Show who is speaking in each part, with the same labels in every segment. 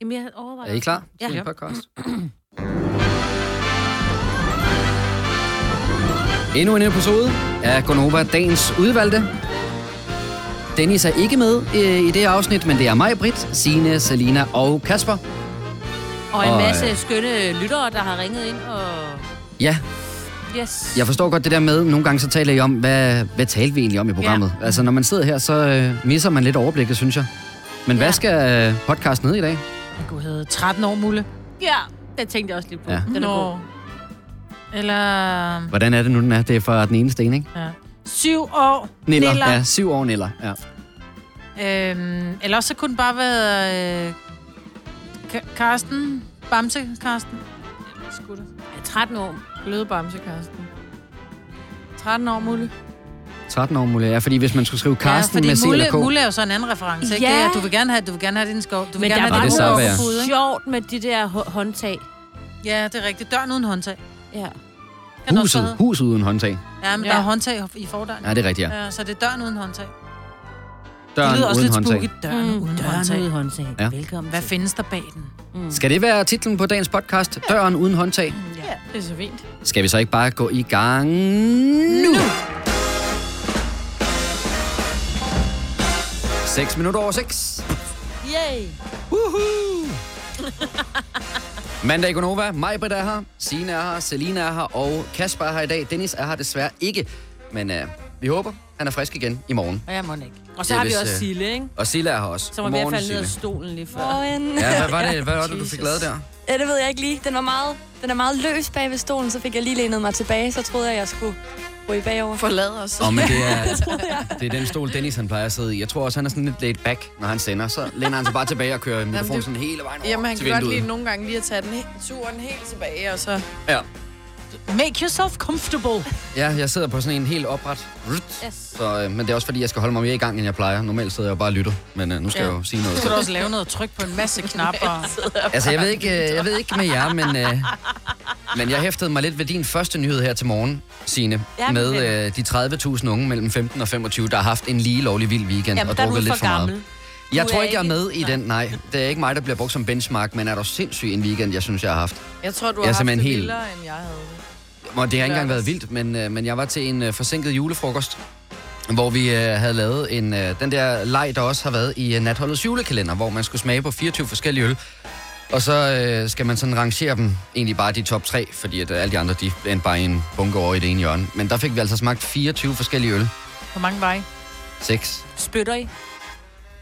Speaker 1: Jamen, jeg overvejer
Speaker 2: Er I klar
Speaker 1: Ja.
Speaker 2: til en podcast? Endnu en episode af Gonova Dagens Udvalgte. Dennis er ikke med øh, i det afsnit, men det er mig, Britt, Sine, Selina og Kasper.
Speaker 1: Og en
Speaker 2: Og,
Speaker 1: masse skønne lyttere, der har ringet ind og...
Speaker 2: Ja,
Speaker 1: Yes.
Speaker 2: jeg forstår godt det der med, nogle gange så taler I om, hvad, hvad talte vi egentlig om i programmet? Ja. Altså, når man sidder her, så øh, misser man lidt overblikket, synes jeg. Men ja.
Speaker 1: Ja.
Speaker 2: hvad skal øh, podcasten ned i dag?
Speaker 3: Du hedder 13 år, Mulle.
Speaker 1: Ja, den tænkte jeg også lige på.
Speaker 2: Ja.
Speaker 1: Ja. Den er god.
Speaker 3: Eller...
Speaker 2: Hvordan er det nu, den er? Det er fra den ene sten, ikke?
Speaker 3: Ja. 7 år.
Speaker 2: Niller.
Speaker 3: Niller.
Speaker 2: Ja, syv år niller. Ja.
Speaker 3: Øhm, eller også så kunne det bare være... Øh, Ka- Karsten. Bamse Karsten. Eller Skutter.
Speaker 1: Ja, 13 år.
Speaker 3: Bløde Bamse Karsten. 13 år, Mulle.
Speaker 2: 13 år, Mulle. Ja, fordi hvis man skulle skrive Karsten
Speaker 3: fordi
Speaker 2: med C
Speaker 3: Mulle,
Speaker 2: eller K...
Speaker 3: Mulle er jo så en anden reference, ikke?
Speaker 1: Ja.
Speaker 3: Det er, du vil gerne have, du vil gerne have din skov. Du vil
Speaker 1: Men
Speaker 3: gerne
Speaker 1: der
Speaker 3: have
Speaker 2: var
Speaker 3: din
Speaker 2: det
Speaker 3: skov
Speaker 2: savvær.
Speaker 3: på
Speaker 1: var
Speaker 3: ikke?
Speaker 1: sjovt med de der hå- håndtag.
Speaker 3: Ja, det er rigtigt. Døren uden håndtag.
Speaker 1: Ja.
Speaker 3: Kan den også
Speaker 2: Huset,
Speaker 3: hedde?
Speaker 2: huset uden håndtag.
Speaker 3: Ja, men
Speaker 1: Ja.
Speaker 3: der er håndtag i fordøren.
Speaker 2: Ja, det er rigtigt, ja.
Speaker 3: Ja, så det er døren uden håndtag. det lyder
Speaker 2: Døren
Speaker 3: også
Speaker 2: uden
Speaker 3: lidt
Speaker 2: håndtag.
Speaker 3: spooky. Døren uden håndtag.
Speaker 1: håndtag.
Speaker 2: Ja.
Speaker 1: Velkommen
Speaker 3: Hvad
Speaker 1: til.
Speaker 3: findes der bag den?
Speaker 2: Mm. Skal det være titlen på dagens podcast? Døren uden håndtag.
Speaker 3: Ja, det er så fint.
Speaker 2: Skal vi så ikke bare gå i gang nu? 6 minutter over 6.
Speaker 1: Yay.
Speaker 2: Mandag i Gonova. Majbrit er her. Signe er her. Selina er her. Og Kasper er her i dag. Dennis er her desværre ikke. Men øh, vi håber, han er frisk igen i morgen.
Speaker 3: Og jeg må ikke.
Speaker 1: Og
Speaker 2: Det
Speaker 1: så
Speaker 2: er
Speaker 1: har vi
Speaker 2: vist,
Speaker 1: også
Speaker 2: øh,
Speaker 1: Sille, ikke?
Speaker 2: Og Silla er her også.
Speaker 1: Som var ved at
Speaker 2: Godmorgen,
Speaker 1: falde ned af
Speaker 2: Sille.
Speaker 1: stolen lige før.
Speaker 4: Morgen.
Speaker 2: Ja, hvad var det, hvad var det du fik lavet der?
Speaker 4: Ja, det ved jeg ikke lige. Den, var meget, den er meget løs bag ved stolen, så fik jeg lige lænet mig tilbage. Så troede jeg, jeg skulle ryge bagover.
Speaker 5: forlade os.
Speaker 2: Nå, men det er, det er den stol, Dennis han plejer at sidde i. Jeg tror også, han er sådan lidt laid back, når han sender. Så læner han sig bare tilbage og kører mikrofonen
Speaker 5: det-
Speaker 2: sådan hele vejen over
Speaker 5: Jamen, han
Speaker 2: til
Speaker 5: kan godt
Speaker 2: vinduet.
Speaker 5: lide nogle gange lige at tage den he- turen helt tilbage, og så...
Speaker 2: Ja.
Speaker 3: Make yourself comfortable.
Speaker 2: ja, jeg sidder på sådan en helt opret. Rut.
Speaker 1: Yes.
Speaker 2: Så, øh, men det er også fordi, jeg skal holde mig mere i gang, end jeg plejer. Normalt sidder jeg jo bare og lytter, men øh, nu skal ja.
Speaker 5: Ja.
Speaker 2: jeg jo sige noget.
Speaker 3: Så kan du
Speaker 2: Så.
Speaker 3: også lave noget tryk på en masse knapper.
Speaker 2: Altså, jeg ved, ikke, øh, jeg ved ikke med jer, men, øh, men jeg hæftede mig lidt ved din første nyhed her til morgen, Signe,
Speaker 1: Ja,
Speaker 2: med
Speaker 1: men-
Speaker 2: øh, de 30.000 unge mellem 15 og 25, der har haft en lige lovlig vild weekend
Speaker 1: Jamen,
Speaker 2: og
Speaker 1: der er du
Speaker 2: drukket lidt
Speaker 1: for
Speaker 2: for meget.
Speaker 1: gammel.
Speaker 2: Jeg
Speaker 1: Du
Speaker 2: tror
Speaker 1: er
Speaker 2: ikke, jeg er
Speaker 1: ikke-
Speaker 2: med i den, nej. Det er ikke mig, der bliver brugt som benchmark, men er der sindssygt en weekend, jeg synes, jeg har haft.
Speaker 5: Jeg tror,
Speaker 2: Jeg
Speaker 5: du har
Speaker 2: er
Speaker 5: haft det
Speaker 2: simpelthen helt-
Speaker 5: vildere, end jeg havde det.
Speaker 2: Og det har ikke engang været vildt, men, øh, men jeg var til en øh, forsinket julefrokost, hvor vi øh, havde lavet en, øh, den der leg, der også har været i øh, Natholdets julekalender, hvor man skulle smage på 24 forskellige øl. Og så øh, skal man sådan rangere dem, egentlig bare de top 3, fordi at øh, alle de andre, de endte bare i en bunke over i det ene hjørne. Men der fik vi altså smagt 24 forskellige øl.
Speaker 3: Hvor mange var I?
Speaker 2: 6.
Speaker 1: Spytter I?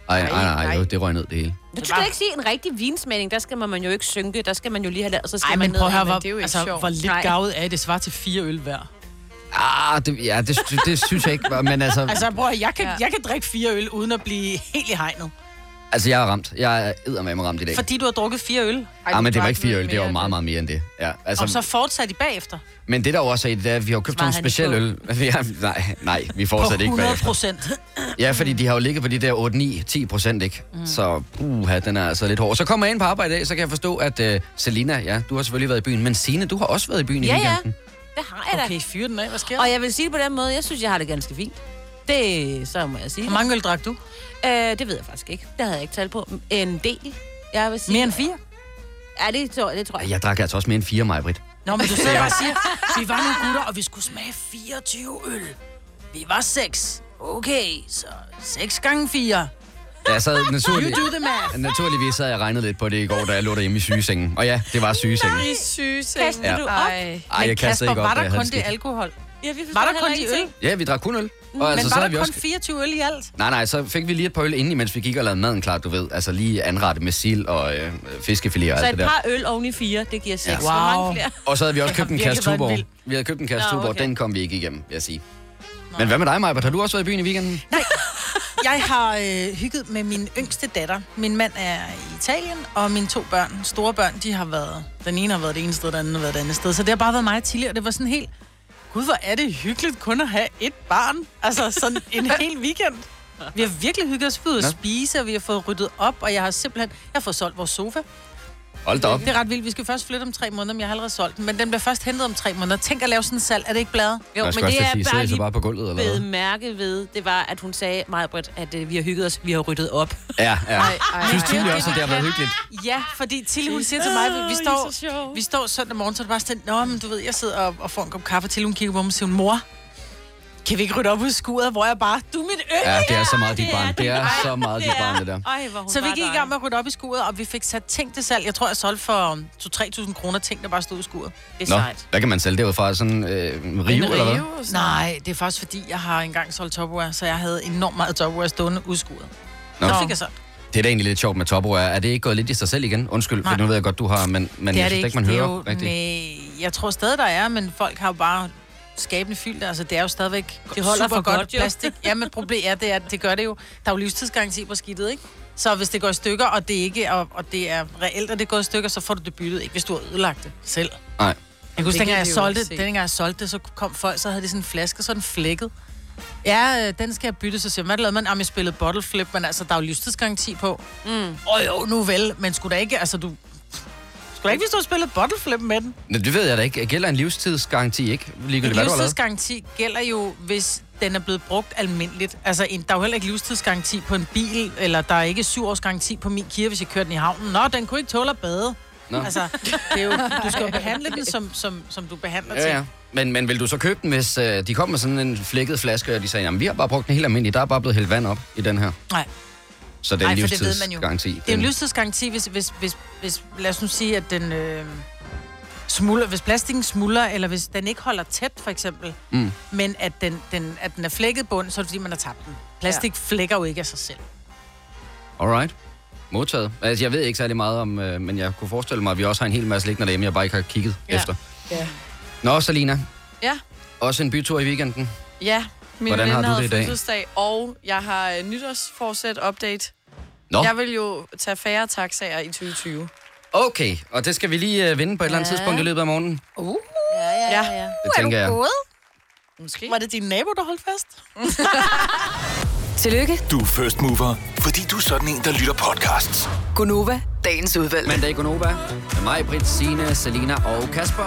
Speaker 2: Ej, nej, nej,
Speaker 5: Ej,
Speaker 2: nej,
Speaker 5: nej.
Speaker 2: det røg ned det hele.
Speaker 1: Men du kan ikke sige en rigtig vinsmagning. Der skal man jo ikke synke. Der skal man jo lige have lavet, og så skal
Speaker 3: Ej,
Speaker 1: man
Speaker 3: men
Speaker 1: ned
Speaker 3: prøv at høre,
Speaker 1: og-
Speaker 3: hvor,
Speaker 5: det er jo ikke
Speaker 3: altså,
Speaker 5: sjovt.
Speaker 3: hvor lidt
Speaker 1: Nej.
Speaker 3: gavet er I? det svarer til fire øl hver.
Speaker 2: Ah, det, ja, det, sy- det synes jeg ikke, var- men altså...
Speaker 3: Altså, bror, jeg kan, jeg kan drikke fire øl, uden at blive helt i hegnet.
Speaker 2: Altså, jeg er ramt. Jeg er eddermame ramt i dag.
Speaker 3: Fordi du har drukket fire øl.
Speaker 5: Ej,
Speaker 2: Ah,
Speaker 5: du
Speaker 2: men det var
Speaker 5: drak
Speaker 2: ikke fire
Speaker 5: noget
Speaker 2: øl, det
Speaker 5: mere
Speaker 2: var
Speaker 5: end
Speaker 2: meget, meget mere end det. Ja, altså,
Speaker 3: Og så fortsatte I bagefter.
Speaker 2: Men det der jo også er i det, er, at vi har jo købt
Speaker 1: Svarer
Speaker 2: nogle
Speaker 1: han ikke
Speaker 2: specielle
Speaker 1: på.
Speaker 2: øl. Ja, nej, nej, vi
Speaker 3: På
Speaker 2: fortsatte ikke
Speaker 3: 100
Speaker 2: bagefter.
Speaker 3: procent. Mm.
Speaker 2: Ja, fordi de har jo ligget på de der 8, 9, 10 procent, ikke? Så puha, den er altså lidt hård. Så kommer jeg ind på arbejde i dag, så kan jeg forstå, at uh, Selina, ja, du har selvfølgelig været i byen. Men Sine, du har også været i byen i
Speaker 1: Ja, ja.
Speaker 2: weekenden.
Speaker 1: Det har jeg da.
Speaker 3: Okay, fyre den af. Hvad sker
Speaker 1: Og
Speaker 3: der?
Speaker 1: jeg vil sige det på den måde, jeg synes, jeg har det ganske fint. Det, så må jeg sige.
Speaker 3: Hvor mange øl drak du?
Speaker 1: Øh, det ved jeg faktisk ikke. Det havde jeg ikke talt på. En del, jeg vil sige.
Speaker 3: Mere end fire?
Speaker 1: Ja, det tror, det tror jeg.
Speaker 2: Ej, Jeg drak altså også mere end fire, mig, Britt.
Speaker 3: Nå, men du selv bare siger, vi var nogle gutter, og vi skulle smage 24 øl. Vi var seks. Okay, så 6 gange 4.
Speaker 2: Jeg sad naturlig...
Speaker 3: You do the math.
Speaker 2: Naturligvis havde jeg regnet lidt på det i går, da jeg lå derhjemme i sygesengen. Og ja, det var sygesengen.
Speaker 5: I sygesengen.
Speaker 2: Ja.
Speaker 5: Ja.
Speaker 2: du
Speaker 1: op?
Speaker 5: Ej.
Speaker 2: Ej, jeg kastede ikke op,
Speaker 3: var
Speaker 2: da jeg
Speaker 3: der
Speaker 2: havde
Speaker 3: kun
Speaker 2: det
Speaker 3: det
Speaker 2: skidt.
Speaker 3: alkohol?
Speaker 1: Ja, vi forstår
Speaker 3: Var der
Speaker 1: heller
Speaker 3: kun de
Speaker 1: ikke
Speaker 3: øl?
Speaker 1: ting.
Speaker 2: Ja, vi drak kun øl. Og
Speaker 3: Men
Speaker 2: altså, så
Speaker 3: var
Speaker 2: havde
Speaker 3: der
Speaker 2: vi
Speaker 3: kun
Speaker 2: også...
Speaker 3: 24 øl i alt?
Speaker 2: Nej, nej, så fik vi lige et par øl inden, mens vi gik og lavede maden klar, du ved. Altså lige anrettet med sild og øh, fiskefiléer og
Speaker 1: Så
Speaker 2: alt det
Speaker 1: et
Speaker 2: der.
Speaker 1: par øl oven i fire, det giver seks.
Speaker 2: Ja.
Speaker 1: Ja. Hvor mange
Speaker 3: Wow.
Speaker 1: flere?
Speaker 2: Og så havde vi også købt en
Speaker 3: virkelig
Speaker 2: kasse
Speaker 3: været en
Speaker 2: Tuborg.
Speaker 3: vild-
Speaker 2: Vi havde købt en kasse
Speaker 1: Nå,
Speaker 2: Tuborg,
Speaker 1: okay.
Speaker 2: den kom vi ikke igennem, vil jeg sige. Men hvad med dig, Maja? Har du også været i byen i weekenden?
Speaker 3: Jeg har øh, hygget med min yngste datter. Min mand er i Italien, og mine to børn, store børn, de har været... Den ene har været det ene sted, den anden har været det andet sted. Så det har bare været mig og Tilly, og det var sådan helt... Gud, hvor er det hyggeligt kun at have et barn. Altså sådan en hel weekend. Vi har virkelig hygget os. Vi har
Speaker 2: Nå.
Speaker 3: spise, og vi har fået ryddet op, og jeg har simpelthen... Jeg har fået solgt vores sofa.
Speaker 2: Hold da op.
Speaker 3: Det er ret vildt. Vi skal først flytte om tre måneder, men jeg har allerede solgt den. Men den bliver først hentet om tre måneder. Tænk at lave sådan en salg. Er det ikke bladet?
Speaker 1: Jo,
Speaker 2: Jeg
Speaker 1: men
Speaker 2: skal også
Speaker 1: det
Speaker 2: til
Speaker 1: er
Speaker 2: at sige, sidder
Speaker 1: bare
Speaker 2: I så
Speaker 1: lige
Speaker 2: bare på gulvet, eller
Speaker 1: blevet
Speaker 2: hvad?
Speaker 1: mærke ved, det var, at hun sagde, mig Britt, at øh, vi har hygget os, vi har ryddet op.
Speaker 2: Ja, ja.
Speaker 5: ej,
Speaker 2: Synes
Speaker 5: ej.
Speaker 2: Tilly også, at det har været hyggeligt?
Speaker 3: Ja, fordi Tilly, hun siger til mig, at vi står, vi står søndag morgen, så er det bare sådan, Nå, men du ved, jeg sidder og, og får en kop kaffe til, hun kigger på mig og siger, mor, kan vi ikke rydde op ud i skuret, hvor jeg bare, du er mit yndling.
Speaker 2: Ja, det er så meget dit barn. Det er så meget dit barn, det der.
Speaker 1: Ej, hvor hun
Speaker 3: Så vi
Speaker 1: var
Speaker 3: gik i
Speaker 1: dejlig.
Speaker 3: gang med at rydde op i skuret, og vi fik sat ting til salg. Jeg tror, jeg solgte for um, 2-3.000 kroner ting, der bare stod i skuret.
Speaker 1: Det er
Speaker 2: Nå,
Speaker 1: sejt.
Speaker 2: hvad kan man sælge derud fra? Sådan øh, en rive, eller hvad?
Speaker 3: Nej, det er faktisk fordi, jeg har engang solgt topwear, så jeg havde enormt meget topwear stående udskuret.
Speaker 2: Nå.
Speaker 3: Nå. Så fik jeg solgt.
Speaker 2: Det er da egentlig lidt sjovt med topord. Er det ikke gået lidt i sig selv igen? Undskyld, for
Speaker 3: Nej.
Speaker 2: nu ved jeg godt, du har, men, men jeg synes ikke, man
Speaker 3: det er
Speaker 2: hører
Speaker 3: jo,
Speaker 2: rigtigt.
Speaker 3: nej, jeg tror stadig, der er, men folk har jo bare skabende fyld. Altså, det er jo stadigvæk
Speaker 1: Det holder
Speaker 3: super
Speaker 1: for
Speaker 3: godt,
Speaker 1: godt, jo.
Speaker 3: plastik. Ja, men problemet er, det er, at det gør det jo. Der er jo livstidsgaranti på skidtet, ikke? Så hvis det går i stykker, og det, ikke, og, og det er reelt, og det går i stykker, så får du det byttet, ikke hvis du har ødelagt det selv.
Speaker 2: Nej.
Speaker 3: Jeg kan huske,
Speaker 5: Det
Speaker 3: dengang
Speaker 5: kan
Speaker 3: jeg,
Speaker 5: vi jo
Speaker 3: solgte,
Speaker 5: ikke se.
Speaker 3: dengang jeg solgte det, så kom folk, så havde de sådan en flaske, så er den flækket. Ja, øh, den skal jeg bytte, så siger jeg, hvad lavede man? Jamen, jeg spillede bottle flip, men altså, der er jo livstidsgaranti på. Mm. Åh jo, nu vel, men skulle da ikke, altså du... Skulle da ikke, hvis du havde spillet bottle flip med den?
Speaker 2: Nå, det ved jeg da ikke. Gælder en livstidsgaranti ikke? Ligegyldigt, hvad du har lavet?
Speaker 3: Livstidsgaranti gælder jo, hvis den er blevet brugt almindeligt. Altså, en, der er jo heller ikke livstidsgaranti på en bil, eller der er ikke syv års garanti på min Kia, hvis jeg kører den i havnen. Nå, den kunne ikke tåle at bade.
Speaker 2: Nå.
Speaker 3: Altså, det er jo, du skal jo behandle den, som, som, som du behandler ting.
Speaker 2: Ja, ja. Men, men vil du så købe den, hvis øh, de kom med sådan en flækket flaske, og de sagde, jamen vi har bare brugt den helt almindelig, der er bare blevet hældt vand op i den her.
Speaker 3: Nej.
Speaker 2: Så det er en
Speaker 3: Ej, for det ved man jo.
Speaker 2: livstidsgaranti.
Speaker 3: Det er en livstidsgaranti, hvis, hvis, hvis, hvis lad os nu sige, at den øh, smuldrer, hvis plastikken smuldrer, eller hvis den ikke holder tæt, for eksempel,
Speaker 2: Mm.
Speaker 3: men at den, den, at den er flækket bund, så er det fordi, man har tabt den. Plastik ja. flækker jo ikke af sig selv.
Speaker 2: Alright. Modtaget. Altså, jeg ved ikke særlig meget om, øh, men jeg kunne forestille mig, at vi også har en hel masse liggende derhjemme, jeg bare ikke har kigget ja. efter.
Speaker 5: Ja.
Speaker 2: Nå, Salina.
Speaker 5: Ja.
Speaker 2: Også en bytur i weekenden.
Speaker 5: Ja, min
Speaker 2: Hvordan har
Speaker 5: ven
Speaker 2: du
Speaker 5: havde
Speaker 2: det i dag?
Speaker 5: fødselsdag, og jeg har øh, nytårsforsæt update.
Speaker 2: Nå,
Speaker 5: Jeg vil jo tage færre taxaer i 2020.
Speaker 2: okay. Og det skal vi lige øh, vinde på et eller andet tidspunkt i løbet af morgenen.
Speaker 6: Uh.
Speaker 1: Ja, ja, ja. ja.
Speaker 2: Det tænker jeg.
Speaker 5: Måske.
Speaker 3: Var det din nabo, der holdt fast?
Speaker 6: Tillykke,
Speaker 7: Du er first mover, fordi du er sådan en, der lytter podcasts.
Speaker 6: Gunova, dagens udvalgte.
Speaker 2: Mandag i Gonova. Med mig, Britt, Signe, Salina og Kasper.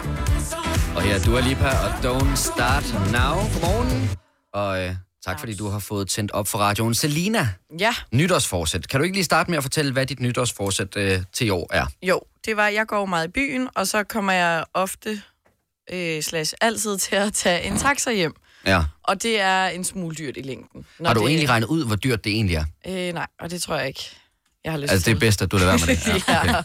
Speaker 2: Og her er Dua Lipa og Don't Start Now. Godmorgen. Og øh, tak, fordi du har fået tændt op for radioen. Selina,
Speaker 5: Ja,
Speaker 2: nytårsforsæt. Kan du ikke lige starte med at fortælle, hvad dit nytårsforsæt øh, til i år er?
Speaker 5: jo. Det var, jeg går meget i byen, og så kommer jeg ofte, øh, slash altid, til at tage en taxa hjem.
Speaker 2: Ja.
Speaker 5: Og det er en smule dyrt i længden. Når
Speaker 2: Har du
Speaker 5: det,
Speaker 2: egentlig regnet ud, hvor dyrt det egentlig er?
Speaker 5: Øh, nej, og det tror jeg ikke, jeg har lyst
Speaker 2: Altså, det er
Speaker 5: til.
Speaker 2: bedst, at du lader være med det. Ja. Okay.
Speaker 5: ja.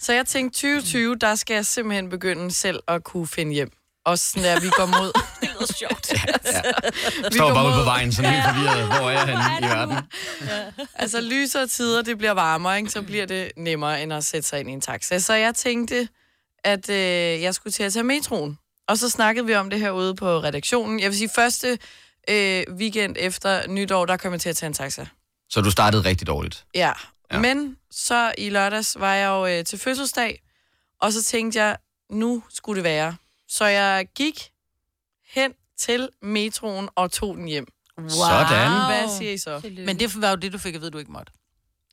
Speaker 5: Så jeg tænkte, 2020, der skal jeg simpelthen begynde selv at kunne finde hjem. Også sådan der, vi går mod... det lyder sjovt.
Speaker 2: Jeg står bare ude på vejen, sådan helt forvirret. Hvor er jeg henne i verden?
Speaker 5: Altså lysere tider, det bliver varmere, ikke? så bliver det nemmere end at sætte sig ind i en taxa. Så jeg tænkte, at øh, jeg skulle til at tage metroen. Og så snakkede vi om det herude på redaktionen. Jeg vil sige, første øh, weekend efter nytår, der kom jeg til at tage en taxa.
Speaker 2: Så du startede rigtig dårligt.
Speaker 5: Ja.
Speaker 2: Ja.
Speaker 5: ja. Men så i lørdags var jeg jo øh, til fødselsdag, og så tænkte jeg, nu skulle det være. Så jeg gik hen til metroen og tog den hjem.
Speaker 2: Wow. Sådan.
Speaker 5: Hvad siger I så?
Speaker 3: Men det var jo det, du fik at vide, du ikke måtte.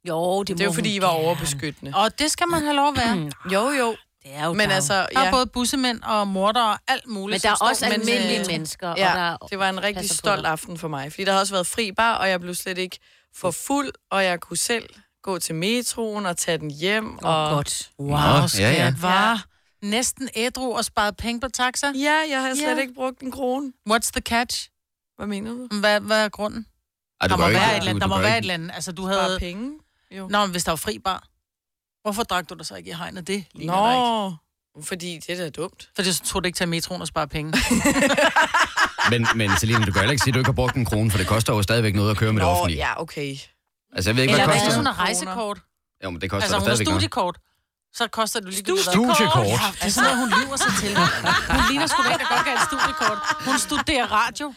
Speaker 1: Jo, det,
Speaker 5: Det er jo
Speaker 1: må
Speaker 5: fordi,
Speaker 1: hun
Speaker 5: I var
Speaker 1: gerne.
Speaker 5: overbeskyttende.
Speaker 3: Og det skal man have lov at være.
Speaker 5: Jo, jo.
Speaker 1: Det er Mm. jo
Speaker 5: Men
Speaker 1: der jo.
Speaker 5: altså,
Speaker 3: Der er
Speaker 5: ja.
Speaker 3: både bussemænd og morder og alt muligt.
Speaker 1: Men der er
Speaker 3: som står
Speaker 1: også
Speaker 3: mellem-
Speaker 1: almindelige
Speaker 3: Øh,
Speaker 1: mennesker, og der
Speaker 5: Ja,
Speaker 1: er
Speaker 5: det var en rigtig
Speaker 1: passer på
Speaker 5: stolt
Speaker 1: dig.
Speaker 5: aften for mig, fordi der har også været fri bar, og jeg blev slet ikke for fuld, og jeg kunne selv gå til metroen og tage den hjem.
Speaker 1: Åh,
Speaker 5: Og...
Speaker 1: godt.
Speaker 2: Nå,
Speaker 3: Wow, skal
Speaker 2: ja,
Speaker 3: ja,
Speaker 2: ja.
Speaker 3: ja. jeg var næsten ædru og sparede penge på taxa?
Speaker 5: Ja, jeg har slet
Speaker 3: Ja.
Speaker 5: ikke brugt en krone.
Speaker 3: What's the catch?
Speaker 5: Hvad mener du?
Speaker 3: Hvad, hvad er grunden?
Speaker 2: Ej,
Speaker 3: Der
Speaker 2: gør
Speaker 3: må
Speaker 2: ikke-
Speaker 3: være et
Speaker 2: du-
Speaker 3: eller andet.
Speaker 2: du
Speaker 3: Der må
Speaker 2: gør
Speaker 3: være
Speaker 2: ikke-
Speaker 3: et eller andet. Altså, du
Speaker 5: Bare
Speaker 3: havde...
Speaker 5: penge. Jo.
Speaker 3: Nå, men hvis der var fri bar. Hvorfor drak du dig så ikke i hegnet? Det ligner Nå. dig ikke.
Speaker 5: Nå, fordi det er da dumt.
Speaker 3: Fordi så tog du ikke til metroen og spare penge.
Speaker 2: Men, men Selina, du kan heller ikke sige, at du ikke har brugt en krone, for det koster jo stadigvæk noget at køre med det
Speaker 5: Nå,
Speaker 2: offentlige.
Speaker 5: ja, okay.
Speaker 2: Altså, jeg ved ikke,
Speaker 3: Eller
Speaker 2: hvad det
Speaker 3: hvis
Speaker 2: koster.
Speaker 3: hun har rejsekort.
Speaker 2: Jo, men det koster
Speaker 3: Altså,
Speaker 2: altså,
Speaker 3: hun har
Speaker 2: stadigvæk noget.
Speaker 3: studiekort. Så koster det lige
Speaker 2: Studiekort?
Speaker 3: Ja, det er sådan noget, hun lyver sig til. Hun ligner sgu da ikke, der godt kan have et studiekort. Hun studerer radio.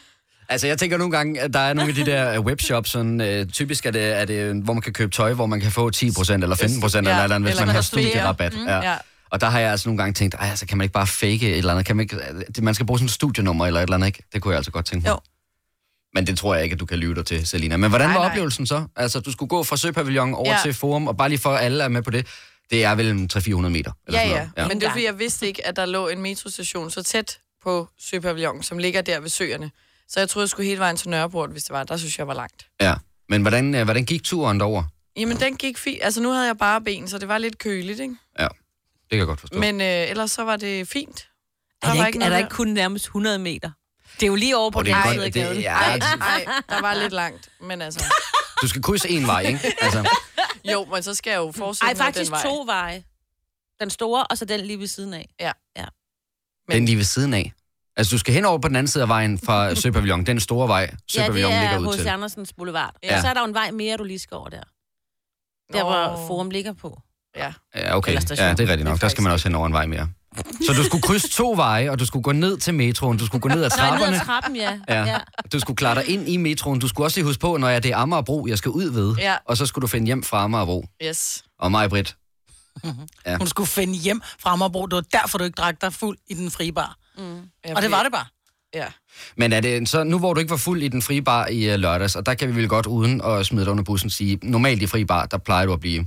Speaker 2: Altså, jeg tænker nogle gange, at der er nogle af de der øh, webshops, sådan, øh, typisk er det, er det, hvor man kan købe tøj, hvor man kan få 10% eller 15% eller,
Speaker 5: Ja,
Speaker 2: eller, andet, hvis
Speaker 5: eller
Speaker 2: man har
Speaker 5: man studerer.
Speaker 2: studierabat. Mm, ja.
Speaker 5: ja.
Speaker 2: Og der har jeg altså nogle gange tænkt, ej, altså, kan man ikke bare fake et eller andet? Kan man, ikke, øh, det- man skal bruge sådan et studienummer eller et eller andet, ikke? Det kunne jeg altså godt tænke mig.
Speaker 5: Jo.
Speaker 2: Men det tror jeg ikke, at du kan lyve dig til, Selina. Men hvordan nej,
Speaker 5: Nej,
Speaker 2: var nej.
Speaker 5: nej.
Speaker 2: oplevelsen så? Altså, du skulle gå fra Søpavillon over ja.
Speaker 5: Ja.
Speaker 2: til Forum, og bare lige for at alle er med på det. Det er vel en 300-400 meter. Eller
Speaker 5: Ja,
Speaker 2: sådan
Speaker 5: ja.
Speaker 2: noget.
Speaker 5: Men det var, fordi jeg vidste ikke, at der lå en metrostation så tæt på Søpavillon, som ligger der ved søerne. Så jeg troede, jeg skulle hele vejen til Nørreport, hvis det var. Der synes jeg var langt.
Speaker 2: ja. Men hvordan, øh, hvordan gik turen derover?
Speaker 5: Jamen, den gik fint. Altså, nu havde jeg bare ben, så det var lidt køligt, ikke?
Speaker 2: Ja, det kan jeg godt forstå. Men...
Speaker 5: Men øh, ellers så var det fint.
Speaker 1: Er der,
Speaker 5: var
Speaker 1: ikke, er
Speaker 5: noget
Speaker 1: der
Speaker 5: der.
Speaker 1: ikke kun nærmest 100 meter? Det er jo lige over på
Speaker 2: Og det
Speaker 1: den
Speaker 2: er
Speaker 1: anden
Speaker 2: godt-
Speaker 1: side af gaden.
Speaker 2: det- ja.
Speaker 5: Ej, ej, der var lidt langt, men altså...
Speaker 2: Du skal krydse en vej, ikke? Altså,
Speaker 5: Jo, men så skal jeg jo fortsætte
Speaker 1: Ej,
Speaker 5: ned
Speaker 1: faktisk
Speaker 5: den vej.
Speaker 1: to veje. Den store, og så den lige ved siden af.
Speaker 5: Men-
Speaker 2: den lige ved siden af. Altså, du skal hen over på den anden side af vejen fra Søpavillon. Den store vej,
Speaker 1: Ja, det
Speaker 2: Søpavillon ligger
Speaker 1: er
Speaker 2: ud
Speaker 1: H.C.
Speaker 2: til.
Speaker 1: Andersens Boulevard.
Speaker 5: Ja.
Speaker 1: Ja. Og så er der jo en vej mere, du lige skal over der. Der,
Speaker 5: Nå.
Speaker 1: hvor Forum ligger på.
Speaker 5: Ja.
Speaker 2: Ja, okay.
Speaker 1: Eller
Speaker 2: Ja,
Speaker 1: station.
Speaker 2: det er rigtigt
Speaker 5: Det
Speaker 2: nok.
Speaker 5: er
Speaker 2: Der skal man
Speaker 5: faktisk-
Speaker 2: også hen over en vej mere. Så du skulle krydse to veje, og du skulle gå ned til metroen. Du skulle gå ned ad
Speaker 1: Nej, ned
Speaker 2: trapperne.
Speaker 1: ad trappen, ja.
Speaker 2: Ja.
Speaker 1: ja.
Speaker 2: Du skulle klare dig ind i metroen. Du skulle også lige huske på, når jeg, det er Amagerbro, jeg skal ud ved.
Speaker 5: Ja.
Speaker 2: Og så skulle du finde hjem fra Amagerbro.
Speaker 5: Yes.
Speaker 2: Og mig, Britt.
Speaker 3: Hun skulle finde hjem fra Amagerbro. Det var derfor, du ikke drak dig fuld i den frie bar.
Speaker 5: Ja,
Speaker 3: Og det var det bare.
Speaker 5: Ja.
Speaker 2: Men er det en- så, nu hvor du ikke var fuld i den frie bar i øh, lørdags, og der kan vi vel godt uden at smide dig under bussen sige, normalt i frie bar, der plejer du at blive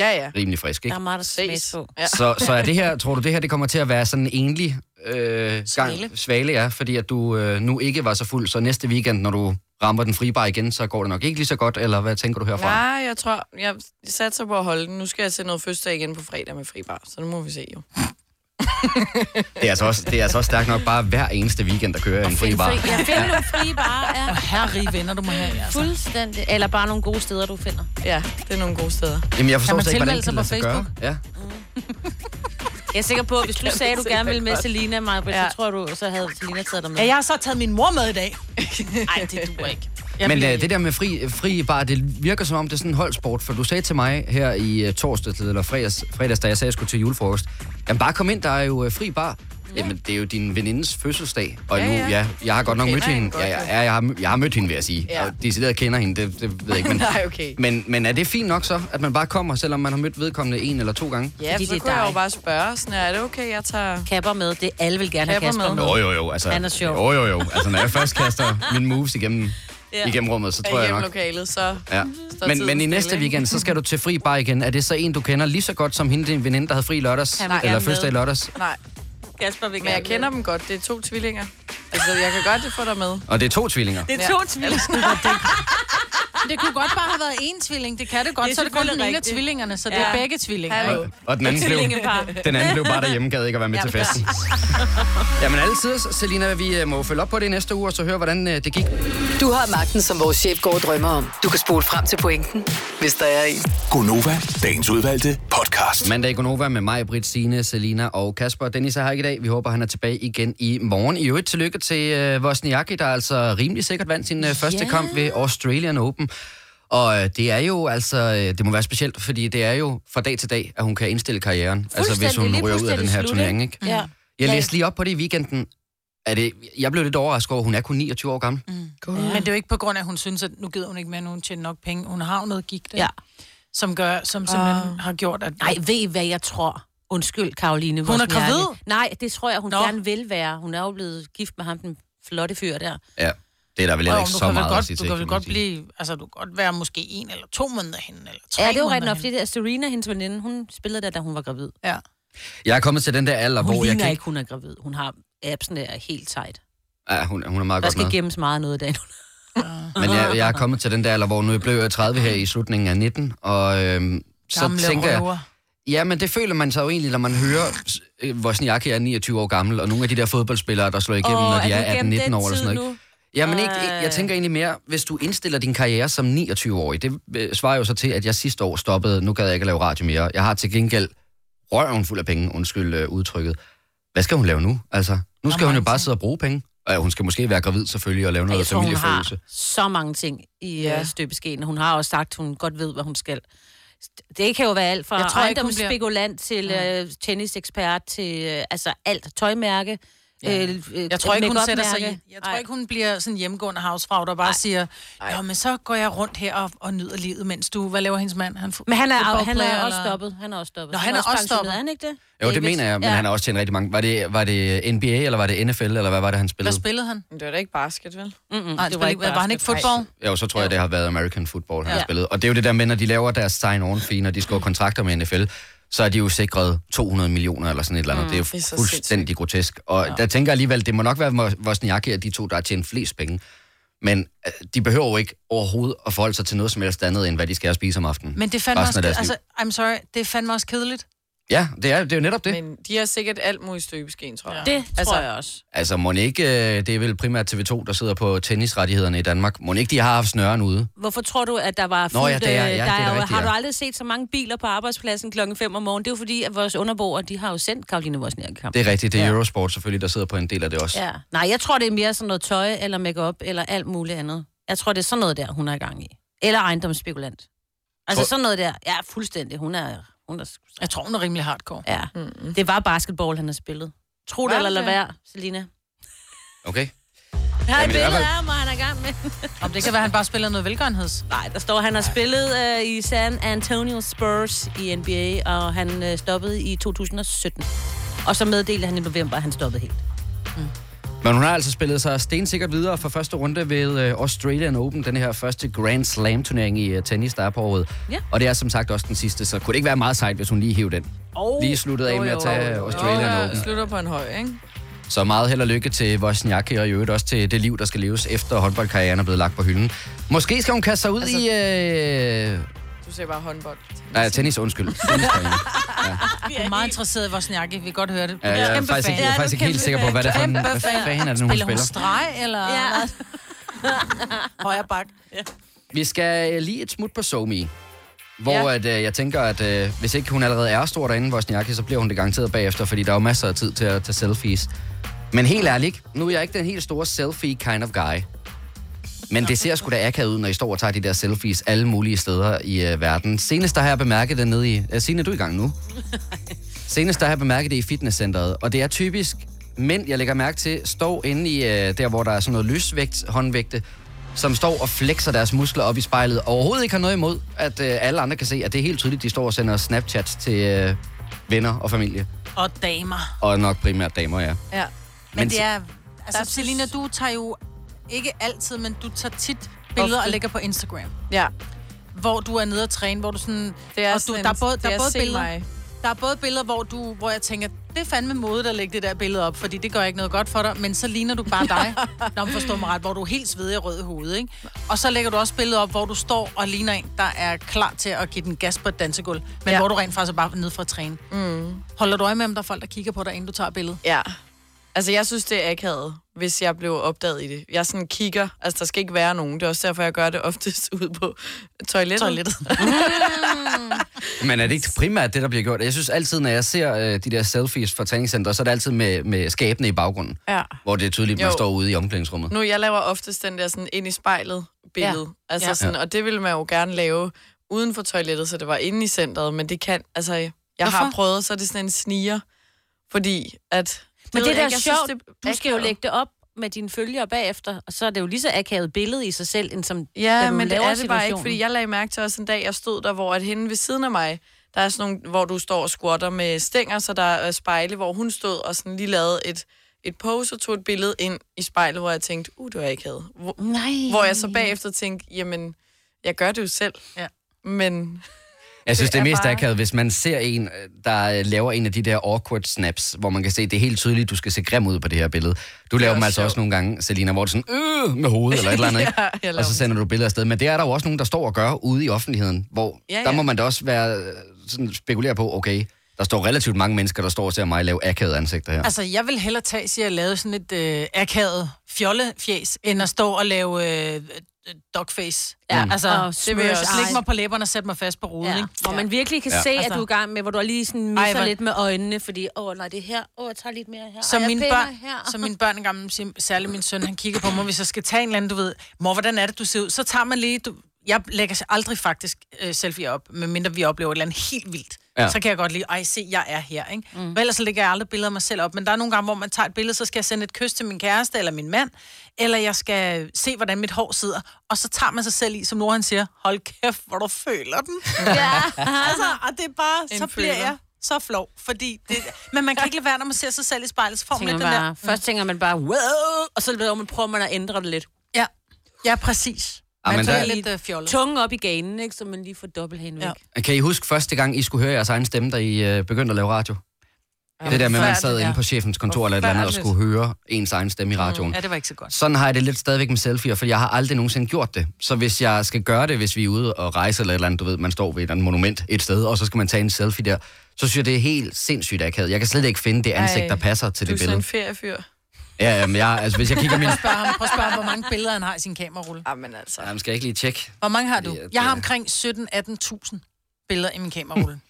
Speaker 5: Ja, ja.
Speaker 2: rimelig frisk,
Speaker 1: Der
Speaker 2: ikke?
Speaker 1: er meget, der smages
Speaker 5: Ses.
Speaker 1: på.
Speaker 5: Ja.
Speaker 2: Så, så er det her, tror du, det her det kommer til at være sådan en enlig øh,
Speaker 3: Svale.
Speaker 2: gang, svale, ja, fordi at du øh, nu ikke var så fuld, så næste weekend, når du rammer den frie bar igen, så går det nok ikke lige så godt, eller hvad tænker du herfra?
Speaker 5: Nej, jeg tror, jeg satser på at holde den. Nu skal jeg til noget fødselsdag igen på fredag med fribar, så nu må vi se jo.
Speaker 2: Det, er altså også, det er altså også stærkt nok bare hver eneste weekend, der kører en fri
Speaker 1: Find
Speaker 2: bar.
Speaker 1: fri- Ja, find nogle frie barer. Ja.
Speaker 3: Herre rige venner, du må have. Altså.
Speaker 1: Fuldstændig. Eller bare nogle gode steder, du finder.
Speaker 5: Ja, det er nogle gode steder.
Speaker 2: Jamen, jeg
Speaker 3: Kan
Speaker 2: forstår
Speaker 3: man
Speaker 2: slet ikke, hvordan
Speaker 3: tilmelde
Speaker 2: det kan lade
Speaker 3: sig
Speaker 2: sig
Speaker 3: på
Speaker 2: gøre. Ja.
Speaker 1: Jeg er sikker på, at hvis du sagde, at du gerne ville med Selina, Maja, ja.
Speaker 5: Ja.
Speaker 1: så tror jeg, du, så havde Selina taget dig med.
Speaker 3: Ja, jeg har så taget min mor med i dag.
Speaker 1: Nej, det duer ikke.
Speaker 2: Men øh, det der med fri, fri bar, det virker som om, det er sådan en holdsport, for du sagde til mig her i øh, torsdag eller fredags, fredags, da jeg sagde, at jeg skulle til julefrokost, jamen bare kom ind, der er jo øh, fri bar. Jamen, det er jo din venindes fødselsdag, og
Speaker 5: Ja,
Speaker 2: nu,
Speaker 5: ja.
Speaker 2: ja, jeg har godt nok
Speaker 5: kender
Speaker 2: mødt
Speaker 5: hende
Speaker 2: hende.
Speaker 5: godt,
Speaker 2: Ja,
Speaker 5: jo.
Speaker 2: ja, ja, jeg, har, mø- jeg har mødt hende, vil jeg sige.
Speaker 5: Ja.
Speaker 2: Ja. Og decideret kender hende, det, det ved jeg ikke. Men,
Speaker 5: Nej, okay.
Speaker 2: men, men er det fint nok så, at man bare kommer, selvom man har mødt vedkommende en eller to gange?
Speaker 5: Ja,
Speaker 1: Fordi
Speaker 5: så
Speaker 1: det er
Speaker 5: kunne jeg jo
Speaker 1: dig.
Speaker 5: bare spørge, sådan, er det okay, jeg tager...
Speaker 1: Kapper med, det alle vil gerne have
Speaker 5: Kapper
Speaker 1: Kasper
Speaker 5: med.
Speaker 1: med.
Speaker 2: Jo, jo, jo. Altså,
Speaker 1: Han er sjov.
Speaker 2: Jo, jo, jo. Altså, når jeg først kaster mine moves igennem,
Speaker 1: Ja.
Speaker 2: igennem rummet, så tror
Speaker 5: Er
Speaker 2: jeg
Speaker 5: hjemme
Speaker 2: nok,
Speaker 5: lokalet, så
Speaker 2: Ja.
Speaker 5: står
Speaker 2: Men,
Speaker 5: tiden
Speaker 2: men i
Speaker 5: stille,
Speaker 2: næste
Speaker 5: ikke?
Speaker 2: weekend, så skal du til fri bar igen. Er det så en, du kender lige så godt som hende, din veninde, der havde fri i lørdags?
Speaker 1: Han vil
Speaker 2: eller
Speaker 1: gerne
Speaker 2: fødselsdag i
Speaker 1: med.
Speaker 2: lørdags?
Speaker 5: Nej,
Speaker 1: Kasper vil
Speaker 5: men jeg kender dem godt. Det er to tvillinger. Altså, jeg kan godt få dig med.
Speaker 2: Og det er to tvillinger.
Speaker 1: Det er to tvillinger.
Speaker 3: Det kunne godt bare have været én tvilling. Det kan det godt.
Speaker 1: Det er
Speaker 3: så er det kun den
Speaker 1: selvfølgelig
Speaker 3: ene af
Speaker 1: rigtigt.
Speaker 3: tvillingerne, så det
Speaker 1: Ja.
Speaker 3: er begge tvillinger.
Speaker 5: Hallo.
Speaker 2: Og, og den, anden blev,
Speaker 1: Tvillingepar.
Speaker 2: den anden blev bare derhjemme, gad ikke at være med til festen. Jamen altid, Selina, vi øh, må følge op på det i næste uge, og så høre, hvordan øh, det gik.
Speaker 6: Du har magten, som vores chef går og drømmer om. Du kan spole frem til pointen, hvis der er en.
Speaker 7: Gonova, dagens udvalgte podcast.
Speaker 2: Mandag i Gonova med mig, Britt, Signe, Selina og Kasper. Dennis er her ikke i dag. Vi håber, han er tilbage igen i morgen. I øvrigt tillykke til øh, Wozniacki, der altså rimelig sikkert vandt sin øh, første
Speaker 1: Ja.
Speaker 2: kamp ved Australian Open. Og øh, det er jo altså, øh, det må være specielt, fordi det er jo fra dag til dag, at hun kan indstille karrieren. Altså hvis hun
Speaker 1: Fuldstændig, lige
Speaker 2: ryger ud af
Speaker 1: pludselig
Speaker 2: den
Speaker 1: er
Speaker 2: her
Speaker 1: det
Speaker 2: turnering, ikke?
Speaker 1: Ja.
Speaker 2: Jeg læste lige op på det i weekenden. Er det, jeg blev lidt overrasket over, at hun er kun 29 år gammel.
Speaker 1: Mm.
Speaker 3: Men det er jo ikke på grund af, at hun synes, at nu gider hun ikke mere, nu hun tjener nok penge. Hun har jo noget gigt, ja.
Speaker 1: Ja.
Speaker 3: som, gør, som simpelthen har gjort, at...
Speaker 1: Nej, ved I, hvad jeg tror? Undskyld, Karoline.
Speaker 3: Hun er
Speaker 1: Wozniacki.
Speaker 3: gravid?
Speaker 1: Nej, det tror jeg, hun
Speaker 3: Nå.
Speaker 1: gerne vil være. Hun er jo blevet gift med ham, den flotte fyr der.
Speaker 2: Ja, det er der vel heller
Speaker 3: Jo, du
Speaker 2: ikke så
Speaker 3: kan vel
Speaker 2: meget at
Speaker 3: godt,
Speaker 2: sige
Speaker 3: du
Speaker 2: til,
Speaker 3: kan vel
Speaker 2: man
Speaker 3: godt
Speaker 2: sige.
Speaker 3: blive, altså du kan godt være måske en eller to måneder henne, eller tre
Speaker 1: Ja, det er jo
Speaker 3: måneder
Speaker 1: ret nok,
Speaker 3: henne.
Speaker 1: fordi det er Serena, hendes veninde, hun spillede der, da hun var gravid.
Speaker 3: Ja.
Speaker 2: Jeg er kommet til den der alder,
Speaker 1: Hun
Speaker 2: hvor jeg
Speaker 1: ligner
Speaker 2: kan...
Speaker 1: ikke, hun er gravid. Hun har absen der helt tight.
Speaker 2: Ja, hun, hun er meget
Speaker 1: Der
Speaker 2: godt med.
Speaker 1: skal gemmes meget noget i dag.
Speaker 2: Men jeg, jeg er kommet til den der alder, hvor nu jeg blev 30 her i slutningen af 19, og øhm, så
Speaker 3: Gamle
Speaker 2: tænker jeg,
Speaker 3: røver.
Speaker 2: ja, men det føler man sig jo egentlig, når man hører, s- øh, Wozniacki er 29 år gammel, og nogle af de der fodboldspillere, der slår igennem, oh, når de er 18-19 år eller sådan noget. ikke? Jamen ikke,
Speaker 1: Øh.
Speaker 2: jeg tænker egentlig mere, hvis du indstiller din karriere som 29-årig, det øh, svarer jo så til, at jeg sidste år stoppede, nu gad jeg ikke at lave radio mere. Jeg har til gengæld røven fuld af penge, undskyld øh, udtrykket. Hvad skal hun lave nu? Altså, nu skal hun jo
Speaker 3: mange
Speaker 2: bare
Speaker 3: ting.
Speaker 2: sidde og bruge penge. Og ja, hun skal måske være gravid selvfølgelig og lave
Speaker 1: Jeg
Speaker 2: noget
Speaker 1: tror, hun
Speaker 2: familieforøgelse.
Speaker 1: har så mange ting i
Speaker 5: Ja.
Speaker 1: ja. støbeskeen. Hun har også sagt, hun godt ved, hvad hun skal. Det kan jo være alt fra
Speaker 3: Jeg tror ikke, hun bliver-
Speaker 1: ejendomsspekulant til ja. øh, tennisekspert til øh, altså alt. Tøjmærke. Ja. Øh, øh,
Speaker 3: Jeg tror ikke, hun sætter sig
Speaker 1: make-up-mærke.
Speaker 3: i. Jeg tror
Speaker 1: Ej.
Speaker 3: ikke, hun bliver sådan en hjemmegående havsfrag, der bare siger, jo, men så går jeg rundt her og, og nyder livet, mens du... Hvad laver hendes mand? Han,
Speaker 1: Men han er, han
Speaker 3: fodboldplayer,
Speaker 1: er også
Speaker 3: eller-
Speaker 1: stoppet. Han er også stoppet.
Speaker 3: Nå,
Speaker 1: Så
Speaker 3: han er også
Speaker 1: pensioneret,
Speaker 3: stoppet.
Speaker 1: Er han ikke det?
Speaker 2: Jo, det
Speaker 1: Davis?
Speaker 2: mener jeg, men ja. han har også tjent rigtig mange. Var det, var det NBA, eller var det NFL, eller hvad var det, han
Speaker 3: Hvad
Speaker 2: spillede?
Speaker 3: spillede han?
Speaker 5: Men det var da ikke basket, vel?
Speaker 1: Mm-mm,
Speaker 3: Nej, det var, ikke, var han ikke
Speaker 1: basket.
Speaker 3: fodbold?
Speaker 2: Jo, så tror jeg, det har været American Football, han ja.
Speaker 1: Ja.
Speaker 2: har spillet. Og det er jo det der med, når de laver deres sign on fee når de skriver kontrakter med NFL, så er de jo sikret 200 millioner eller sådan et eller andet. Mm, det er jo
Speaker 5: det er så
Speaker 2: fuldstændig sindssygt. grotesk. Og ja. der tænker jeg alligevel, det må nok være Vo- Wozniacki og de to, der har tjent flest penge. Men øh, de behøver jo ikke overhovedet at forholde sig til noget som helst andet, end hvad de skal spise om aftenen.
Speaker 3: Men det fandt
Speaker 2: Resten
Speaker 3: mig
Speaker 2: af
Speaker 3: også,
Speaker 2: deres
Speaker 3: altså, I'm sorry, det fandt også kedeligt.
Speaker 2: Ja, det er, det er jo netop det. Men...
Speaker 5: Men de har sikkert alt mod i støbeskeen, tror jeg.
Speaker 1: Det altså, tror jeg også.
Speaker 2: Altså, må ikke, øh, det er vel primært TV2, der sidder på tennisrettighederne i Danmark. Må ikke, de har haft snøren ude?
Speaker 1: Hvorfor tror du, at der var
Speaker 2: Nå, ja, det er- ja,
Speaker 1: øh,
Speaker 2: det er
Speaker 1: der
Speaker 2: da
Speaker 1: jo-
Speaker 2: rigtigt,
Speaker 1: Har
Speaker 2: ja.
Speaker 1: du aldrig set så mange biler på arbejdspladsen klokken 5 om morgenen? Det er jo fordi, at vores underboer, de har jo sendt Karoline Vosniak kamp.
Speaker 2: Det er rigtigt, det er
Speaker 1: Ja.
Speaker 2: Eurosport selvfølgelig, der sidder på en del af det også.
Speaker 1: Ja. Nej, jeg tror, det er mere sådan noget tøj eller makeup eller alt muligt andet. Jeg tror, det er sådan noget der, hun er i gang i. Eller ejendomsspekulant. Altså
Speaker 2: Tror-
Speaker 1: tror... sådan noget der. Ja, fuldstændig. Hun er... Hun er... sgu-
Speaker 3: Jeg tror, hun er rimelig hardcore.
Speaker 1: Ja. Mm-hmm. Det var basketball, han har spillet. Tro det
Speaker 5: Var
Speaker 1: eller lad
Speaker 5: det
Speaker 1: være, Selina.
Speaker 2: Okay?
Speaker 1: Jeg har et
Speaker 2: Jamen, i
Speaker 1: billede
Speaker 2: hvert fald-
Speaker 1: af ham, og han er i gang med.
Speaker 3: Om det kan være, han bare spiller noget velgørenheds.
Speaker 1: Nej, der står, han har spillet øh, i San Antonio Spurs i NBA, og han øh, stoppede i 2017. Og så meddelte han i november, at han stoppede helt.
Speaker 2: Men hun har altså spillet sig stensikkert videre fra første runde ved øh, Australian Open, den her første Grand Slam-turnering i øh, tennis, der er på året.
Speaker 1: Ja.
Speaker 2: Og det er som sagt også den sidste, så kunne det ikke være meget sejt, hvis hun lige hiver den. Oh. Lige sluttet af
Speaker 1: Jo,
Speaker 2: med at
Speaker 1: jo,
Speaker 2: tage
Speaker 1: jo, jo.
Speaker 2: Australian
Speaker 5: Åh,
Speaker 2: Open.
Speaker 5: jeg slutter på en høj, ikke?
Speaker 2: Så meget held og lykke til Wozniacki, og i øvrigt også til det liv, der skal leves efter håndboldkarrieren er blevet lagt på hylden. Måske skal hun kaste sig ud altså... i... Øh...
Speaker 5: Du ser bare håndbold.
Speaker 2: Nej, tennis, undskyld. Tenniskarrieren.
Speaker 3: Jeg er meget interesseret i Vosniakke, vi kan godt høre det.
Speaker 2: Ja, jeg er faktisk ikke, jeg er faktisk ikke helt sikker på, hvad det er for en... Hvad fanden er det nu, hun
Speaker 3: Spiller hun
Speaker 2: spiller?
Speaker 3: streg, eller
Speaker 1: Ja.
Speaker 3: højre bak?
Speaker 2: Vi skal øh, lige et smut på Somi. Hvor ja.
Speaker 3: Ja.
Speaker 2: at, øh, jeg tænker, at øh, hvis ikke hun allerede er stor derinde, Wozniacki, så bliver hun det garanteret bagefter, fordi der er jo masser af tid til at tage selfies. Men helt ærligt, nu er jeg ikke den helt store selfie kind of guy. Men det ser sgu da akavet ud, når I står og tager de der selfies alle mulige steder i øh, verden. Senest der har jeg bemærket det nede i... Øh, Signe, er du i gang nu? Senest der har jeg bemærket det i fitnesscenteret, og det er typisk mænd, jeg lægger mærke til, står inde i øh, der, hvor der er sådan noget løsvægt, håndvægte, som står og flexer deres muskler op i spejlet, og overhovedet ikke har noget imod, at øh, alle andre kan se, at det er helt tydeligt, de står og sender Snapchats til øh, venner og familie,
Speaker 3: Og damer.
Speaker 2: og nok primært damer, ja.
Speaker 5: Ja.
Speaker 3: Men,
Speaker 2: Men
Speaker 3: det
Speaker 2: så-
Speaker 3: er... Altså, Selina, du tager jo ikke altid, men du tager tit billeder
Speaker 5: Ofte.
Speaker 3: og lægger på Instagram.
Speaker 5: Ja.
Speaker 3: Hvor du er nede og træne, hvor du sådan...
Speaker 5: Det er
Speaker 3: og du,
Speaker 5: sådan en-
Speaker 3: der er både,
Speaker 5: det
Speaker 3: der er
Speaker 5: er
Speaker 3: både
Speaker 5: se
Speaker 3: billeder,
Speaker 5: mig.
Speaker 3: der er både billeder, hvor, du, hvor jeg tænker, det er fandme modet at lægge det der billede op, fordi det gør ikke noget godt for dig, men så ligner du bare dig, når man forstår mig ret, hvor du er helt svedig og rød i hovedet, ikke? Og så lægger du også billeder op, hvor du står og ligner en, der er klar til at give den gas på et dansegulv, men ja.
Speaker 5: Ja.
Speaker 3: hvor du rent faktisk er bare nede for at træne. Mm. Holder du øje med, om der er folk, der kigger på dig, inden du tager billedet?
Speaker 5: Ja. Altså, jeg synes, det er akavet, hvis jeg blev opdaget i det. Jeg sådan kigger, altså, der skal ikke være nogen. Det er også derfor, jeg gør det oftest ude på toilettet.
Speaker 3: Toilettet.
Speaker 2: Men er det ikke primært det, der bliver gjort? Jeg synes altid, når jeg ser øh, de der selfies fra træningscenter, så er det altid med, med skabene i baggrunden,
Speaker 5: Ja.
Speaker 2: hvor det er tydeligt, at man
Speaker 5: Jo.
Speaker 2: står ude i omklædningsrummet.
Speaker 5: Nu, jeg laver oftest den der sådan ind i spejlet billede. Ja. Altså
Speaker 3: Ja.
Speaker 5: sådan, og det ville man jo gerne lave uden for toilettet, så det var inde i centret, men det kan, altså, jeg Hvorfor? har
Speaker 3: Hvorfor?
Speaker 5: prøvet, så er det sådan en sniger, fordi at...
Speaker 1: Men
Speaker 5: ved
Speaker 1: det, der
Speaker 5: jeg
Speaker 1: er
Speaker 5: ikke, jeg
Speaker 1: sjovt,
Speaker 5: synes, det er
Speaker 1: du skal jo
Speaker 5: akavet.
Speaker 1: lægge det op med dine følgere bagefter, og så er det jo lige så akavet billede i sig selv, end som da
Speaker 5: Ja,
Speaker 1: du
Speaker 5: men det
Speaker 1: laver
Speaker 5: er det bare ikke,
Speaker 1: situationen.
Speaker 5: fordi jeg lagde mærke til også en dag, jeg stod der, hvor at hende ved siden af mig, der er sådan nogle, hvor du står og squatter med stænger, så der er øh, spejle, hvor hun stod og sådan lige lavede et, et pose og tog et billede ind i spejlet, hvor jeg tænkte, uh, det var ikke havde. Hvor,
Speaker 1: Nej.
Speaker 5: hvor jeg så bagefter tænkte, jamen, jeg gør det jo selv.
Speaker 3: Ja.
Speaker 5: Men
Speaker 2: Jeg synes, det,
Speaker 5: Det
Speaker 2: det
Speaker 5: er
Speaker 2: mest
Speaker 5: bare-
Speaker 2: akavet, hvis man ser en, øh, der øh, laver en af de der awkward snaps, hvor man kan se, det er helt tydeligt, du skal se grim ud på det her billede. Du laver dem
Speaker 5: også
Speaker 2: altså
Speaker 5: sjovt.
Speaker 2: også nogle gange, Selina, hvor du sådan, øh, med hovedet eller et eller andet,
Speaker 5: Ja,
Speaker 2: ikke?
Speaker 5: jeg laver
Speaker 2: og så
Speaker 5: dem.
Speaker 2: sender du billeder afsted. Men det er der jo også nogen, der står og gør ude i offentligheden, hvor ja,
Speaker 5: Ja,
Speaker 2: ja.
Speaker 5: ja.
Speaker 2: der må man da også være øh, sådan, spekulere på, okay, der står relativt mange mennesker, der står og ser mig lave akavede ansigter her.
Speaker 3: Altså, jeg vil hellere tage, siger jeg, lave sådan et øh, akavet fjollefjes, end at stå og lave øh, øh, dogface.
Speaker 1: Ja,
Speaker 3: Altså,
Speaker 1: og
Speaker 3: det vil jeg
Speaker 1: smørs
Speaker 3: også.
Speaker 1: ej.
Speaker 3: Læg mig på læberne og sæt mig fast på ruden,
Speaker 1: Ja,
Speaker 3: ikke?
Speaker 1: hvor man virkelig kan
Speaker 2: Ja.
Speaker 1: ja. se, at
Speaker 3: Altså.
Speaker 1: du er i gang med, hvor du er lige sådan misser
Speaker 3: Ej,
Speaker 1: Ej,
Speaker 3: hvor-
Speaker 1: lidt med øjnene, fordi, åh nej, det er her, åh, jeg tager lidt mere her,
Speaker 3: Så
Speaker 1: Ej, jeg
Speaker 3: mine
Speaker 1: piller
Speaker 3: børn,
Speaker 1: her.
Speaker 3: så mine børn engang, siger- særligt min søn, han kigger på mig, hvis jeg skal tage en eller anden, du ved, mor, hvordan er det, du ser ud? Så tager man lige, du, jeg lægger aldrig faktisk øh, selfie op, medmindre vi oplever et eller andet helt vildt.
Speaker 2: Ja.
Speaker 3: Ja. Så kan jeg godt lige, ej, se, jeg er her, ikke? Mm. Men ellers så lægger jeg aldrig billeder af mig selv op. Men der er nogle gange, hvor man tager et billede, så skal jeg sende et kys til min kæreste eller min mand, eller jeg skal se, hvordan mit hår sidder. Og så tager man sig selv i, som Nora han siger, hold kæft, hvor du føler den. altså, og det er bare, så bliver
Speaker 5: føler.
Speaker 3: jeg så flov, fordi det, men man kan ikke lade være, når man ser sig selv i spejlet, så får man
Speaker 1: tænker
Speaker 3: lidt
Speaker 1: man
Speaker 3: den der, Mm.
Speaker 1: bare, først tænker man bare, wow, og så ved man, prøver man at ændre det lidt.
Speaker 3: Ja, ja præcis.
Speaker 2: Ah, men
Speaker 3: Man tager
Speaker 2: der,
Speaker 3: lidt øh, fjollet.
Speaker 1: Tungen op i ganen, ikke? Så man lige får dobbelthagen væk.
Speaker 3: Ja.
Speaker 1: Ja.
Speaker 2: kan I huske første gang, I skulle høre jeres egen stemme, da I øh, begyndte at lave radio?
Speaker 5: Ja,
Speaker 2: det der med, at man sad
Speaker 5: forfærdeligt,
Speaker 2: inde på chefens kontor eller et eller andet, og skulle
Speaker 5: Forfærdeligt.
Speaker 2: høre ens egen stemme i
Speaker 5: Mm.
Speaker 2: radioen.
Speaker 3: Mm. Ja, det var ikke så godt.
Speaker 2: Sådan har jeg det lidt stadigvæk med selfie'er, for jeg har aldrig nogensinde gjort det. Så hvis jeg skal gøre det, hvis vi er ude og rejse eller et eller andet, du ved, man står ved et eller andet monument et sted, og så skal man tage en selfie der, så synes jeg, det er helt sindssygt akavet. Jeg kan slet ikke finde det ansigt,
Speaker 5: Ej,
Speaker 3: Øh,
Speaker 2: der passer til
Speaker 5: Du er
Speaker 2: det
Speaker 5: sådan en
Speaker 2: billede.
Speaker 5: feriefyr.
Speaker 2: Ja, jamen, jeg, altså, hvis jeg kigger min...
Speaker 3: Spørg ham, prøv at spørge ham, hvor mange billeder han har i sin kamerarulle.
Speaker 5: Jamen altså.
Speaker 2: Jamen, skal jeg ikke lige tjekke?
Speaker 3: Hvor mange har du?
Speaker 2: Ja, det-
Speaker 3: Jeg har omkring 17-18.000 billeder i min kamerarulle.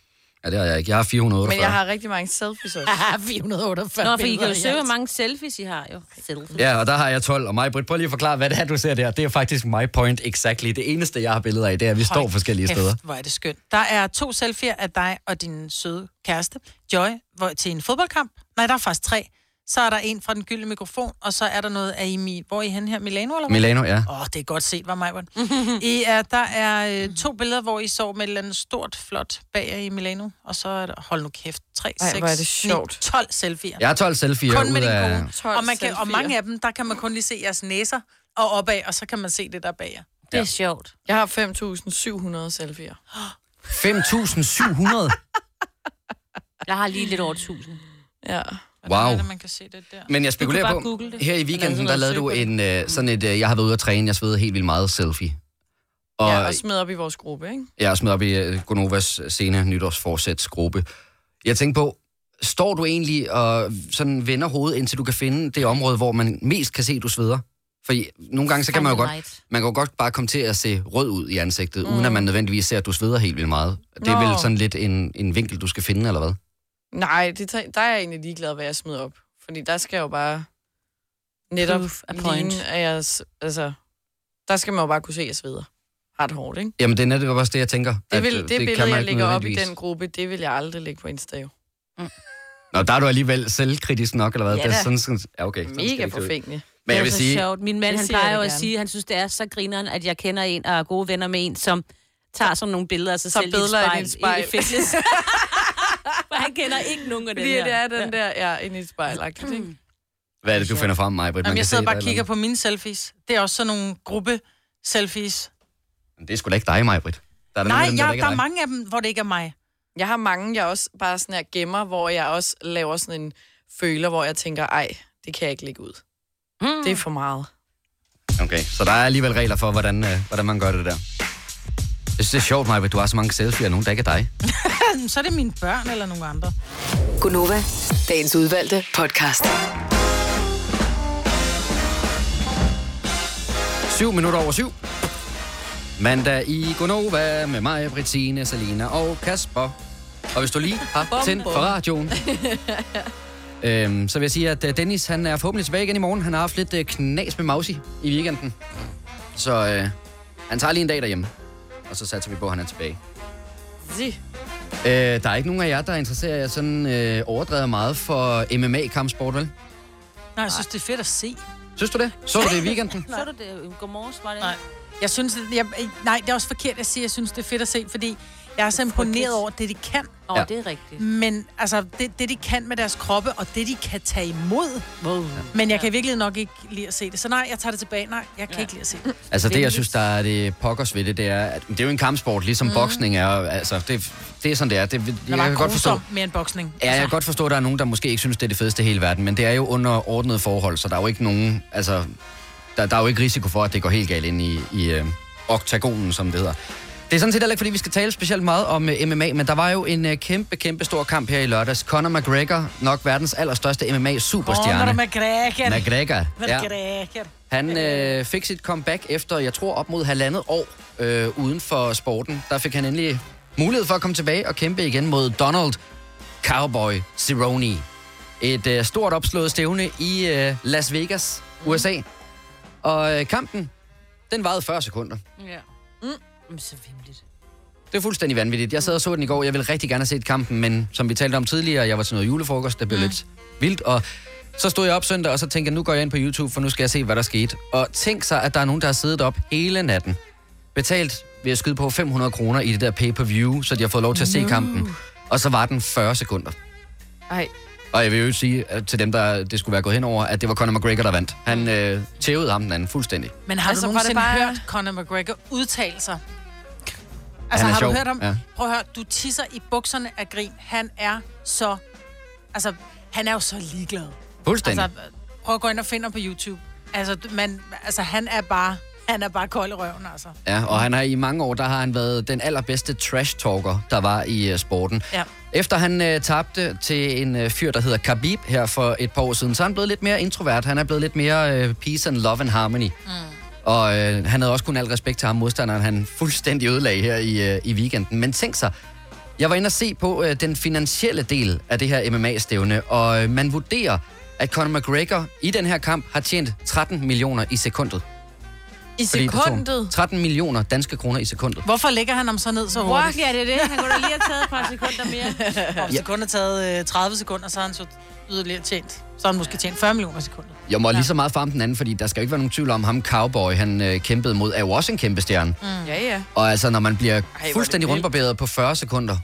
Speaker 2: Ja, det har jeg ikke. Jeg har 448.
Speaker 5: Men jeg har rigtig mange selfies også.
Speaker 3: Aha, 448
Speaker 1: Nå, for I kan jo
Speaker 3: billeder i
Speaker 1: se, hvor
Speaker 3: alt.
Speaker 1: mange selfies I har jo. Selfies.
Speaker 2: Ja, og der har jeg 12. Og mig, Britt, prøv lige at forklare, hvad det er, du ser der. Det er faktisk my point exactly. Det eneste, jeg har billeder af, det er, at vi står
Speaker 3: Hold
Speaker 2: forskellige
Speaker 3: kæft,
Speaker 2: steder.
Speaker 3: Hvor er det skønt. Der er to selfies af dig og din søde kæreste, Joy, hvor, til en fodboldkamp. Nej, der er faktisk tre. Så er der en fra den gyldne mikrofon, og så er der noget af Imi. Hvor er I henne her? Milano, eller hvad?
Speaker 2: Milano, ja.
Speaker 3: Åh, oh, det er godt set, var mig. I er, der er øh, to billeder, hvor I sov med et eller andet stort, flot bag jer i Milano. Og så er der, hold nu kæft, 3,
Speaker 5: Ej,
Speaker 3: 6,
Speaker 5: hvor er det sjovt.
Speaker 3: 9, 12 selfier.
Speaker 2: Jeg har 12 selfier
Speaker 3: kun
Speaker 2: ud
Speaker 3: med din
Speaker 2: af...
Speaker 3: kone.
Speaker 5: 12
Speaker 3: Og, man kan, og
Speaker 5: selfier.
Speaker 3: mange af dem, der kan man kun lige se jeres næser og opad, og så kan man se det der bag jer.
Speaker 1: Det er sjovt.
Speaker 5: Jeg har 5.700 selfier.
Speaker 2: 5.700?
Speaker 1: Jeg har lige lidt over 1000.
Speaker 5: Ja.
Speaker 2: Wow.
Speaker 3: Det er det, man kan se det der.
Speaker 2: Men jeg spekulerer
Speaker 1: bare
Speaker 2: på,
Speaker 1: google det.
Speaker 2: her i weekenden, der
Speaker 5: Eller
Speaker 2: lavede
Speaker 5: sådan
Speaker 2: du
Speaker 5: noget,
Speaker 2: en, øh, sådan et, øh, jeg har været ude at træne, jeg sveder helt vildt meget selfie. Og
Speaker 5: ja, og smed op i vores gruppe, ikke?
Speaker 2: jeg er smidt op i øh, Gonovas senere nytårsforsætsgruppe. Jeg tænkte på, står du egentlig og sådan vender hovedet, indtil du kan finde det område, hvor man mest kan se, du sveder? For nogle gange, så kan man jo godt,
Speaker 1: Right.
Speaker 2: man kan jo godt bare komme til at se rød ud i ansigtet, mm. uden at man nødvendigvis ser, at du sveder helt vildt meget. Det er
Speaker 5: Nå.
Speaker 2: vel sådan lidt en, en vinkel, du skal finde, eller hvad?
Speaker 5: Nej, det, tager- der er jeg egentlig ligeglad, hvad jeg smider op. Fordi der skal jeg jo bare netop
Speaker 1: Proof a point.
Speaker 5: ligne, at jeg... s- Altså, der skal man jo bare kunne se, at jeg sveder ret hårdt, ikke?
Speaker 2: Jamen, det er netop også det, jeg tænker.
Speaker 5: Det,
Speaker 2: at,
Speaker 5: vil,
Speaker 2: øh,
Speaker 5: det, det billede,
Speaker 2: man
Speaker 5: jeg
Speaker 2: ikke
Speaker 5: lægger op i
Speaker 2: nødvendigvis.
Speaker 5: den gruppe, det vil jeg aldrig lægge på Insta, jo.
Speaker 2: Nå, der er du alligevel selvkritisk nok, eller hvad?
Speaker 5: Ja
Speaker 2: det er
Speaker 5: da.
Speaker 2: sådan, sådan, ja, okay. sådan skal
Speaker 5: Mega
Speaker 2: det ikke se ud.
Speaker 5: forfængelig.
Speaker 2: Men jeg
Speaker 1: det
Speaker 2: vil
Speaker 1: er
Speaker 2: sige,
Speaker 1: så sjovt. Min mand,
Speaker 5: Det
Speaker 1: han
Speaker 5: siger jeg
Speaker 1: plejer jo
Speaker 5: da
Speaker 1: at
Speaker 5: gerne.
Speaker 1: sige, han synes, det er så grineren, at jeg kender en og er gode venner med en, som tager sådan nogle billeder af sig
Speaker 5: Så
Speaker 1: selv
Speaker 5: billeder i
Speaker 1: i et
Speaker 5: dit
Speaker 1: spejl. I
Speaker 5: spejl.
Speaker 1: et fitness. For han kender ikke nogen af det
Speaker 5: Fordi
Speaker 1: her.
Speaker 5: det er den der, ja, ind i et spejl ikke?
Speaker 2: hvad er det, du finder frem, mig?
Speaker 3: Jamen, jeg sidder bare og kigger på mine selfies. Det er også sådan nogle gruppe-selfies.
Speaker 2: Det er sgu da ikke dig, mig, Britt. Der er da
Speaker 3: Nej,
Speaker 2: nogle af dem,
Speaker 3: jeg,
Speaker 2: ikke
Speaker 3: der
Speaker 2: dig.
Speaker 3: er mange af dem, hvor det ikke er mig.
Speaker 5: Jeg har mange, jeg også bare sådan her gemmer, hvor jeg også laver sådan en føler, hvor jeg tænker, ej, det kan jeg ikke lægge ud.
Speaker 3: Hmm.
Speaker 5: Mm. Det er for meget.
Speaker 2: Okay, så der er alligevel regler for, hvordan, øh, hvordan man gør det der. Jeg synes, det er sjovt, Maja, at du har så mange selfies af nogen, der ikke er dig.
Speaker 3: Jamen, Så er det mine børn eller nogle andre.
Speaker 6: Gunova, dagens udvalgte podcast.
Speaker 2: 7 minutter over 7. Mandag i Gonova med mig, Brittine, Salina og Kasper. Og hvis du lige har tændt for radioen, øhm, så vil jeg sige, at øh, Dennis han er forhåbentlig tilbage igen i morgen. Han har haft lidt øh, knas med Mausi i weekenden. Så øh, han tager lige en dag derhjemme, og så satser vi på, at han er tilbage.
Speaker 5: Sig.
Speaker 2: Øh, der er ikke nogen af jer, der interesserer jer sådan øh, overdrevet meget for MMA-kampsport, vel?
Speaker 3: Nej, jeg synes, det er fedt at se.
Speaker 2: Synes du det? Så du det i weekenden?
Speaker 1: Så du
Speaker 3: øh,
Speaker 1: det? Godmorges, var det?
Speaker 3: Nej. Jeg synes, det- jeg, nej, det er også forkert at sige, at jeg synes, det er fedt at se, fordi jeg er så imponeret over det, de kan.
Speaker 1: Åh,
Speaker 2: Ja.
Speaker 1: det er rigtigt.
Speaker 3: Men altså, det, det de kan med deres kroppe, og det de kan tage imod. Men jeg kan virkelig nok ikke lide at se det. Så nej, jeg tager det tilbage. Nej, jeg kan ikke lide at se det.
Speaker 2: Altså det, jeg synes, der er det pokkers ved det, det er, at det er jo en kampsport, ligesom mm. boksning er. og, Altså, det, det er sådan, det er. Det, jeg
Speaker 3: Jeg
Speaker 2: kan godt forstå,
Speaker 3: Mere end boksning. Altså,
Speaker 2: Ja, jeg kan godt forstå, at der er nogen, der måske ikke synes, det er det fedeste i hele verden, men det er jo under ordnede forhold, så der er jo ikke nogen, altså, der, der er jo ikke risiko for, at det går helt galt ind i, i øh, oktagonen, som det hedder. Det er sådan set heller ikke, fordi vi skal tale specielt meget om øh, MMA, men der var jo en øh, kæmpe, kæmpe stor kamp her i lørdags. Conor McGregor, nok verdens allerstørste
Speaker 3: Conor
Speaker 2: MMA-superstjerne.
Speaker 3: McGregor.
Speaker 2: McGregor. Ja.
Speaker 3: McGregor.
Speaker 2: Han øh, fik sit comeback efter, jeg tror, op mod halvandet år øh, uden for sporten. Der fik han endelig mulighed for at komme tilbage og kæmpe igen mod Donald Cowboy Cerrone. Et øh, stort opslået stævne i øh, Las Vegas, USA. Og øh, kampen, den varede 40 sekunder.
Speaker 1: Ja. Mm. Så vimligt.
Speaker 2: Det er fuldstændig vanvittigt. Jeg sad og så den i går. Jeg ville rigtig gerne have set kampen, men som vi talte om tidligere, jeg var til noget julefrokost, der blev mm. lidt vildt. Og så stod jeg op søndag, og så tænkte jeg, nu går jeg ind på YouTube, for nu skal jeg se, hvad der skete. Og tænk sig, at der er nogen, der har siddet op hele natten. Betalt ved at skyde på 500 kroner i det der pay-per-view, så de har fået lov til at se kampen. Og så var den 40 sekunder.
Speaker 5: Ej,
Speaker 2: Og jeg vil jo sige øh, til dem, der det skulle være gået hen over, at det var Conor McGregor, der vandt. Han øh, tævede ham den anden fuldstændig.
Speaker 3: Men har altså,
Speaker 5: Altså,
Speaker 3: du
Speaker 5: var det
Speaker 3: nogensinde bare...
Speaker 5: bare-
Speaker 3: hørt Conor McGregor udtale sig? Altså,
Speaker 2: Han er
Speaker 3: har
Speaker 2: sjov,
Speaker 3: du hørt om...
Speaker 2: ja.
Speaker 3: Ja. Prøv at høre, du tisser i bukserne af grin. Han er så... Altså, han er jo så ligeglad.
Speaker 2: Fuldstændig.
Speaker 3: Altså, prøv at gå ind og finde ham på YouTube. Altså, du- man, altså han er bare... Han er bare kold i røven, altså.
Speaker 2: Ja, og han har i mange år, der har han været den allerbedste trash-talker, der var i uh, sporten.
Speaker 3: Ja.
Speaker 2: Efter han øh, tabte til en øh, fyr, der hedder Khabib her for et par år siden, så er han blevet lidt mere introvert. Han er blevet lidt mere øh, peace and love and harmony. Mm. Og øh, han havde også kun al respekt til ham, modstanderen han fuldstændig ødelagde her i, øh, i weekenden. Men tænk sig, jeg var inde og se på øh, den finansielle del af det her MMA-stævne, og øh, man vurderer, at Conor McGregor i den her kamp har tjent 13 millioner i sekundet.
Speaker 5: I
Speaker 2: Fordi det tog ham
Speaker 5: sekundet.
Speaker 2: 13 millioner danske kroner i sekundet.
Speaker 3: Hvorfor ligger han om så ned så
Speaker 1: Fuck,
Speaker 3: hurtigt?
Speaker 1: ja, det er det. Han kunne da lige have taget et par sekunder mere.
Speaker 3: Wow. Hvis det kun har taget øh, 30 sekunder, så har han så yderligere tjent. Så har han måske tjent 40 millioner sekunder.
Speaker 2: Jeg må ja. lige så meget farme den anden, fordi der skal jo ikke være nogen tvivl om, ham Cowboy, han øh, kæmpede mod, er jo også en kæmpe stjerne. Mm.
Speaker 3: Hmm.
Speaker 5: Ja, ja.
Speaker 2: Og altså, når man bliver
Speaker 5: det
Speaker 2: fuldstændig
Speaker 5: vildt.
Speaker 2: rundbarberet på 40 sekunder,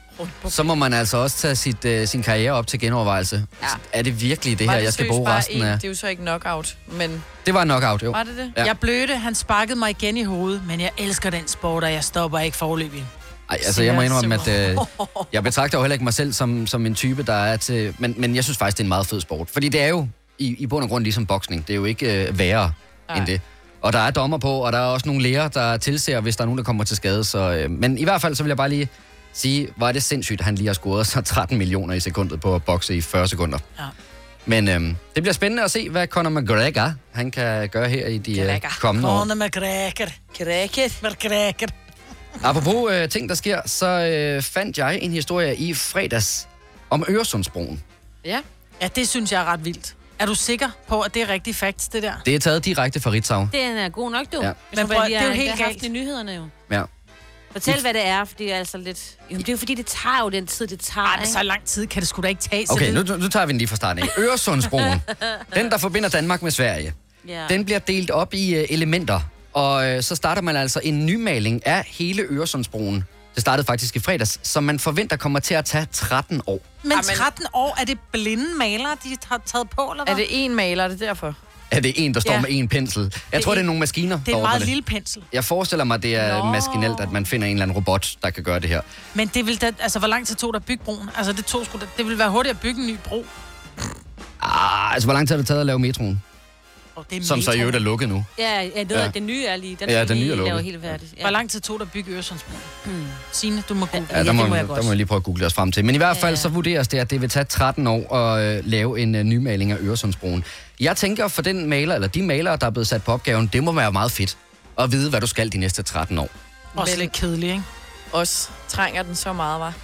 Speaker 2: så må man altså også tage sit, øh, sin karriere op til genovervejelse. Ja. Er det virkelig det her,
Speaker 5: Var det
Speaker 2: jeg skal
Speaker 5: seriøst
Speaker 2: bruge
Speaker 5: bare
Speaker 2: resten
Speaker 5: én?
Speaker 2: af?
Speaker 5: Det er jo så ikke knockout, men
Speaker 2: Det var en knockout, jo.
Speaker 5: var det det?
Speaker 2: Ja.
Speaker 3: Ja. Jeg blødte, han sparkede mig igen i hovedet, men jeg elsker den sport, og jeg stopper ikke forløbig.
Speaker 2: Ej, altså, jeg må indrømme, at øh, jeg betragter jo heller ikke mig selv som, som en type, der er til... Men, men jeg synes faktisk, det er en meget fed sport. Fordi det er jo i, i bund og grund ligesom boksning. Det er jo ikke øh, værre Ej. end det. Og der er dommer på, og der er også nogle læger, der tilser, hvis der er nogen, der kommer til skade. Så, øh, men i hvert fald, så vil jeg bare lige sige, hvor er det sindssygt, at han lige har scoret så 13 millioner i sekundet på at bokse i 40 sekunder.
Speaker 3: Ja.
Speaker 2: Men øh, det bliver spændende at se, hvad Conor McGregor han kan gøre her i de øh, kommende år.
Speaker 3: Conor McGregor. Grækker. McGregor.
Speaker 2: Apropos øh, ting, der sker, så øh, fandt jeg en historie i fredags om Øresundsbroen.
Speaker 5: Ja.
Speaker 3: Ja, det synes jeg er ret vildt. Er du sikker på, at det er rigtig facts, det der?
Speaker 2: Det er taget direkte fra Ritzau.
Speaker 1: Den er god nok, du.
Speaker 2: Ja.
Speaker 1: Ja.
Speaker 3: Men prøv,
Speaker 1: det Altså, er jo helt galt. i nyhederne jo.
Speaker 2: Ja.
Speaker 1: Fortæl, hvad det er, for det er altså lidt... Jamen, det er jo fordi, det tager jo den tid, det tager,
Speaker 3: Ej, men så lang tid kan det sgu da ikke tage.
Speaker 2: Okay,
Speaker 3: så
Speaker 2: nu,
Speaker 3: det...
Speaker 2: nu tager vi den lige fra starten af. Øresundsbroen, den der forbinder Danmark med Sverige,
Speaker 1: Ja.
Speaker 2: den bliver delt op i øh, elementer. Og øh, så starter man altså en nymaling af hele Øresundsbroen. Det startede faktisk i fredags, som man forventer kommer til at tage 13 år.
Speaker 3: Men 13 år, er det blinde malere, de har taget på, eller hvad?
Speaker 5: Er det én maler, er det derfor?
Speaker 2: Er det en, der står ja.
Speaker 3: Ja.
Speaker 2: med en pensel? Jeg
Speaker 3: er
Speaker 2: tror, det er
Speaker 3: en-
Speaker 2: nogle maskiner,
Speaker 3: det er
Speaker 2: der
Speaker 3: en
Speaker 2: ordner
Speaker 3: meget
Speaker 2: det.
Speaker 3: lille pensel.
Speaker 2: Jeg forestiller mig, det er Nå. maskinelt, at man finder en eller anden robot, der kan gøre det her.
Speaker 3: Men det vil da, altså, hvor lang tid tog der at bygge broen? Altså, det, tog sgu da, det ville være hurtigt at bygge en ny bro.
Speaker 2: Ah, altså, hvor lang tid har det taget at lave metroen?
Speaker 3: Og det er
Speaker 2: Som så i
Speaker 3: metroen.
Speaker 2: øvrigt er lukket nu.
Speaker 1: Ja, ja, det
Speaker 2: Ja.
Speaker 1: ja. den nye er lige. Den
Speaker 2: Ja,
Speaker 1: ja,
Speaker 2: den
Speaker 1: den
Speaker 2: nye er
Speaker 1: lige
Speaker 2: lukket.
Speaker 1: lavet helt færdig. Ja.
Speaker 3: Hvor lang tid tog der at bygge Øresundsbroen? Mm. Signe, du må google.
Speaker 2: Ja, der,
Speaker 1: det
Speaker 2: må,
Speaker 1: må jeg
Speaker 2: der
Speaker 1: godt.
Speaker 2: må jeg lige prøve at google os frem til. Men i hvert fald ja. så vurderes det, at det vil tage 13 år at øh, lave en øh, nymaling af Øresundsbroen. Jeg tænker for den maler, eller de malere, der er blevet sat på opgaven, det må være meget fedt at vide, hvad du skal de næste 13 år.
Speaker 3: Også lidt kedelig, ikke?
Speaker 5: Os trænger den så meget, var.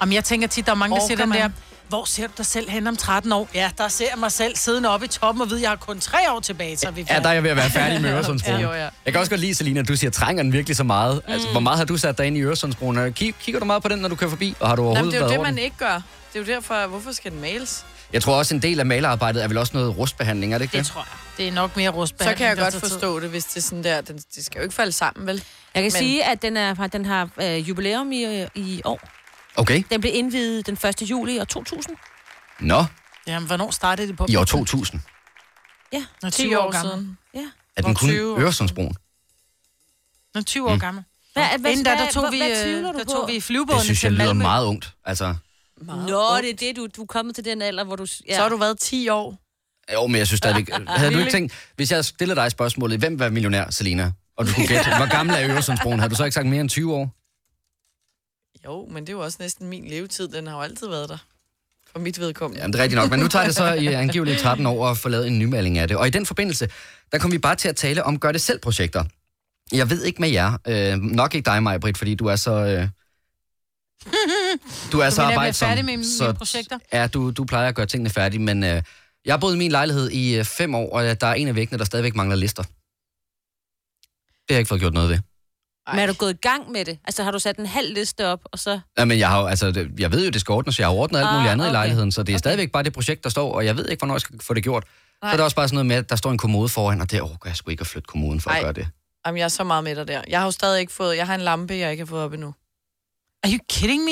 Speaker 3: Jamen, jeg tænker tit, der er mange, der
Speaker 5: Orker
Speaker 3: siger den
Speaker 5: man?
Speaker 3: der, hvor ser du dig selv hen om 13 år? Ja, der ser jeg mig selv siddende oppe i toppen og ved, jeg har kun tre år tilbage, så er vi
Speaker 2: Ja, der er
Speaker 3: færdige.
Speaker 2: jeg ved at være færdig med Øresundsbroen.
Speaker 5: Ja, jo, ja.
Speaker 2: Jeg kan også godt lide, Selina, at du siger, trænger den virkelig så meget? Mm. Altså, hvor meget har du sat dig ind i Øresundsbroen? Og Kig, kigger du meget på den, når du kører forbi? Og har du
Speaker 5: Jamen,
Speaker 2: overhovedet
Speaker 5: det er jo
Speaker 2: været
Speaker 5: det,
Speaker 2: over den?
Speaker 5: man ikke gør. Det er jo derfor, hvorfor skal den males?
Speaker 2: Jeg tror også, en del af malerarbejdet er vel også noget rustbehandling, er det ikke
Speaker 3: Det
Speaker 2: det?
Speaker 3: tror jeg. Det er nok mere
Speaker 5: Så
Speaker 3: rustbehandling.
Speaker 5: kan jeg
Speaker 3: der
Speaker 5: godt
Speaker 3: tager tid.
Speaker 5: forstå det, hvis det er sådan der, den, det skal jo ikke falde sammen, vel?
Speaker 1: Jeg kan
Speaker 5: Men-
Speaker 1: men... sige, at den, er, den har øh, jubilæum i, øh, i år.
Speaker 2: Okay.
Speaker 1: Den blev indvidet den 1. juli i år 2000.
Speaker 2: Nå,
Speaker 3: Jamen, hvornår startede det på?
Speaker 2: i år 2000.
Speaker 1: Ja,
Speaker 3: Når
Speaker 5: 10 år siden.
Speaker 1: ja.
Speaker 2: Er den
Speaker 5: Hvor
Speaker 2: kun
Speaker 5: 20 år.
Speaker 2: Øresundsbroen?
Speaker 3: Når 20
Speaker 2: Mm.
Speaker 3: år gammel.
Speaker 1: Hvad, hvad,
Speaker 3: Inden der, der
Speaker 1: hvad-
Speaker 3: tog vi,
Speaker 1: hvad,
Speaker 3: øh,
Speaker 1: tvivler du
Speaker 3: der
Speaker 1: på?
Speaker 3: tog vi
Speaker 2: Det
Speaker 3: flyvebåden
Speaker 2: synes jeg lyder meget ungt. Altså,
Speaker 1: Nå, det er det, du, du er kommet til den alder, hvor du... Ja.
Speaker 5: Så har du været 10 år.
Speaker 2: Jo, men jeg synes stadigvæk... Havde du ikke tænkt... Hvis jeg stillede dig spørgsmålet, hvem var millionær, Selina? Og du kunne gætte, hvor gammel er Øresundsbroen? Havde du så ikke sagt mere end 20 år?
Speaker 5: Jo, men det er jo også næsten min levetid. Den har jo altid været der. For mit vedkommende.
Speaker 2: Jamen, det er rigtigt nok. Men nu tager det så i angiveligt 13 år at få lavet en nymaling af det. Og i den forbindelse, der kom vi bare til at tale om gør-det-selv-projekter. Jeg ved ikke med jer. Øh, nok ikke dig, Maj-Brit, fordi du er så... Øh, du er så
Speaker 3: jeg bliver
Speaker 2: arbejdsom.
Speaker 3: færdig med mine
Speaker 2: så,
Speaker 3: projekter?
Speaker 2: Ja, du, du plejer at gøre tingene færdige, men øh, jeg har boet i min lejlighed i øh, fem år, og der er en af væggene, der stadigvæk mangler lister. Det har jeg ikke fået gjort noget ved.
Speaker 1: Men er du gået i gang med det? Altså, har du sat en halv liste op, og så...
Speaker 2: Ja, men jeg, har, jo- altså, det- jeg ved jo, det skal ordnes. Jeg har ordnet alt
Speaker 1: Ah,
Speaker 2: muligt andet i
Speaker 1: okay.
Speaker 2: lejligheden, så det er stadigvæk bare det projekt, der står, og jeg ved ikke, hvornår jeg skal få det gjort. Nej. Så er der også bare sådan noget med, at der står en kommode foran, og det orker jeg sgu ikke at flytte kommoden for Ej. at
Speaker 5: Ej.
Speaker 2: gøre det.
Speaker 5: Jamen, jeg er så meget med dig der. Jeg har jo stadig ikke fået... Jeg har en lampe, jeg ikke har fået op endnu.
Speaker 3: Are you kidding me?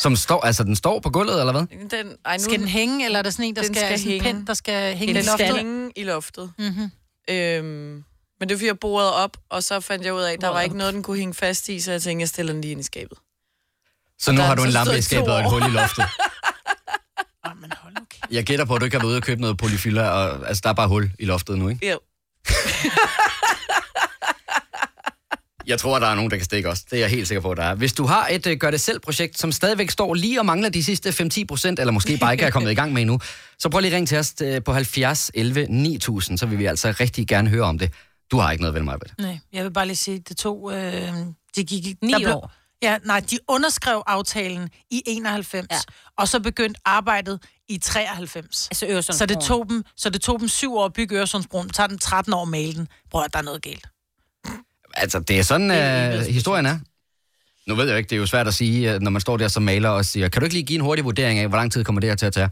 Speaker 2: Som står, altså den står på gulvet, eller hvad?
Speaker 5: Den, ej, nu,
Speaker 3: Skal den hænge, eller er der sådan en, der
Speaker 5: Den
Speaker 3: skal, skal
Speaker 5: skal
Speaker 3: sådan en
Speaker 5: hænge.
Speaker 3: pind, der skal hænge i
Speaker 5: den
Speaker 3: loftet?
Speaker 5: skal hænge i loftet.
Speaker 3: Mhm.
Speaker 5: Øhm, men det var fordi, jeg borede op, og så fandt jeg ud af, at der var ikke noget, den kunne hænge fast i, så jeg tænkte, jeg stiller den lige ind i skabet.
Speaker 2: Så nu
Speaker 5: der
Speaker 2: har
Speaker 5: er
Speaker 2: du en
Speaker 5: så
Speaker 2: lampe i
Speaker 5: stået
Speaker 2: skabet
Speaker 5: to
Speaker 2: og et
Speaker 5: år.
Speaker 2: hul i loftet.
Speaker 3: Åh, men hold nu kæft.
Speaker 2: Jeg gætter på, at du ikke har været ude og købe noget polyfiller, og altså, der er bare hul i loftet nu, ikke?
Speaker 5: Jo.
Speaker 2: Jeg tror, der er nogen, der kan stikke os. Det er jeg helt sikker på, der er. Hvis du har et øh, gør-det-selv-projekt, som stadigvæk står lige og mangler de sidste 5-10 procent, eller måske bare ikke er kommet i gang med endnu, så prøv lige at ringe til os øh, på 70 11 9000, så vil vi altså rigtig gerne høre om det. Du har ikke noget, vel, Majbet?
Speaker 3: Nej, jeg vil bare lige sige, det tog... Øh, det gik...
Speaker 1: Ni
Speaker 3: der blev-
Speaker 1: år.
Speaker 3: Ja, nej, de underskrev aftalen i 91, ja. og så begyndte arbejdet i 93.
Speaker 1: Altså Øresundsbroen.
Speaker 3: Så det, tog dem, så det tog dem syv år at bygge Øresundsbroen, tager dem 13 år at male den. Prøv at der er noget galt.
Speaker 2: Altså, det er sådan, øh, historien er. Nu ved jeg jo ikke, det er jo svært at sige, øh, når man står der som maler og siger, kan du ikke lige give en hurtig vurdering af, hvor lang tid kommer det her til at tage?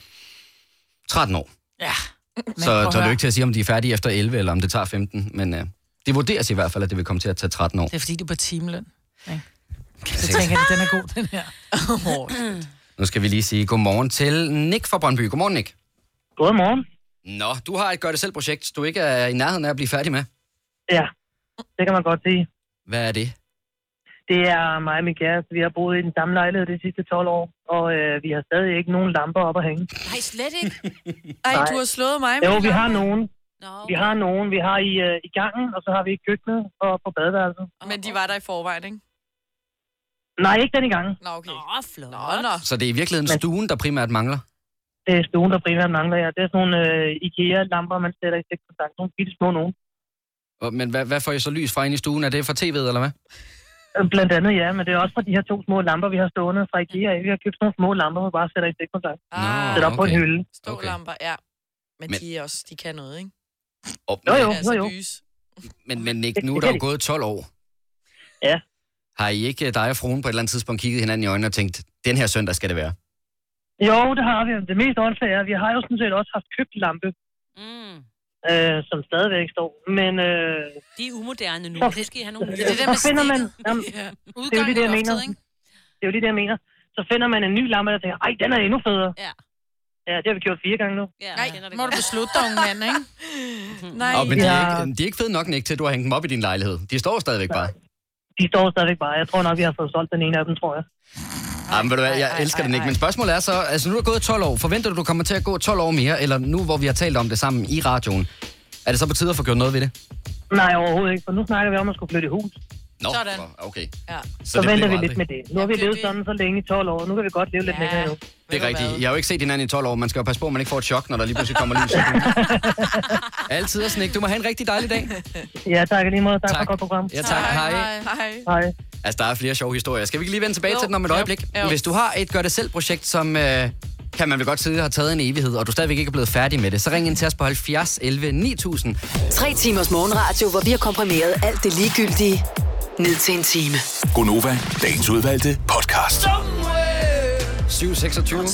Speaker 2: 13 år.
Speaker 3: Ja. Men prøv
Speaker 2: Så
Speaker 3: at
Speaker 2: tør du
Speaker 3: høre.
Speaker 2: ikke til at sige, om de er færdige efter 11, eller om det tager 15, men øh, det vurderes i hvert fald, at det vil komme til at tage 13 år.
Speaker 3: Det er fordi, du er på timeløn. ikke? Så tænker jeg, at den er god, den her.
Speaker 2: Nu skal vi lige sige godmorgen til Nick fra Brøndby. Godmorgen, Nick.
Speaker 8: Godmorgen.
Speaker 2: Nå, du har et gør-det-selv-projekt, du ikke er i nærheden af at blive færdig med.
Speaker 8: Ja, det kan man godt sige.
Speaker 2: Hvad er det?
Speaker 8: Det er mig og min kæreste. Vi har boet i den samme lejlighed de sidste 12 år, og øh, vi har stadig ikke nogen lamper op at hænge.
Speaker 1: Nej, slet ikke.
Speaker 5: Ej,
Speaker 8: Nej.
Speaker 5: du har slået mig.
Speaker 8: Jo,
Speaker 5: Mikkel.
Speaker 8: vi har nogen.
Speaker 1: Nå.
Speaker 8: Vi har nogen. Vi har i, øh, i gangen, og så har vi i køkkenet og på badeværelset.
Speaker 5: Men de var der i forvejen, ikke?
Speaker 8: Nej, ikke den i gangen.
Speaker 5: Nå, okay.
Speaker 1: Åh, flot.
Speaker 5: Nå, nå.
Speaker 2: Så det er i virkeligheden
Speaker 8: Men-
Speaker 2: stuen, der primært mangler.
Speaker 8: Det er stuen, der primært mangler jer. Det er sådan nogle øh, IKEA-lamper, man sætter i stikkontakt. Nogle bitte små nogen.
Speaker 2: Og- Men hvad, hvad får I så lys fra ind i stuen? Er det fra tv'et, eller hvad?
Speaker 8: Øh, Blandt andet ja, men det er også fra de her to små lamper, vi har stående fra IKEA. Vi har købt sådan nogle små lamper, vi bare sætter i stikkontakt.
Speaker 5: Ah,
Speaker 8: Sætter op på en
Speaker 2: okay.
Speaker 8: hylde.
Speaker 5: stålamper, ja. Men,
Speaker 2: Men-
Speaker 5: Men, de er også, de kan noget, ikke?
Speaker 2: Og,
Speaker 8: Jo, jo,
Speaker 5: Altså
Speaker 8: jo, jo.
Speaker 5: lys.
Speaker 2: Men, men Nick, nu er der jo gået 12 år.
Speaker 8: Ja.
Speaker 2: Har I ikke øh, dig og fruen på et eller andet tidspunkt kigget hinanden i øjnene og tænkt, den her søndag skal det være?
Speaker 8: Jo, det har vi. Det mest åndssvage er, at vi har jo sådan set også haft købt lampe,
Speaker 1: Mm.
Speaker 8: øh, som stadigvæk står. Men øh,
Speaker 1: De er umoderne nu.
Speaker 8: Så-
Speaker 1: Det skal I have nogle...
Speaker 8: det er det der med Så finder man- snittet. Jamen, det er jo
Speaker 3: Udgangen
Speaker 8: det, jeg
Speaker 3: af
Speaker 8: mener.
Speaker 3: loftet, ikke?
Speaker 8: det er jo det, der jeg mener. Så finder man en ny lampe, der tænker, ej, den er endnu federe.
Speaker 1: Ja.
Speaker 8: Ja, det har vi gjort fire gange nu.
Speaker 1: Ja,
Speaker 3: Nej,
Speaker 1: jeg kender det
Speaker 3: må du
Speaker 1: godt.
Speaker 3: beslutte dig, unge mand, ikke?
Speaker 5: Nej,
Speaker 2: Og, men de, er
Speaker 8: Ja.
Speaker 2: ikke, de er ikke fede nok, Nick, til at du har hængt dem op i din lejlighed. De står stadigvæk bare.
Speaker 8: De står stadigvæk bare. Jeg tror nok, vi har fået solgt den ene af dem, tror jeg.
Speaker 2: Jamen, ved du hvad, jeg
Speaker 5: ej,
Speaker 2: elsker
Speaker 5: ej,
Speaker 2: den ikke.
Speaker 5: ej.
Speaker 2: Men spørgsmålet er så, altså nu er der gået 12 år. Forventer du, du kommer til at gå 12 år mere, eller nu, hvor vi har talt om det sammen i radioen? Er det så på tide at få gjort noget ved det?
Speaker 8: Nej, overhovedet ikke, for nu snakker vi om at skulle flytte i hus.
Speaker 2: Nå,
Speaker 5: Sådan.
Speaker 2: for- okay.
Speaker 5: Ja.
Speaker 8: Så, så
Speaker 2: det
Speaker 8: venter
Speaker 2: blev
Speaker 8: vi
Speaker 2: aldrig.
Speaker 8: lidt med det. Nu har vi
Speaker 5: Ja, det er
Speaker 8: levet
Speaker 5: det.
Speaker 8: sådan så længe i 12 år. Nu kan vi godt leve lidt
Speaker 5: Ja.
Speaker 8: længere nu.
Speaker 5: ved
Speaker 2: Det
Speaker 5: du
Speaker 2: er rigtigt.
Speaker 5: hvad?
Speaker 2: Jeg har jo ikke set hinanden i 12 år. Man skal jo passe på, at man ikke får et chok, når der lige pludselig kommer lys. Altid at Nick. Du må have en rigtig dejlig dag.
Speaker 8: Ja, tak i lige måde. Tak,
Speaker 2: Tak.
Speaker 8: for et godt program.
Speaker 2: Ja, tak. Hej. Hej.
Speaker 5: Hej.
Speaker 8: Hej.
Speaker 2: Altså, der er flere sjove historier. Skal vi ikke lige vende tilbage jo.
Speaker 5: Jo.
Speaker 2: til den om et
Speaker 5: Jo.
Speaker 2: øjeblik? Jo.
Speaker 5: Jo.
Speaker 2: Hvis du har et gør-det-selv-projekt, som øh, kan man vel godt sige har taget en evighed, og du stadigvæk ikke er blevet færdig med det, så ring ind til os på 70 11 9000.
Speaker 6: Tre timers morgenradio, hvor vi har komprimeret alt det ligegyldige ned til en time.
Speaker 7: Gonova, dagens udvalgte podcast.
Speaker 2: 726.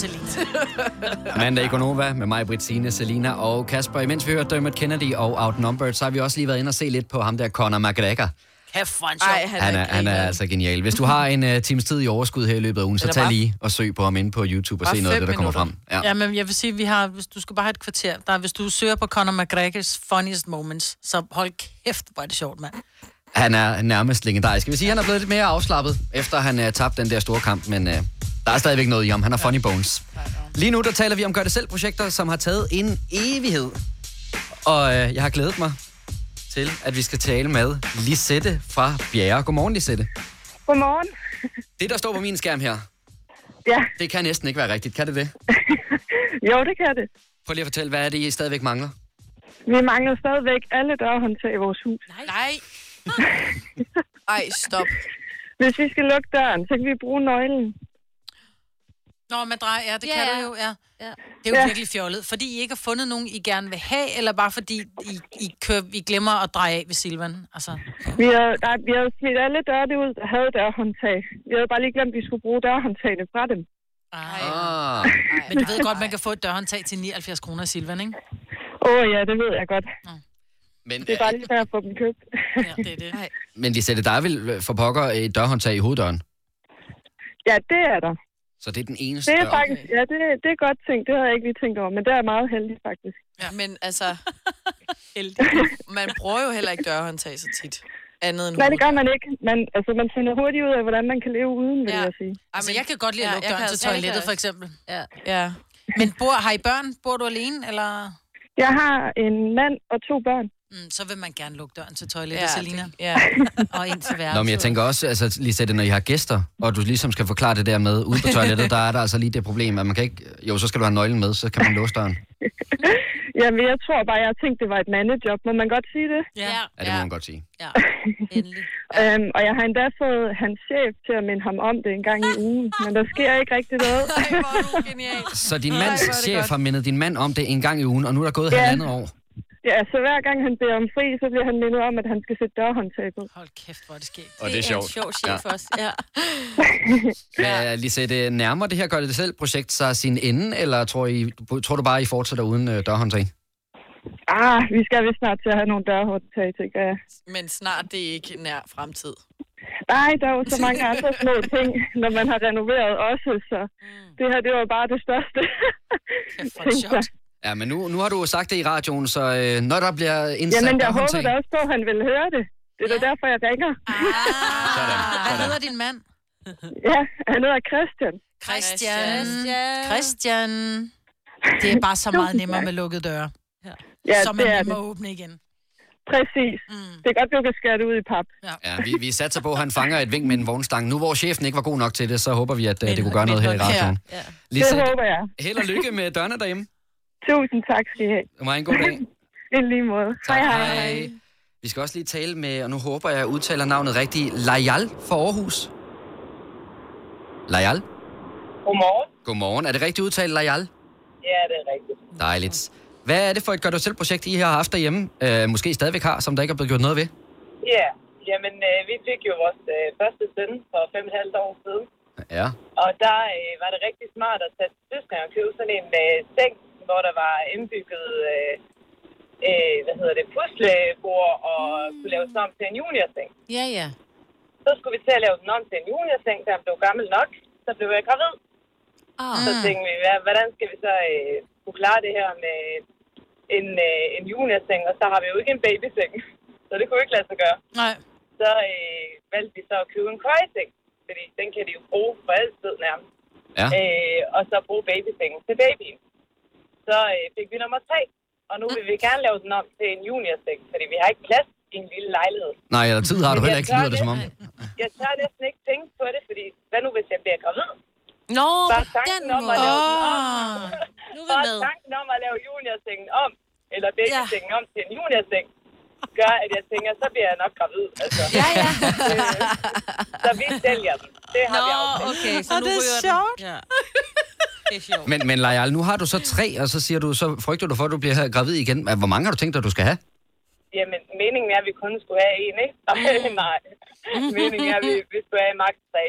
Speaker 2: Mandag i Gonova med mig, Britt, Signe, Selina og Kasper. Imens vi hører Dermot Kennedy og Outnumbered, så har vi også lige været inde og se lidt på ham der, Conor McGregor.
Speaker 3: Kæft, for en
Speaker 5: Ej,
Speaker 3: sjov.
Speaker 5: han,
Speaker 2: Han er, han er altså genial. Hvis du har en uh, times tid i overskud her i løbet af ugen, så
Speaker 5: Eller
Speaker 2: tag
Speaker 5: bare-
Speaker 2: lige og søg på ham inde på YouTube og
Speaker 5: Bare
Speaker 2: se noget af det, der
Speaker 5: fem
Speaker 2: kommer frem.
Speaker 5: minutter.
Speaker 2: Ja.
Speaker 3: Ja, men jeg vil sige, vi har, hvis du skal bare have et kvarter, der, er- hvis du søger på Conor McGregors funniest moments, så hold kæft, hvor er det sjovt, mand.
Speaker 2: Han er nærmest legendarisk. Jeg vil sige, han er blevet lidt mere afslappet, efter han uh, tabte den der store kamp, men uh, der er stadigvæk noget i ham. Han har funny bones. Lige nu, der taler vi om gør-det-selv-projekter, som har taget en evighed. Og uh, jeg har glædet mig til, at vi skal tale med Lisette fra Bjerre. Godmorgen, Lisette.
Speaker 9: Godmorgen.
Speaker 2: Det, der står på min skærm her,
Speaker 9: Ja,
Speaker 2: det kan næsten ikke være rigtigt. Kan det det?
Speaker 9: jo, det kan det.
Speaker 2: Prøv lige at fortælle, hvad er det, I stadigvæk mangler?
Speaker 9: Vi mangler stadigvæk alle dørhåndtag i vores hus.
Speaker 5: Nej. Ej, stop.
Speaker 9: Hvis vi skal lukke døren, så kan vi bruge nøglen.
Speaker 3: Nå, men drej, ja, det
Speaker 10: Ja,
Speaker 3: kan
Speaker 10: ja.
Speaker 3: du jo, ja.
Speaker 10: Ja.
Speaker 3: Det er jo
Speaker 9: Ja.
Speaker 3: virkelig fjollet, fordi I ikke har fundet nogen, I gerne vil have, eller bare fordi I, I, kører, I glemmer at dreje af ved Silvan. Altså,
Speaker 9: Vi havde, nej, vi havde smidt alle dørene ud, der havde dørhåndtag. Vi havde bare lige glemt, at vi skulle bruge dørhåndtagene fra dem.
Speaker 3: ej.
Speaker 2: Ah,
Speaker 3: Men du ved godt, man kan få et dørhåndtag til 79 kroner i Silvan, ikke?
Speaker 9: Åh oh, ja, det ved jeg godt.
Speaker 2: men, øh,
Speaker 9: Det er bare lige for at få dem købt.
Speaker 3: Ja, det er det.
Speaker 2: øh, men Lisette, der er vel øh, for pokker et dørhåndtag i hoveddøren?
Speaker 9: Ja, det er der.
Speaker 2: Så det er den eneste
Speaker 9: Det er
Speaker 2: dør.
Speaker 9: faktisk, ja, det, det er godt ting. Det havde jeg ikke lige tænkt over, men det er jeg meget heldig faktisk.
Speaker 5: Ja. Men altså,
Speaker 1: Heldig.
Speaker 5: man bruger jo heller ikke dørhåndtag så tit. Andet end
Speaker 9: Nej, det gør
Speaker 5: hoveddøren.
Speaker 9: man ikke. Man, altså, man finder hurtigt ud af, hvordan man kan leve uden, vil
Speaker 5: Ja.
Speaker 9: jeg sige.
Speaker 3: Altså, jeg kan godt lide at
Speaker 5: Ja,
Speaker 3: lukke
Speaker 5: jeg
Speaker 3: døren
Speaker 5: kan
Speaker 3: til
Speaker 5: også- ja, det
Speaker 3: toilettet,
Speaker 5: kan jeg
Speaker 3: for eksempel.
Speaker 1: Ja.
Speaker 5: Ja.
Speaker 3: Men bor, har I børn? Bor du alene, eller...
Speaker 9: Jeg har en mand og to børn.
Speaker 3: Mm, så vil man gerne lukke døren til toilettet, ja,
Speaker 5: Ja,
Speaker 3: Selina.
Speaker 5: det, ja.
Speaker 1: Og ind til værelset.
Speaker 2: Nå, men jeg tænker også, altså Lisette, når I har gæster, og du ligesom skal forklare det der med ude på toilettet, der er der altså lige det problem, at man kan ikke... Jo, så skal du have nøglen med, så kan man låse døren.
Speaker 9: Jamen, jeg tror bare, jeg tænkte, det var et mandejob. Må man godt sige det?
Speaker 1: Ja, ja,
Speaker 2: Ja, det må man godt sige.
Speaker 1: ja. endelig.
Speaker 9: Øhm, og jeg har endda fået hans chef til at minde ham om det en gang i ugen, men der sker ikke rigtig noget.
Speaker 5: Ej, hvor er du genial.
Speaker 2: Så din
Speaker 5: hvor er
Speaker 2: mands
Speaker 5: det
Speaker 2: chef
Speaker 5: godt.
Speaker 2: har mindet din mand om det en gang i ugen, og nu er der gået
Speaker 9: Ja.
Speaker 2: halvandet år.
Speaker 9: Ja, så hver gang han beder om fri, så bliver han mindet om, at han skal sætte dørhåndtag på.
Speaker 3: Hold kæft, hvor er det skægt.
Speaker 2: Og det er
Speaker 1: en sjov chef ja. også, ja.
Speaker 2: Men uh, Lisette, nærmer det her gør det selv projekt sig sin ende, eller tror, I, tror du bare, I fortsætter uden uh, dørhåndtag?
Speaker 9: Ah, vi skal vist snart til at have nogle dørhåndtag, tænker jeg.
Speaker 5: Men snart det er ikke nær fremtid.
Speaker 9: Nej, der er jo så mange andre små ting, når man har renoveret også, så
Speaker 3: Mm.
Speaker 9: det her, det var bare det største.
Speaker 3: Kæft, hvor er det
Speaker 9: tænkte jeg.
Speaker 3: sjovt.
Speaker 2: Ja, men nu, nu har du sagt det i radioen, så uh, når der bliver indsat
Speaker 9: Jamen, jeg
Speaker 2: dørhåndtag...
Speaker 9: håbede da også på, at han ville høre det. Det er da derfor, jeg ringer.
Speaker 2: Sådan,
Speaker 3: Hvad
Speaker 2: sådan.
Speaker 3: hedder din mand?
Speaker 9: Ja, han hedder Christian.
Speaker 3: Christian.
Speaker 1: Christian.
Speaker 3: Christian. Det er bare så meget nemmere med lukkede døre.
Speaker 9: Ja,
Speaker 3: så man
Speaker 9: det er
Speaker 3: må
Speaker 9: det.
Speaker 3: åbne igen.
Speaker 9: Præcis.
Speaker 3: Mm.
Speaker 9: Det er godt, du kan skære det ud i pap.
Speaker 2: Ja, vi, vi satser på, at han fanger et vink med en vognstang. Nu hvor chefen ikke var god nok til det, så håber vi, at uh, det kunne gøre noget her i radioen.
Speaker 1: Ja.
Speaker 9: Det
Speaker 2: Lisette,
Speaker 9: håber jeg.
Speaker 2: held og lykke med dørene derhjemme.
Speaker 9: Tusind tak skal I have.
Speaker 2: Det var en god dag.
Speaker 9: I lige måde. Hej, hej. hej.
Speaker 2: Vi skal også lige tale med, og nu håber jeg, at jeg udtaler navnet rigtigt, Lajal fra Aarhus. Lajal?
Speaker 11: Godmorgen.
Speaker 2: Godmorgen. Er det rigtigt udtalt, Lajal?
Speaker 11: Ja, det er rigtigt.
Speaker 2: Dejligt. Hvad er det for et gør-du-selv-projekt, I har haft derhjemme? Øh, måske stadigvæk har, som der ikke er blevet gjort noget ved?
Speaker 11: Ja, jamen øh, vi fik jo vores øh, første søn for fem og et halvt år siden.
Speaker 2: Ja.
Speaker 11: Og der øh, var det rigtig smart at tage til Tyskland og købe sådan en øh, seng, hvor der var indbygget, øh, øh, hvad hedder det, puslebord og kunne lave sådan til en juniorseng.
Speaker 1: Ja, ja.
Speaker 11: Så skulle vi til at lave den om til en juniorseng, da han blev gammel nok. Så blev jeg gravid.
Speaker 1: Oh.
Speaker 11: Så tænkte vi, hvad- hvordan skal vi så øh, kunne klare det her med en, øh, en juniorseng, og så har vi jo ikke en babyseng. Så det kunne vi ikke lade sig gøre.
Speaker 3: Nej.
Speaker 11: Så øh, valgte vi så at købe en køjeseng, fordi den kan de jo bruge for altid nærmest.
Speaker 8: Ah.
Speaker 2: Ja.
Speaker 11: Øh, og så bruge babysengen til babyen. Så øh, fik vi nummer tre, og nu vil vi gerne lave den om til en juniorseng, fordi vi har ikke plads i en lille lejlighed.
Speaker 2: Nej, eller tid har du heller
Speaker 11: Jeg
Speaker 2: ikke,
Speaker 11: tør
Speaker 2: lyder det som om.
Speaker 11: næsten- Jeg tør næsten ikke tænke på det, fordi hvad nu hvis jeg bliver gravid?
Speaker 1: Nå,
Speaker 11: Bare
Speaker 1: på
Speaker 11: tanken
Speaker 1: den
Speaker 11: om at
Speaker 1: måde.
Speaker 11: lave den om.
Speaker 3: Åh.
Speaker 1: Nu er vi
Speaker 11: Bare
Speaker 1: med.
Speaker 11: tanken om at lave juniorsengen om, eller babysengen om til en juniorseng, gør, at jeg tænker, så bliver jeg nok gravid. Altså. Ja, ja. så vi sælger den. Det har vi
Speaker 1: Nå,
Speaker 11: aftalt.
Speaker 1: okay, så
Speaker 3: Og
Speaker 1: nu
Speaker 3: det er
Speaker 1: ryger
Speaker 3: sjovt.
Speaker 1: den. Ja. Det er sjovt.
Speaker 2: Men, men Lajal, nu har du så tre, og så siger du, så frygter du for, at du bliver her gravid igen. Hvor mange har du tænkt dig, du skal have?
Speaker 11: Jamen, meningen er, at vi kun skulle have en, ikke? Nej, nej. Meningen er, at vi, vi skulle have maks. tre.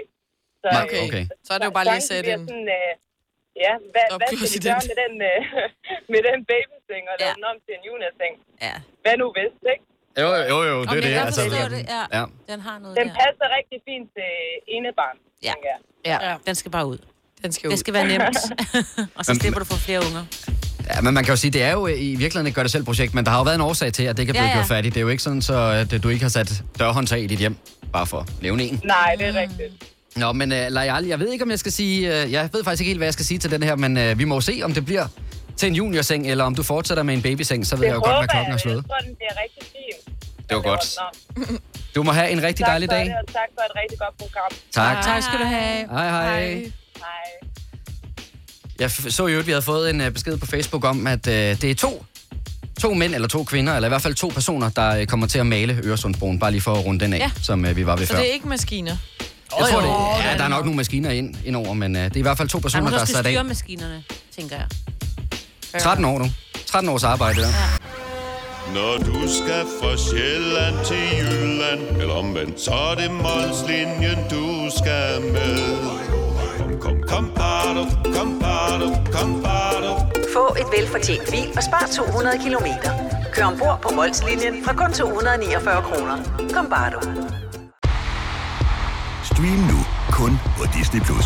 Speaker 11: Så, øh,
Speaker 2: Okay. okay.
Speaker 5: Så er det jo bare lige
Speaker 11: tanken
Speaker 5: at sætte
Speaker 11: bliver
Speaker 5: en...
Speaker 11: Sådan, øh, ja, hvad,
Speaker 5: Stop,
Speaker 11: hvad skal vi
Speaker 5: præsident.
Speaker 11: gøre med den, øh, med den babyseng og lave
Speaker 1: Ja.
Speaker 11: den om til en juniorseng?
Speaker 1: Ja.
Speaker 11: Hvad nu hvis, ikke?
Speaker 2: Jo, jo, jo, det
Speaker 1: Om jeg kan forstå det, ja.
Speaker 2: Altså, ja.
Speaker 1: Den har noget
Speaker 11: Den
Speaker 1: der.
Speaker 11: passer rigtig fint til enebarn,
Speaker 1: Ja.
Speaker 11: tænker jeg.
Speaker 5: Ja,
Speaker 1: Den skal bare ud.
Speaker 5: den skal ud.
Speaker 1: Det skal være nemt. og så
Speaker 2: Men-
Speaker 1: slipper du for flere unger.
Speaker 2: Ja, men man kan jo sige, det er jo øh, i virkeligheden et gør-det-selv-projekt, men der har jo været en årsag til, at det ikke er
Speaker 1: Ja,
Speaker 2: blevet ja,
Speaker 1: ja.
Speaker 2: ja. gjort færdigt. Det er jo ikke sådan, så at øh, du ikke har sat dørhåndtag i dit hjem, bare for at nævne en.
Speaker 11: Nej, det er rigtigt.
Speaker 2: Nå, men uh, Lajal, jeg ved ikke, om jeg skal sige... Uh, jeg ved faktisk ikke helt, hvad jeg skal sige til den her, men uh, vi må jo se, om det bliver til en juniorseng, eller om du fortsætter med en babyseng, så ved jeg jo godt, hvad klokken er
Speaker 11: jeg.
Speaker 2: slået.
Speaker 11: Jeg tror, den bliver rigtig fin.
Speaker 2: Det var godt.
Speaker 11: Nå,
Speaker 2: Du må have en rigtig
Speaker 11: tak
Speaker 2: dejlig
Speaker 11: for
Speaker 2: dag.
Speaker 11: det, og tak for et rigtig godt program.
Speaker 2: Tak.
Speaker 3: Tak skal du have.
Speaker 2: Hej, hej.
Speaker 11: Hej.
Speaker 2: Jeg f- så jo, at vi havde fået en øh, besked på Facebook om, at øh, det er to, to mænd eller to kvinder, eller i hvert fald to personer, der øh, kommer til at male Øresundsbroen, bare lige for at runde den af, ja.
Speaker 5: Ja.
Speaker 2: som øh, vi var ved
Speaker 5: Så
Speaker 2: før.
Speaker 5: det er ikke maskiner.
Speaker 2: Jeg tror, det, ja, der er nok nogle maskiner ind, indover, men øh, det er i hvert fald to
Speaker 1: Der er
Speaker 2: personer,
Speaker 1: nogen,
Speaker 2: der er
Speaker 1: der skal
Speaker 2: sat af.
Speaker 1: styre maskinerne, tænker jeg.
Speaker 2: 13 år nu. 13 års arbejde, der.
Speaker 12: Når du skal fra Sjælland til Jylland, eller omvendt, så er det Molslinjen, du skal med. Kom, kom, kom, bado, kom, bado, kom, bado.
Speaker 13: Få et velfortjent bil og spar 200 kilometer. Kør ombord på Molslinjen fra kun 249 kroner. Kom bare du.
Speaker 14: Stream nu kun på Disney+. Plus.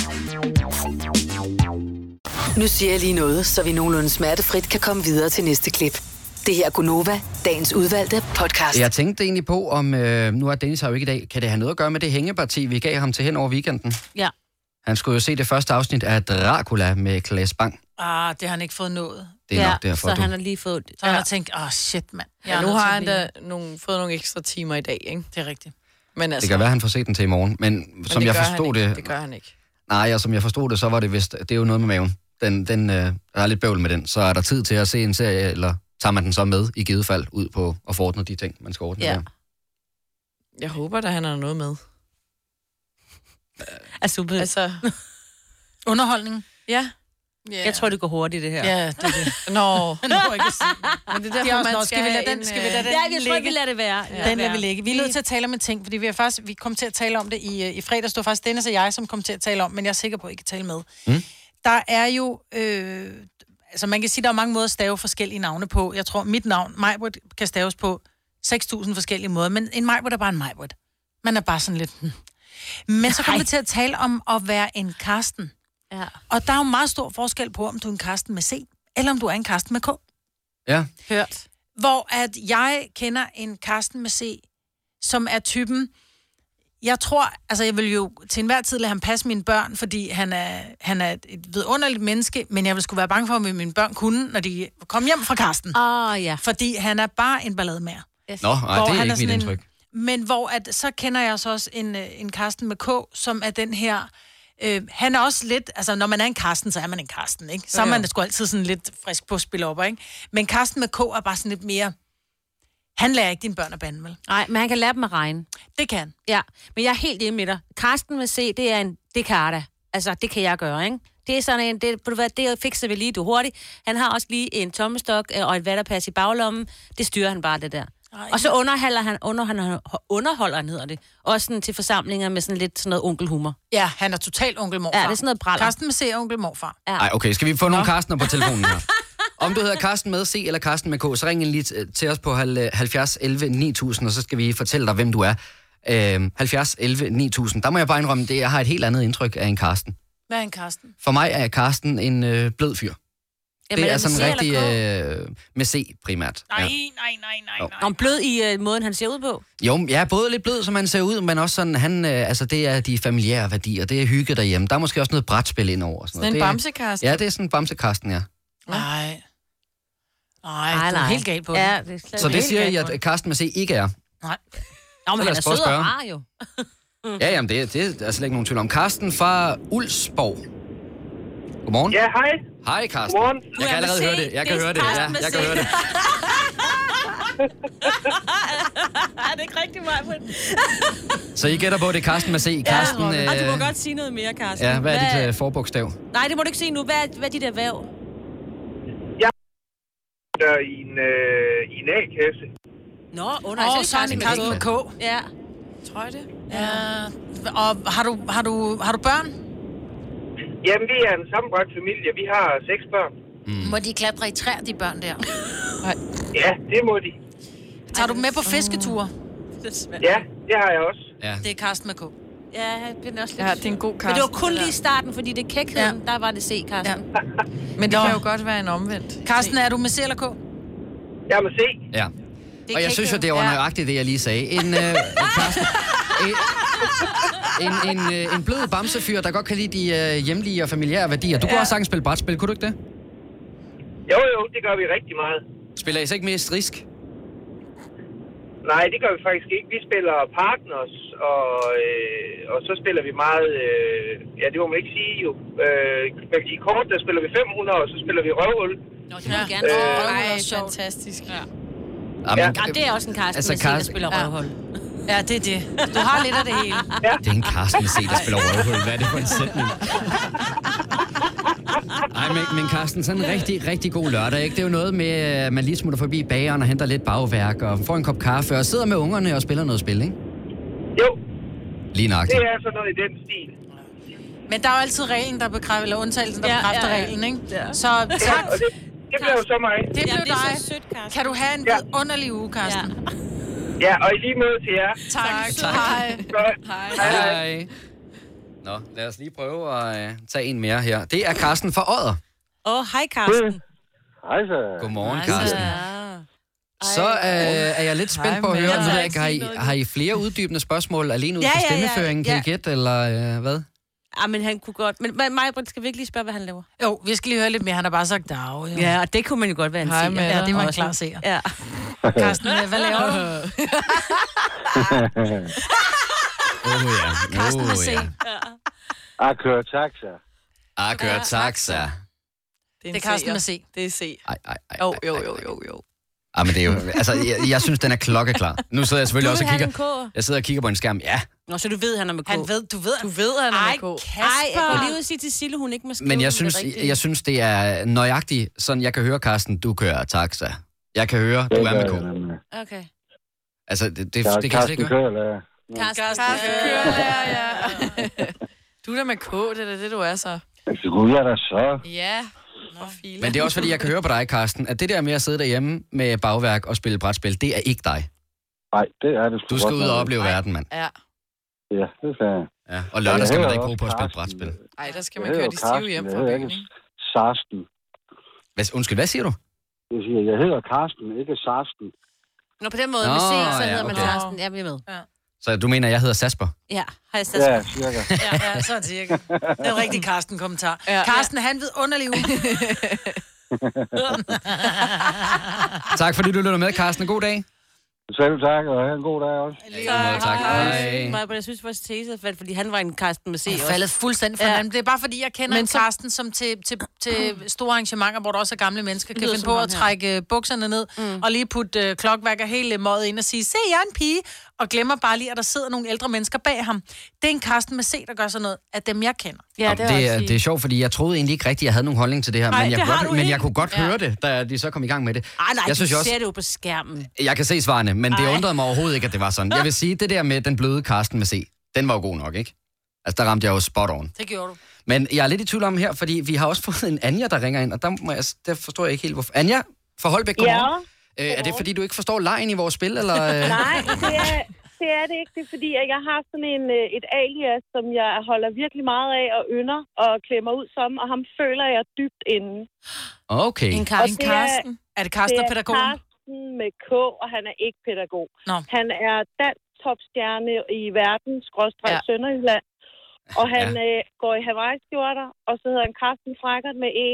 Speaker 6: Nu siger jeg lige noget, så vi nogenlunde smertefrit kan komme videre til næste klip. Det her er Gunova, dagens udvalgte podcast.
Speaker 2: Jeg tænkte egentlig på, om øh, nu er Dennis her jo ikke i dag. Kan det have noget at gøre med det hængeparti, vi gav ham til hen over weekenden?
Speaker 1: Ja.
Speaker 2: Han skulle jo se det første afsnit af Dracula med Klaas Bang.
Speaker 3: Ah, det har han ikke fået nået.
Speaker 2: Det er Ja, nok derfor, så du- han har
Speaker 1: lige fået...
Speaker 3: Så han har tænkt, ah oh, shit, mand.
Speaker 5: Ja, nu har han da nogle, fået nogle ekstra timer i dag, ikke?
Speaker 3: Det er rigtigt.
Speaker 5: Men
Speaker 2: Altså,
Speaker 5: altså,
Speaker 2: det kan være, han får set den til i morgen. Men, men som
Speaker 5: det
Speaker 2: jeg
Speaker 5: gør han
Speaker 2: forstod
Speaker 5: ikke.
Speaker 2: det...
Speaker 5: Det gør han ikke.
Speaker 2: Nej, og som jeg forstod det, så var det vist... Det er jo noget med maven. Den, den, øh, der er lidt bøvl med den. Så er der tid til at se en serie, eller tager man den så med i givet fald ud på at få ordnet de ting, man skal ordne.
Speaker 5: Ja.
Speaker 2: der.
Speaker 5: Jeg håber, at han har noget med.
Speaker 1: Altså,
Speaker 5: altså...
Speaker 3: Underholdning?
Speaker 5: Ja.
Speaker 1: Yeah. Jeg tror, det går hurtigt, det her.
Speaker 3: Ja, det er
Speaker 5: det. Nå.
Speaker 3: Nu er ikke sige.
Speaker 5: Men det er
Speaker 3: Det er
Speaker 5: derfor,
Speaker 3: også
Speaker 5: man
Speaker 3: noget.
Speaker 5: skal,
Speaker 3: Skal vi lade
Speaker 5: have
Speaker 3: den-
Speaker 5: en,
Speaker 3: skal vi lade
Speaker 5: øh,
Speaker 3: den
Speaker 1: Ja, jeg tror,
Speaker 3: ligge.
Speaker 1: vi lader det være.
Speaker 3: Ja, den lader vi ligge. Vi er nødt til at tale om en ting, fordi vi, er faktisk, vi kom til at tale om det i, øh, i fredags. Det var faktisk Dennis og jeg, som kom til at tale om, men jeg er sikker på, at I kan tale med.
Speaker 2: Mm.
Speaker 3: Der er jo... Øh, altså, man kan sige, der er mange måder at stave forskellige navne på. Jeg tror, mit navn, Majbert, kan staves på 6.000 forskellige måder, men en Majbert er bare en Majbert. Man er bare sådan lidt... hmm. Men så kom vi til at tale om at være en Karsten.
Speaker 1: Ja.
Speaker 3: Og der er jo meget stor forskel på, om du er en Karsten med C, eller om du er en Karsten med K.
Speaker 2: Ja.
Speaker 3: Hørt. Hvor at jeg kender en Karsten med C, som er typen, jeg tror, altså jeg vil jo til enhver tid lade ham passe mine børn, fordi han er, han er et vidunderligt menneske, men jeg vil skulle være bange for, hvad mine børn kunne, når de kom hjem fra Karsten.
Speaker 1: Ah, ja.
Speaker 3: Fordi han er bare en ballademager.
Speaker 2: Nå, nej,
Speaker 3: Hvor
Speaker 2: det er
Speaker 3: han
Speaker 2: ikke
Speaker 3: er
Speaker 2: mit
Speaker 3: sådan en-
Speaker 2: indtryk.
Speaker 3: Men hvor at, så kender jeg så også en, øh, en Karsten med K, som er den her... Øh, han er også lidt... Altså, når man er en Karsten, så er man en Karsten, ikke? Så er
Speaker 5: Ja.
Speaker 3: man sgu altid sådan lidt frisk på spil op, ikke? Men Karsten med K er bare sådan lidt mere... Han lærer ikke dine børn at bande, vel?
Speaker 1: Nej, men han kan lære dem at regne.
Speaker 3: Det kan.
Speaker 1: Ja, men jeg er helt enig med dig. Karsten vil se, det er en dekarta. Altså, det kan jeg gøre, ikke? Det er sådan en, det, ved du hvad, det fikser vi lige du hurtigt. Han har også lige en tommestok øh, og et vatterpas i baglommen. Det styrer han bare, det der. Ej. Og så underholder han, under, han, underholder han, hedder det. Også sådan til forsamlinger med sådan lidt sådan noget onkelhumor.
Speaker 3: Ja, han er total onkel morfar.
Speaker 1: Ja, det er sådan noget praller.
Speaker 3: Karsten med C er onkel morfar.
Speaker 1: Ja.
Speaker 2: Nej, okay, skal vi få nogle Karstener på telefonen her? Om du hedder Karsten med C eller Karsten med K, så ring ind lige t- til os på øh, hal- 70 11 9000, og så skal vi fortælle dig, hvem du er. Øhm, 70 11 9000. Der må jeg bare indrømme, det, jeg har et helt andet indtryk af en Karsten.
Speaker 3: Hvad er en Karsten?
Speaker 2: For mig er Karsten en øh, blød fyr.
Speaker 1: Jamen,
Speaker 2: det
Speaker 1: er
Speaker 2: er
Speaker 1: det
Speaker 2: sådan
Speaker 1: med C
Speaker 2: rigtig
Speaker 1: eller
Speaker 2: øh, med C primært.
Speaker 3: Nej,
Speaker 2: Ja.
Speaker 3: nej, nej, nej.
Speaker 2: Jo.
Speaker 1: Om blød i øh, måden, han ser ud på.
Speaker 2: Jo, jeg er både lidt blød, som han ser ud, men også sådan, han, øh, altså, det er de familiære værdier, det er hygge derhjemme. Der er måske også noget brætspil ind over. og Sådan
Speaker 5: Sådan en
Speaker 2: noget. Det er-
Speaker 5: bamsekarsten?
Speaker 2: Ja, det er sådan en bamsekarsten, ja.
Speaker 3: Nej. Nej,
Speaker 1: Ej,
Speaker 3: du er
Speaker 1: nej.
Speaker 3: helt gal på
Speaker 1: Ja,
Speaker 3: den.
Speaker 1: det er slet
Speaker 2: Så det siger I, at Karsten med C ikke er.
Speaker 3: Nej.
Speaker 1: Nå, men
Speaker 2: Lad
Speaker 1: han
Speaker 2: os
Speaker 1: er
Speaker 2: prøve
Speaker 1: sød
Speaker 2: at
Speaker 1: og
Speaker 2: spørge.
Speaker 1: rar jo.
Speaker 2: Ja, jamen, det, det er slet ikke nogen tvivl om. Karsten fra Ulsborg. Godmorgen. Ja,
Speaker 15: hej.
Speaker 2: Hej, Karsten.
Speaker 15: Godmorgen.
Speaker 2: Jeg kan allerede høre det. Jeg kan høre det. Ja, jeg kan høre det.
Speaker 1: Er det ikke rigtigt, Maja?
Speaker 2: Så I gætter på, at det er Karsten med C. Karsten,
Speaker 1: ja, øh... du må
Speaker 2: øh,
Speaker 1: godt sige noget mere, Karsten.
Speaker 2: ja, hvad er dit øh, forbogstav?
Speaker 1: Nej, det må du ikke sige nu. Hvad, er- hvad er dit erhverv?
Speaker 15: Der i en, øh, i en A-kasse.
Speaker 1: Nå, under
Speaker 3: nej, så er det Karsten med K.
Speaker 1: Ja.
Speaker 5: Tror jeg det?
Speaker 3: Ja. Og har du, har du, har du børn?
Speaker 15: Jamen, vi er en sammenbragt familie. Vi har seks børn.
Speaker 3: Mm. Må de klatre i træer, de børn der?
Speaker 15: Ja, det må de.
Speaker 3: Tager du dem med på fisketure?
Speaker 15: Ja, det har jeg også.
Speaker 2: Ja.
Speaker 3: Det er Karsten med K.
Speaker 1: Ja, det er også lidt
Speaker 5: Ja, det er en god
Speaker 1: Men det var
Speaker 5: Karsten,
Speaker 1: kun
Speaker 5: det der.
Speaker 1: lige i starten, fordi det kækheden, ja. der var det C, Karsten. Ja.
Speaker 5: Men det
Speaker 1: Nå.
Speaker 5: kan jo godt være en omvendt.
Speaker 3: Karsten, er du med C eller K?
Speaker 15: Jeg må se.
Speaker 2: Ja.
Speaker 1: Det
Speaker 2: Og jeg
Speaker 1: kan
Speaker 2: synes jo,
Speaker 1: ikke-
Speaker 2: det var
Speaker 1: ja.
Speaker 2: nøjagtigt, det jeg lige sagde. En, øh, en Karsten, En, en, øh, en blød bamsefyr, der godt kan lide de øh, hjemlige og familiære værdier. Du ja. kunne også sagtens spille brætspil, kunne du ikke det?
Speaker 15: Jo, jo, det gør vi rigtig meget.
Speaker 2: Spiller I så ikke mere strisk?
Speaker 15: Nej, det gør vi faktisk ikke. Vi spiller partners, og, øh, og så spiller vi meget... Øh, ja, det må man ikke sige jo. Øh, man kan sige kort, der spiller vi 500, og så spiller vi røvhul.
Speaker 1: Nå, det må du gerne.
Speaker 15: Øh,
Speaker 1: Øh,
Speaker 15: nej,
Speaker 1: fantastisk. Ja.
Speaker 2: Jamen,
Speaker 1: Ja. Jamen, det er også en Carsten
Speaker 2: Altså,
Speaker 1: altså, Carsten... der
Speaker 2: Carsten-
Speaker 1: spiller
Speaker 2: Ja.
Speaker 1: røvhold.
Speaker 3: Ja, det er det. Du har lidt af det hele.
Speaker 15: Ja.
Speaker 2: Det er en Carsten C, der spiller røvhul. Hvad er det for en sætning? Nej, men, men Carsten, sådan en rigtig, rigtig god lørdag, ikke? Det er jo noget med, at man lige smutter forbi bageren og henter lidt bagværk og får en kop kaffe og sidder med ungerne og spiller noget spil, ikke?
Speaker 15: Jo.
Speaker 2: Lige nok.
Speaker 15: Det er sådan noget i den stil.
Speaker 3: Men der er jo altid reglen, der bekræfter, eller undtagelsen, der ja, bekræfter ja, ja. reglen, ikke? Ja. Så tak.
Speaker 15: og det, det blev jo så mig.
Speaker 3: Det blev
Speaker 1: det er
Speaker 3: dig.
Speaker 1: så sødt, Carsten.
Speaker 3: kan du have en ja. underlig uge, Carsten? Ja.
Speaker 15: Ja, og i lige måde til jer.
Speaker 3: Tak. tak. Hej.
Speaker 2: Hej. Hej. Nå, lad os lige prøve at øh, tage en mere her. Det er Carsten fra Odder.
Speaker 1: Åh, oh, hej Carsten.
Speaker 16: Hej så.
Speaker 2: Godmorgen, Carsten. Så øh, er jeg lidt spændt
Speaker 1: Hej,
Speaker 2: på at
Speaker 1: mand.
Speaker 2: høre,
Speaker 1: Jeg
Speaker 2: nu
Speaker 1: tør
Speaker 2: ved jeg
Speaker 1: ikke
Speaker 2: ikke, har,
Speaker 1: sige
Speaker 2: I,
Speaker 1: noget
Speaker 2: har I flere uddybende spørgsmål alene ud
Speaker 1: Ja,
Speaker 2: fra
Speaker 1: ja, ja,
Speaker 2: stemmeføringen? Kan I
Speaker 1: ja.
Speaker 2: gætte, eller øh, hvad?
Speaker 1: Ja, Ah, men han kunne godt. Men mig, Majbrit skal virkelig spørge, hvad han laver.
Speaker 3: Jo, vi skal lige høre lidt mere. Han har bare sagt dag. Jo.
Speaker 1: Ja, og det kunne man jo godt være en
Speaker 3: Hej,
Speaker 1: seer.
Speaker 3: med Ja, det var en klar
Speaker 1: seer.
Speaker 3: seer.
Speaker 1: Ja.
Speaker 3: Carsten, hvad laver du?
Speaker 2: Åh oh, ja.
Speaker 16: Carsten
Speaker 2: Åh,
Speaker 16: vil se.
Speaker 2: ja.
Speaker 16: Ah, kører taxa.
Speaker 2: Ah, kører taxa.
Speaker 5: Det
Speaker 3: Det er Carsten med C.
Speaker 5: Det er C.
Speaker 2: Ej, ej, ej.
Speaker 5: Jo, jo, jo, jo, jo.
Speaker 2: Ah, men det er jo, altså, jeg, jeg synes, den er klokkeklar. Nu sidder jeg selvfølgelig
Speaker 1: Du
Speaker 2: også
Speaker 1: vil
Speaker 2: og
Speaker 1: have
Speaker 2: kigger.
Speaker 1: den K.
Speaker 2: Jeg sidder og kigger på en skærm. Ja,
Speaker 1: Nå, så du ved, han er med K.
Speaker 3: Han ved, du ved,
Speaker 1: du ved han
Speaker 3: er
Speaker 1: er
Speaker 3: med
Speaker 1: med
Speaker 3: K.
Speaker 1: Ej, jeg
Speaker 3: Kasper.
Speaker 1: kunne lige ud sige til Sille, hun ikke må skrive
Speaker 2: men jeg
Speaker 1: det
Speaker 2: synes,
Speaker 1: rigtige.
Speaker 2: jeg synes, det er nøjagtigt, sådan jeg kan høre, Carsten, du kører taxa. Jeg kan høre, du er med K.
Speaker 1: Okay.
Speaker 2: Altså, det, det, det,
Speaker 16: Ja,
Speaker 2: kan jeg slet ikke
Speaker 16: Carsten
Speaker 2: høre.
Speaker 16: Køller.
Speaker 1: Carsten,
Speaker 5: Carsten kørelærer, ja. Du er da med K, det er da det, du er så.
Speaker 16: Altså, gud, jeg er der så.
Speaker 5: Ja, for filen.
Speaker 2: Men det er også, fordi jeg kan høre på dig, Carsten, at det der med at sidde derhjemme med bagværk og spille brætspil, det er ikke dig.
Speaker 16: Nej, det er det sgu
Speaker 2: Du skal
Speaker 16: godt
Speaker 2: ud og
Speaker 16: nok.
Speaker 2: opleve verden, mand.
Speaker 5: Ja.
Speaker 16: Ja, det skal jeg.
Speaker 2: Ja, og lørdag skal man
Speaker 16: hedder
Speaker 2: da ikke
Speaker 16: også
Speaker 2: bruge på at spille brætspil.
Speaker 5: Ej, der skal
Speaker 16: Jeg
Speaker 5: man
Speaker 16: hedder jo
Speaker 5: køre de stive hjem
Speaker 16: Carsten,
Speaker 5: fra
Speaker 16: jeg hedder
Speaker 5: byen,
Speaker 16: ikke
Speaker 5: ikke?
Speaker 16: Sarsten.
Speaker 2: Hvad, undskyld, hvad siger du?
Speaker 16: Jeg siger, jeg hedder Karsten, ikke Sarsten.
Speaker 1: Nå, på den måde,
Speaker 2: Nå,
Speaker 1: med C, så
Speaker 2: ja,
Speaker 1: hedder man
Speaker 2: okay.
Speaker 1: Carsten. Ja, vi er med.
Speaker 2: Så du mener, jeg hedder Sasper?
Speaker 1: Ja, har jeg stadig.
Speaker 16: Ja, cirka.
Speaker 3: Ja, ja, så cirka. Det er en rigtig Karsten-kommentar. Ja. Karsten, han ved underlig uge.
Speaker 2: Tak fordi du lytter med, Carsten. God dag.
Speaker 16: Selv tak, og have en god dag også.
Speaker 2: Ja, tak. Hej.
Speaker 1: Maja, men jeg synes faktisk, Tese er faldet, fordi han var en Carsten med C også.
Speaker 3: Jeg faldet fuldstændig for
Speaker 1: Ja.
Speaker 3: ja. Det er bare fordi, jeg kender
Speaker 1: Men
Speaker 3: Men en
Speaker 1: så-
Speaker 3: Karsten, som til, til, til store arrangementer, hvor der også er gamle mennesker, kan
Speaker 1: Lyder
Speaker 3: finde
Speaker 1: som
Speaker 3: på
Speaker 1: ham
Speaker 3: at
Speaker 1: her.
Speaker 3: trække øh, bukserne ned, mm. og lige putte øh, klokværk og hele møget ind og sige, se, jeg er en pige, og glemmer bare lige, at der sidder nogle ældre mennesker bag ham. Det er en Karsten med C, der gør sådan noget af dem, jeg kender.
Speaker 2: Nå, det, er, det er sjovt, fordi jeg troede egentlig ikke rigtigt, jeg havde nogen holdning til det her,
Speaker 3: Nej,
Speaker 2: men, jeg,
Speaker 3: det
Speaker 2: kunne
Speaker 3: har
Speaker 2: godt,
Speaker 3: du
Speaker 2: men
Speaker 3: ikke.
Speaker 2: jeg kunne godt høre det, da de så kom i gang med det.
Speaker 1: Ej, nej,
Speaker 2: jeg synes
Speaker 1: du
Speaker 2: jo også,
Speaker 1: ser det jo på skærmen.
Speaker 2: jeg kan se svarene, men det
Speaker 1: Ej.
Speaker 2: undrede mig overhovedet ikke, at det var sådan. Jeg vil sige, det der med den bløde Karsten med C, den var jo god nok, ikke? Altså, der ramte jeg jo spot on.
Speaker 3: Det gjorde du.
Speaker 2: Men jeg er lidt i tvivl om her, fordi vi har også fået en Anja, der ringer ind, og der, må jeg, der forstår jeg ikke helt, hvorfor. Anja fra Holbæk,
Speaker 17: Ja.
Speaker 2: godmorgen. Ja. Øh, er det fordi, du ikke forstår lejen i vores spil, eller? øh?
Speaker 17: Nej, det er, det er det ikke. Det er fordi, at jeg har sådan en, øh, et alias, som jeg holder virkelig meget af og ynder og klemmer ud som, og ham føler jeg dybt inde.
Speaker 2: Okay.
Speaker 3: En
Speaker 17: Og
Speaker 3: Karsten.
Speaker 17: det
Speaker 3: En Karsten. Er det Karsten, der er pædagogen?
Speaker 17: Karsten med K, og han er ikke pædagog.
Speaker 3: Nå.
Speaker 17: Han er dansk topstjerne i verden, skråstrej ja. Sønderjylland. Og han ja. øh, går i Hawaii-skjorter, og så hedder han Karsten Frakkert med E.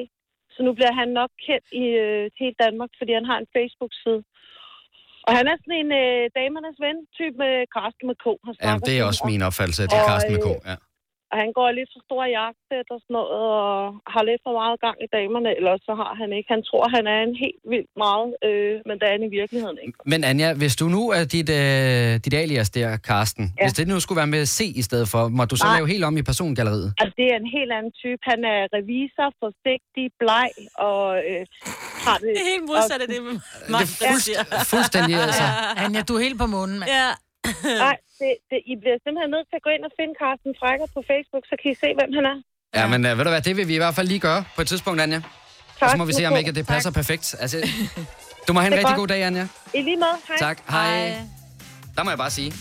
Speaker 17: Så nu bliver han nok kendt i øh, hele Danmark, fordi han har en Facebook-side. Og han er sådan en øh, damernes ven, type med Karsten med K. Han
Speaker 2: Ja,
Speaker 17: snakker
Speaker 2: det er
Speaker 17: sådan
Speaker 2: også
Speaker 17: om-
Speaker 2: min opfattelse, at det er
Speaker 17: Og,
Speaker 2: Karsten med
Speaker 17: øh,
Speaker 2: K. Ja.
Speaker 17: og han går lidt for stor jagtsæt og sådan noget, og har lidt for meget gang i damerne, eller så har han ikke. Han tror, han er en helt vildt meget, øh, men det er han i virkeligheden ikke.
Speaker 2: Men Anja, hvis du nu er dit, øh, dit alias der, Karsten, ja.
Speaker 17: Ja.
Speaker 2: hvis det nu skulle være med C i stedet for, må du så
Speaker 17: Nej.
Speaker 2: lave helt om i persongalleriet?
Speaker 17: Altså, det er en helt anden type. Han er revisor, forsigtig, bleg og øh, har det...
Speaker 1: Det er helt modsat af det,
Speaker 2: Maja, Det er fuldst- siger. fuldstændig, altså.
Speaker 3: Ja, Anja, du er helt på munden, mand.
Speaker 1: Ja.
Speaker 17: Nej, det, det, I bliver simpelthen nødt til at gå ind og finde Carsten Frækker på Facebook, så kan I se, hvem han er.
Speaker 2: Ja, ja men øh, ved du hvad, det vil vi i hvert fald lige gøre på et tidspunkt, Anja. Og så må vi se, om ikke det passer perfekt. Altså, du må have en
Speaker 17: Det er
Speaker 2: rigtig
Speaker 17: godt.
Speaker 2: god dag, Anja.
Speaker 17: I lige måde. Hej.
Speaker 2: Tak. Hej. Der må jeg bare sige,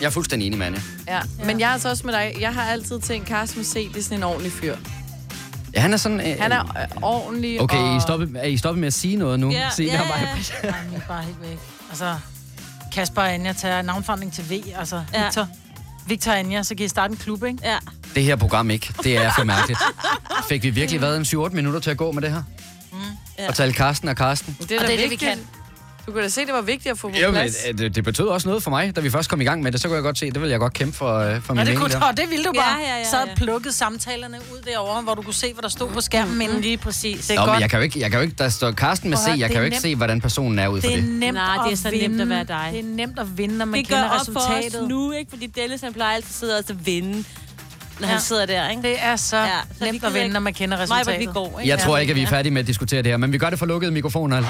Speaker 2: jeg er fuldstændig enig med Anja.
Speaker 5: Ja. Men jeg er altså også med dig. Jeg har altid tænkt, Carsten med C, det er sådan en ordentlig fyr.
Speaker 2: Ja, han er sådan... Mm, Øh,
Speaker 5: Han er øh, ordentlig
Speaker 2: Okay,
Speaker 5: og... Mm,
Speaker 2: I stoppet, er I stoppet med at sige noget nu?
Speaker 5: Ja,
Speaker 2: Se, der
Speaker 5: ja,
Speaker 2: var-
Speaker 5: ja.
Speaker 3: Nej, men jeg er bare helt væk. Altså, Kasper og Anja tager navnforandring til V, altså ja. Victor. Victor og Anja, så kan I starte en klub, ikke?
Speaker 1: Ja.
Speaker 2: Det her program ikke. Det er for mærkeligt. Fik vi virkelig været en 7-8 minutter til at gå med det her?
Speaker 5: ja.
Speaker 2: Mm. Og tale Karsten og Karsten?
Speaker 5: Det er da
Speaker 3: Og det er det, vi
Speaker 5: vigtigt. Du kunne da se, det var vigtigt at få på
Speaker 2: Jo, men,
Speaker 5: plads.
Speaker 2: øh, det, det betød også noget for mig, da vi først kom i gang med det. Så kunne jeg godt se, det ville jeg godt kæmpe for, øh, for min
Speaker 3: Og det,
Speaker 2: mening
Speaker 3: kunne,
Speaker 2: der.
Speaker 3: du- og det ville du
Speaker 1: Ja,
Speaker 3: bare.
Speaker 1: ja, ja,
Speaker 3: Så
Speaker 1: ja.
Speaker 3: plukkede samtalerne ud derovre, hvor du kunne se, hvad der stod på skærmen mm. inden.
Speaker 1: Lige præcis.
Speaker 2: Nå, men jeg kan jo ikke, jeg kan jo ikke, der står Karsten med
Speaker 3: Prøv
Speaker 2: C,
Speaker 3: at
Speaker 2: jeg
Speaker 3: høre,
Speaker 2: kan
Speaker 3: det
Speaker 2: jo
Speaker 3: er
Speaker 2: ikke
Speaker 3: nemt.
Speaker 2: se, hvordan personen er ud fra
Speaker 3: Det er
Speaker 2: det.
Speaker 3: nemt
Speaker 1: Nej, det er
Speaker 3: at
Speaker 1: så
Speaker 3: vinde.
Speaker 1: nemt at være dig.
Speaker 3: Det er nemt at vinde, når man
Speaker 1: det gør
Speaker 3: kender
Speaker 1: op
Speaker 3: resultatet.
Speaker 1: for os nu, ikke? Fordi Dennis, han plejer altid at sidde og så vinde, når ja.
Speaker 3: Ja.
Speaker 1: han sidder der, ikke?
Speaker 3: Det er så, ja, så nemt at vinde, når man kender resultatet.
Speaker 1: Nej, vi går, ikke?
Speaker 2: Jeg tror ikke, at vi er færdige med at diskutere det her, men vi gør det for lukkede mikrofoner.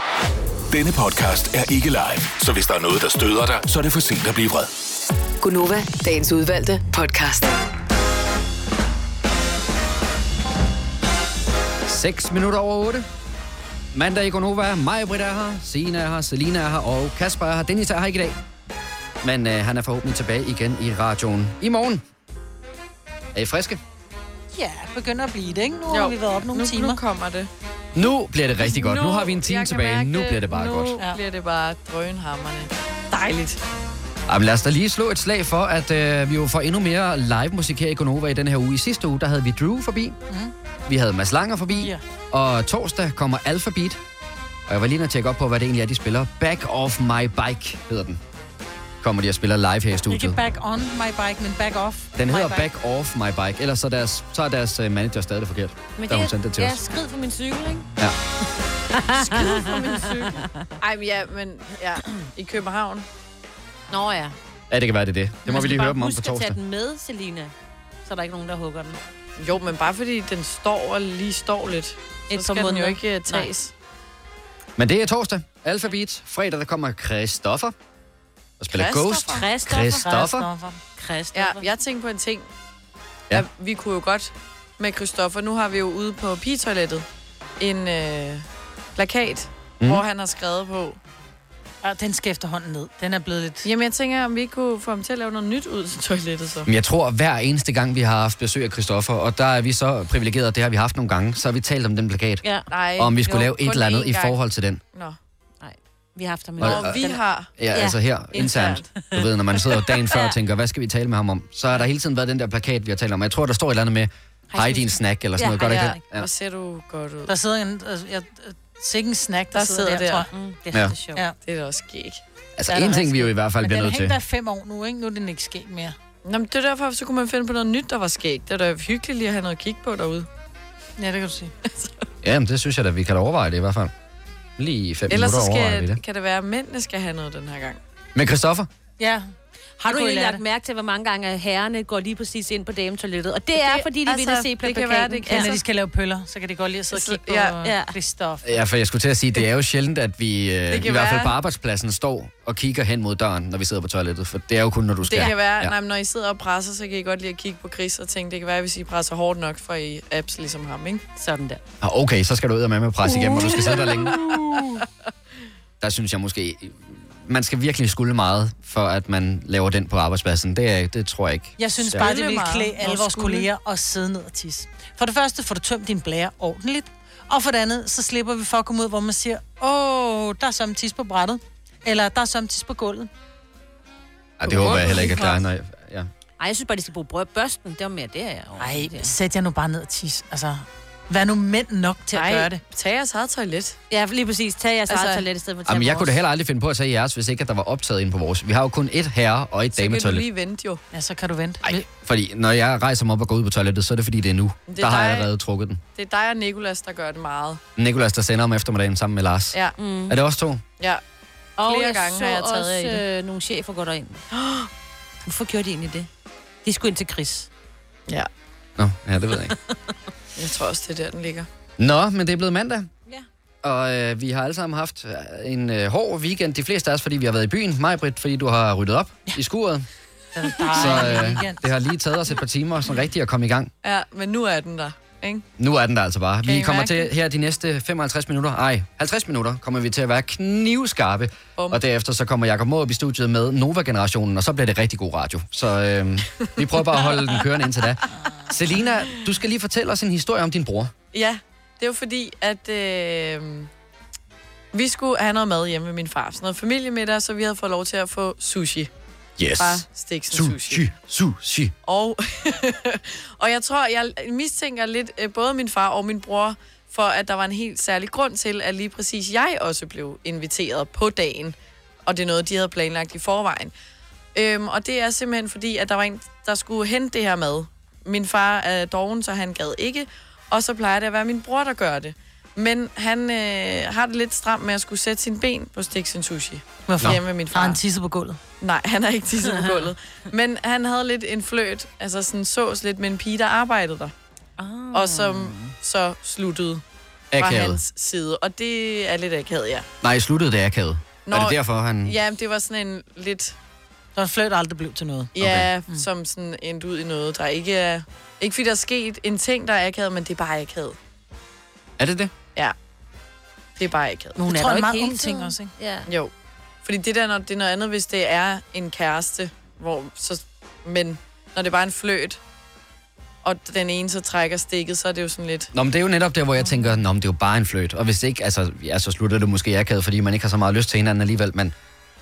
Speaker 7: Denne podcast er ikke live, så hvis der er noget, der støder dig, så er det for sent at blive vred.
Speaker 6: Gunova, dagens udvalgte podcast.
Speaker 2: 6 minutter over 8. Mandag i Gonova er mig, Britt er her, Sina er her, Selina er her, og Kasper er her. Dennis er her ikke i dag, men øh, han er forhåbentlig tilbage igen i radioen i morgen. Er I friske?
Speaker 3: Ja, begynder at blive det, ikke? Nu jo. har vi været op nogle
Speaker 5: nu,
Speaker 3: timer.
Speaker 5: Nu kommer det.
Speaker 2: Nu bliver det rigtig godt. Nu, har vi en time
Speaker 5: jeg kan
Speaker 2: tilbage.
Speaker 5: mærke
Speaker 2: Nu bliver det bare
Speaker 5: nu
Speaker 2: godt.
Speaker 5: Nu bliver det bare drønhammerne. Dejligt.
Speaker 2: Ej, men lad os da lige slå et slag for, at øh, vi jo får endnu mere live musik her i Gonova i den her uge. I sidste uge, der havde vi Drew forbi. Mm. Vi havde Mads Langer forbi.
Speaker 3: Ja.
Speaker 2: Og torsdag kommer Alphabet. Og jeg var lige nødt til at tjekke op på, hvad det egentlig er, de spiller. Back Off My Bike hedder den. Kommer de og spiller live her i
Speaker 3: Ikke
Speaker 2: studiet.
Speaker 3: back on my bike, men back off.
Speaker 2: Den
Speaker 3: my
Speaker 2: hedder
Speaker 3: bike.
Speaker 2: Back Off My Bike. Ellers så er deres, så er deres øh, manager stadig det forkert, da hun sendte det til
Speaker 1: jeg
Speaker 2: os.
Speaker 1: skrid for min cykel, ikke?
Speaker 2: Ja.
Speaker 5: Skide for min cykel. Ej, men ja, men ja, i København.
Speaker 1: Nå ja.
Speaker 2: ja, det kan være, det er det. Det må
Speaker 5: Altså,
Speaker 1: Man
Speaker 2: vi
Speaker 1: skal
Speaker 2: lige
Speaker 1: bare
Speaker 2: høre dem om på
Speaker 1: huske at
Speaker 2: torsdag.
Speaker 1: tage den med, Selina. Så er der ikke nogen, der hugger den.
Speaker 5: Jo, men bare fordi den står og lige står lidt, så
Speaker 1: Et par
Speaker 5: skal den jo
Speaker 1: måneder.
Speaker 5: ikke øh, tages.
Speaker 2: Men det er torsdag. Alphabet. Fredag, der kommer Christoffer. Og spiller Ghost. Christoffer.
Speaker 5: Ja, jeg tænkte på en ting.
Speaker 2: Ja.
Speaker 5: Ja. At vi kunne jo godt med Christoffer, nu har vi jo ude på pigetoilettet en øh, plakat,
Speaker 3: Mm.
Speaker 2: Mhm.
Speaker 5: mm. hvor han har skrevet på.
Speaker 3: Og den skal efterhånden ned. Den er blevet lidt...
Speaker 5: Jamen, jeg tænker, om vi ikke kunne få ham til at lave noget nyt ud til toilettet så.
Speaker 2: Men jeg tror, hver eneste gang, vi har haft besøg af Christoffer, og der er vi så privilegerede, og det har vi haft nogle gange, så har vi talt om den plakat.
Speaker 1: Ja.
Speaker 5: Nej,
Speaker 2: Og om vi skulle
Speaker 5: jo,
Speaker 2: lave et
Speaker 5: kun
Speaker 2: eller andet
Speaker 5: én
Speaker 2: i
Speaker 5: gang.
Speaker 2: forhold til den.
Speaker 5: Nå.
Speaker 1: Nej, vi har haft ham i
Speaker 2: Og-
Speaker 1: år.
Speaker 2: og-
Speaker 5: Vi har...
Speaker 2: Ja, altså her, internt. Du ved, når man sidder dagen før og tænker, hvad skal vi tale med ham om? Så har der hele tiden været den der plakat, vi har talt om. Og Jeg tror, der står et eller andet med, hej din snack, eller sådan noget. Gør der ikke det?
Speaker 5: Hvor ser du godt ud.
Speaker 3: Der sidder en... øh, Jeg, øh, sikken snack, der,
Speaker 5: Der
Speaker 3: sidder,
Speaker 5: sidder
Speaker 3: der,
Speaker 5: der.
Speaker 3: tror jeg. Mm,
Speaker 2: det er Ja. så
Speaker 3: sjovt. Ja.
Speaker 5: Det er da også skæg.
Speaker 2: Altså, en ting, vi jo i hvert fald
Speaker 3: Men
Speaker 2: bliver
Speaker 3: den
Speaker 2: nødt
Speaker 3: hænger
Speaker 2: til.
Speaker 3: der i fem år nu, ikke? Nu er den ikke sket mere.
Speaker 5: Nå, men det er derfor, så kunne man finde på noget nyt, der var skægt. Det er da hyggeligt lige at have noget at kigge på derude.
Speaker 3: Ja, det kan du sige.
Speaker 2: Jamen, det synes jeg da, vi kan da overveje det i hvert fald. Lige fem
Speaker 5: Ellers så
Speaker 2: minutter overvejer vi
Speaker 5: skal,
Speaker 2: det.
Speaker 5: kan det være, at mændene skal have noget den her gang.
Speaker 2: Men Christoffer,
Speaker 3: Ja.
Speaker 1: Har du
Speaker 3: kunne I
Speaker 1: egentlig
Speaker 3: lære
Speaker 1: lagt mærke til, hvor mange gange at herrerne går lige præcis ind på dametoilettet? Og det er, fordi de
Speaker 5: altså,
Speaker 1: vil se på
Speaker 5: det kan
Speaker 1: plakaten.
Speaker 5: være, det kan.
Speaker 3: Ja. Når de skal lave pøller, så kan de godt lige sidde og kigge på
Speaker 5: Ja.
Speaker 3: ja. Christoffer.
Speaker 2: Ja, for jeg skulle til at sige, det er jo sjældent, at vi øh, i
Speaker 5: kan
Speaker 2: hvert fald
Speaker 5: være.
Speaker 2: på arbejdspladsen står og kigger hen mod døren, når vi sidder på toilettet. For det er jo kun, når du
Speaker 5: Det
Speaker 2: skal.
Speaker 5: kan være, nej, men når I sidder og presser, så kan I godt lige at kigge på Chris og tænke, det kan være, hvis I presser hårdt nok, for I apps ligesom ham, ikke?
Speaker 1: Sådan der.
Speaker 2: Ah, okay, så skal du ud og med med pres igennem, og du skal sidde der længe. Der synes jeg måske, man skal virkelig skulle meget, for at man laver den på arbejdspladsen. Det, er, det tror jeg ikke.
Speaker 3: Jeg synes
Speaker 2: Ja.
Speaker 3: bare, det ville
Speaker 5: meget.
Speaker 3: klæde alle
Speaker 5: Nå,
Speaker 3: vores
Speaker 5: skulle.
Speaker 3: kolleger at sidde ned og tisse. For det første får du tømt din blære ordentligt, og for det andet, så slipper vi for at komme ud, hvor man siger, åh, der er som tis på brættet, eller der er som tis på gulvet.
Speaker 2: Ej, det håber jeg heller ikke, at klare. Nej, ja.
Speaker 1: Ej, jeg synes bare, de skal bruge brød- børsten. Det var mere det, jeg
Speaker 3: Nej, sæt jer nu bare ned og tis. Altså, vær nu mænd nok til at
Speaker 5: Nej,
Speaker 3: gøre det.
Speaker 5: tag jeres eget toilet.
Speaker 1: Ja, lige præcis. Tag jeres
Speaker 5: Altså,
Speaker 1: altså, eget toilet i stedet for at tage
Speaker 2: Jamen, jeg kunne
Speaker 1: vores.
Speaker 2: da heller aldrig finde på at tage jeres, hvis ikke at der var optaget inde på vores. Vi har jo kun et herre og et
Speaker 5: Så kan du
Speaker 2: dametoilet.
Speaker 5: lige vente jo.
Speaker 3: Ja, så kan du vente.
Speaker 2: Nej. Fordi når jeg rejser mig op og går ud på toilettet, så er det fordi, det er nu.
Speaker 5: Det
Speaker 2: Det
Speaker 5: er
Speaker 2: der har jeg
Speaker 5: dig.
Speaker 2: allerede trukket den.
Speaker 5: Det er dig og Nikolas, der gør det meget.
Speaker 2: Nikolas, der sender om eftermiddagen sammen med Lars.
Speaker 5: Ja.
Speaker 1: Mm.
Speaker 2: Er det også to?
Speaker 5: Ja.
Speaker 1: Og
Speaker 5: Flere
Speaker 1: jeg
Speaker 5: gange
Speaker 1: så
Speaker 5: har jeg taget
Speaker 1: også,
Speaker 5: af i det.
Speaker 1: Øh, nogle chefer går derind. Hvorfor gjorde de egentlig det? De skulle ind til Chris.
Speaker 5: Ja.
Speaker 2: Nå, ja, det ved jeg ikke.
Speaker 5: Jeg tror også, det er der, den ligger.
Speaker 2: Nå, men det er blevet mandag. Ja. Og øh, vi har alle sammen haft øh, en øh, hård weekend. De fleste af os, fordi vi har været i byen. Mig, Britt, fordi du har ryddet op ja. i skuret. Så øh, det har lige taget os et par timer sådan rigtigt at komme i gang.
Speaker 5: Ja, men nu er den der, ikke?
Speaker 2: Nu er den der altså bare.
Speaker 5: Kan
Speaker 2: vi
Speaker 5: I
Speaker 2: kommer
Speaker 5: mærke
Speaker 2: til her de næste 55 minutter. Ej, 50 minutter kommer vi til at være knivskarpe.
Speaker 5: Bum.
Speaker 2: Og derefter så kommer Jacob Måb i studiet med Nova-generationen, og så bliver det rigtig god radio. Så øh, vi prøver bare at holde den kørende indtil da. Selina, du skal lige fortælle os en historie om din bror.
Speaker 5: Ja, det er jo fordi, at øh, Vi skulle have noget mad hjemme ved min far. Sådan noget familiemiddag, så vi havde fået lov til at få sushi.
Speaker 2: Yes.
Speaker 5: Fra Stiksen Sushi.
Speaker 2: Sushi. Sushi.
Speaker 5: Og, og jeg tror, jeg mistænker lidt øh, både min far og min bror, for at der var en helt særlig grund til, at lige præcis jeg også blev inviteret på dagen. Og det er noget, de havde planlagt i forvejen. Øhm, og det er simpelthen fordi, at der var en, der skulle hente det her mad. Min far er doven, så han gad ikke. Og så plejer det at være min bror, der gør det. Men han øh, har det lidt stramt med at skulle sætte sin ben på Stiksen Sushi.
Speaker 3: Hvorfor?
Speaker 5: Hjemme med min far.
Speaker 3: Har han tisset på gulvet?
Speaker 5: Nej, han har ikke tisset på gulvet. Men han havde lidt en fløt, altså sådan sås lidt med en pige, der arbejdede der.
Speaker 3: Ah.
Speaker 5: Oh. Og som så sluttede fra
Speaker 2: Akavet.
Speaker 5: hans side. Og det er lidt akavet, ja.
Speaker 2: Nej, i sluttet det er akavet. Nå, er det derfor, han...
Speaker 5: Ja, det var sådan en lidt...
Speaker 3: Der var fløjt aldrig blev til noget. Mm.
Speaker 5: Ja, okay. som sådan endte ud i noget, der ikke er... Ikke fordi der er sket en ting, der er akavet, men det er bare akavet.
Speaker 2: Er det det?
Speaker 5: Ja. Det er bare akavet.
Speaker 3: Men hun
Speaker 5: Jeg
Speaker 3: er
Speaker 5: tror,
Speaker 3: der
Speaker 5: det
Speaker 3: ikke
Speaker 5: meget
Speaker 3: hele
Speaker 5: ung ting
Speaker 3: tiden.
Speaker 5: også,
Speaker 1: Ja.
Speaker 5: Jo. Fordi det der, når, det er noget andet, hvis det er en kæreste, hvor så, men når det er bare en fløt, og den ene så trækker stikket, så er det jo sådan lidt...
Speaker 2: Nå, men det er jo netop der, hvor jeg tænker, nå, men det er jo bare en fløjt. Og hvis det ikke, altså, ja, så slutter det måske akavet, fordi man ikke har så meget lyst til hinanden alligevel, men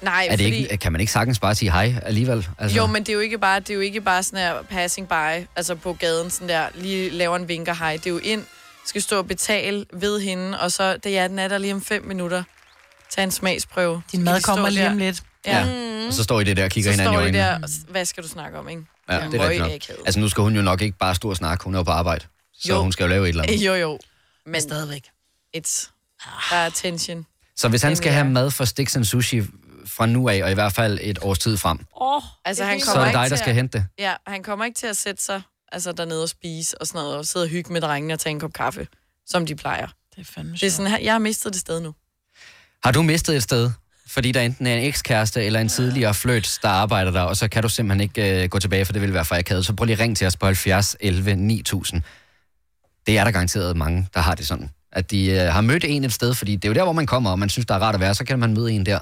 Speaker 5: Nej,
Speaker 2: er det
Speaker 5: fordi...
Speaker 2: ikke, kan man ikke sagtens bare sige hej alligevel?
Speaker 5: Altså... Jo, men det er jo ikke bare, det er jo ikke bare sådan her passing by, altså på gaden sådan der, lige laver en vinker hej. Det er jo ind, skal stå og betale ved hende, og så, det er den er der lige om fem minutter. Tag en smagsprøve.
Speaker 3: Din
Speaker 5: Så
Speaker 3: mad
Speaker 5: kan de stå
Speaker 3: kommer lige
Speaker 5: der.
Speaker 3: om lidt.
Speaker 5: Ja.
Speaker 2: Ja. Og så står I det der og kigger
Speaker 5: Mm-hmm. så
Speaker 2: hinanden i
Speaker 5: står I
Speaker 2: øjnene.
Speaker 5: der, og s- hvad skal du snakke om, ikke?
Speaker 2: Ja, det er
Speaker 5: Møg
Speaker 2: rigtigt nok.
Speaker 5: akavet.
Speaker 2: Altså, nu skal hun jo nok ikke bare stå og snakke, hun er jo på arbejde. Så
Speaker 5: Jo.
Speaker 2: hun skal jo lave et eller andet.
Speaker 5: Jo, jo. Men, men stadigvæk. It's, der er tension.
Speaker 2: Så hvis han
Speaker 5: Men
Speaker 2: skal
Speaker 5: ja.
Speaker 2: have mad fra Sticks and Sushi fra nu af, og i hvert fald et års tid frem,
Speaker 5: Oh, altså, han
Speaker 2: Så
Speaker 5: kommer
Speaker 2: er det
Speaker 5: ikke
Speaker 2: dig,
Speaker 5: til
Speaker 2: der skal
Speaker 5: at,
Speaker 2: hente det.
Speaker 5: Ja, han kommer ikke til at sætte sig altså, dernede og spise og sådan noget, og sidde og hygge med drengene og tage en kop kaffe, som de plejer. Det
Speaker 3: er fandme
Speaker 5: Det er sådan, her- jeg har mistet det sted nu.
Speaker 2: Har du mistet et sted, fordi der enten er en ekskæreste eller en tidligere fløt, der arbejder der, og så kan du simpelthen ikke øh, gå tilbage, for det vil være for akavet. Så prøv lige at ringe til os på 70 11 9000. Det er der garanteret mange, der har det sådan. At de øh, har mødt en et sted, fordi det er jo der, hvor man kommer, og man synes, der er rart at være, så kan man møde en der.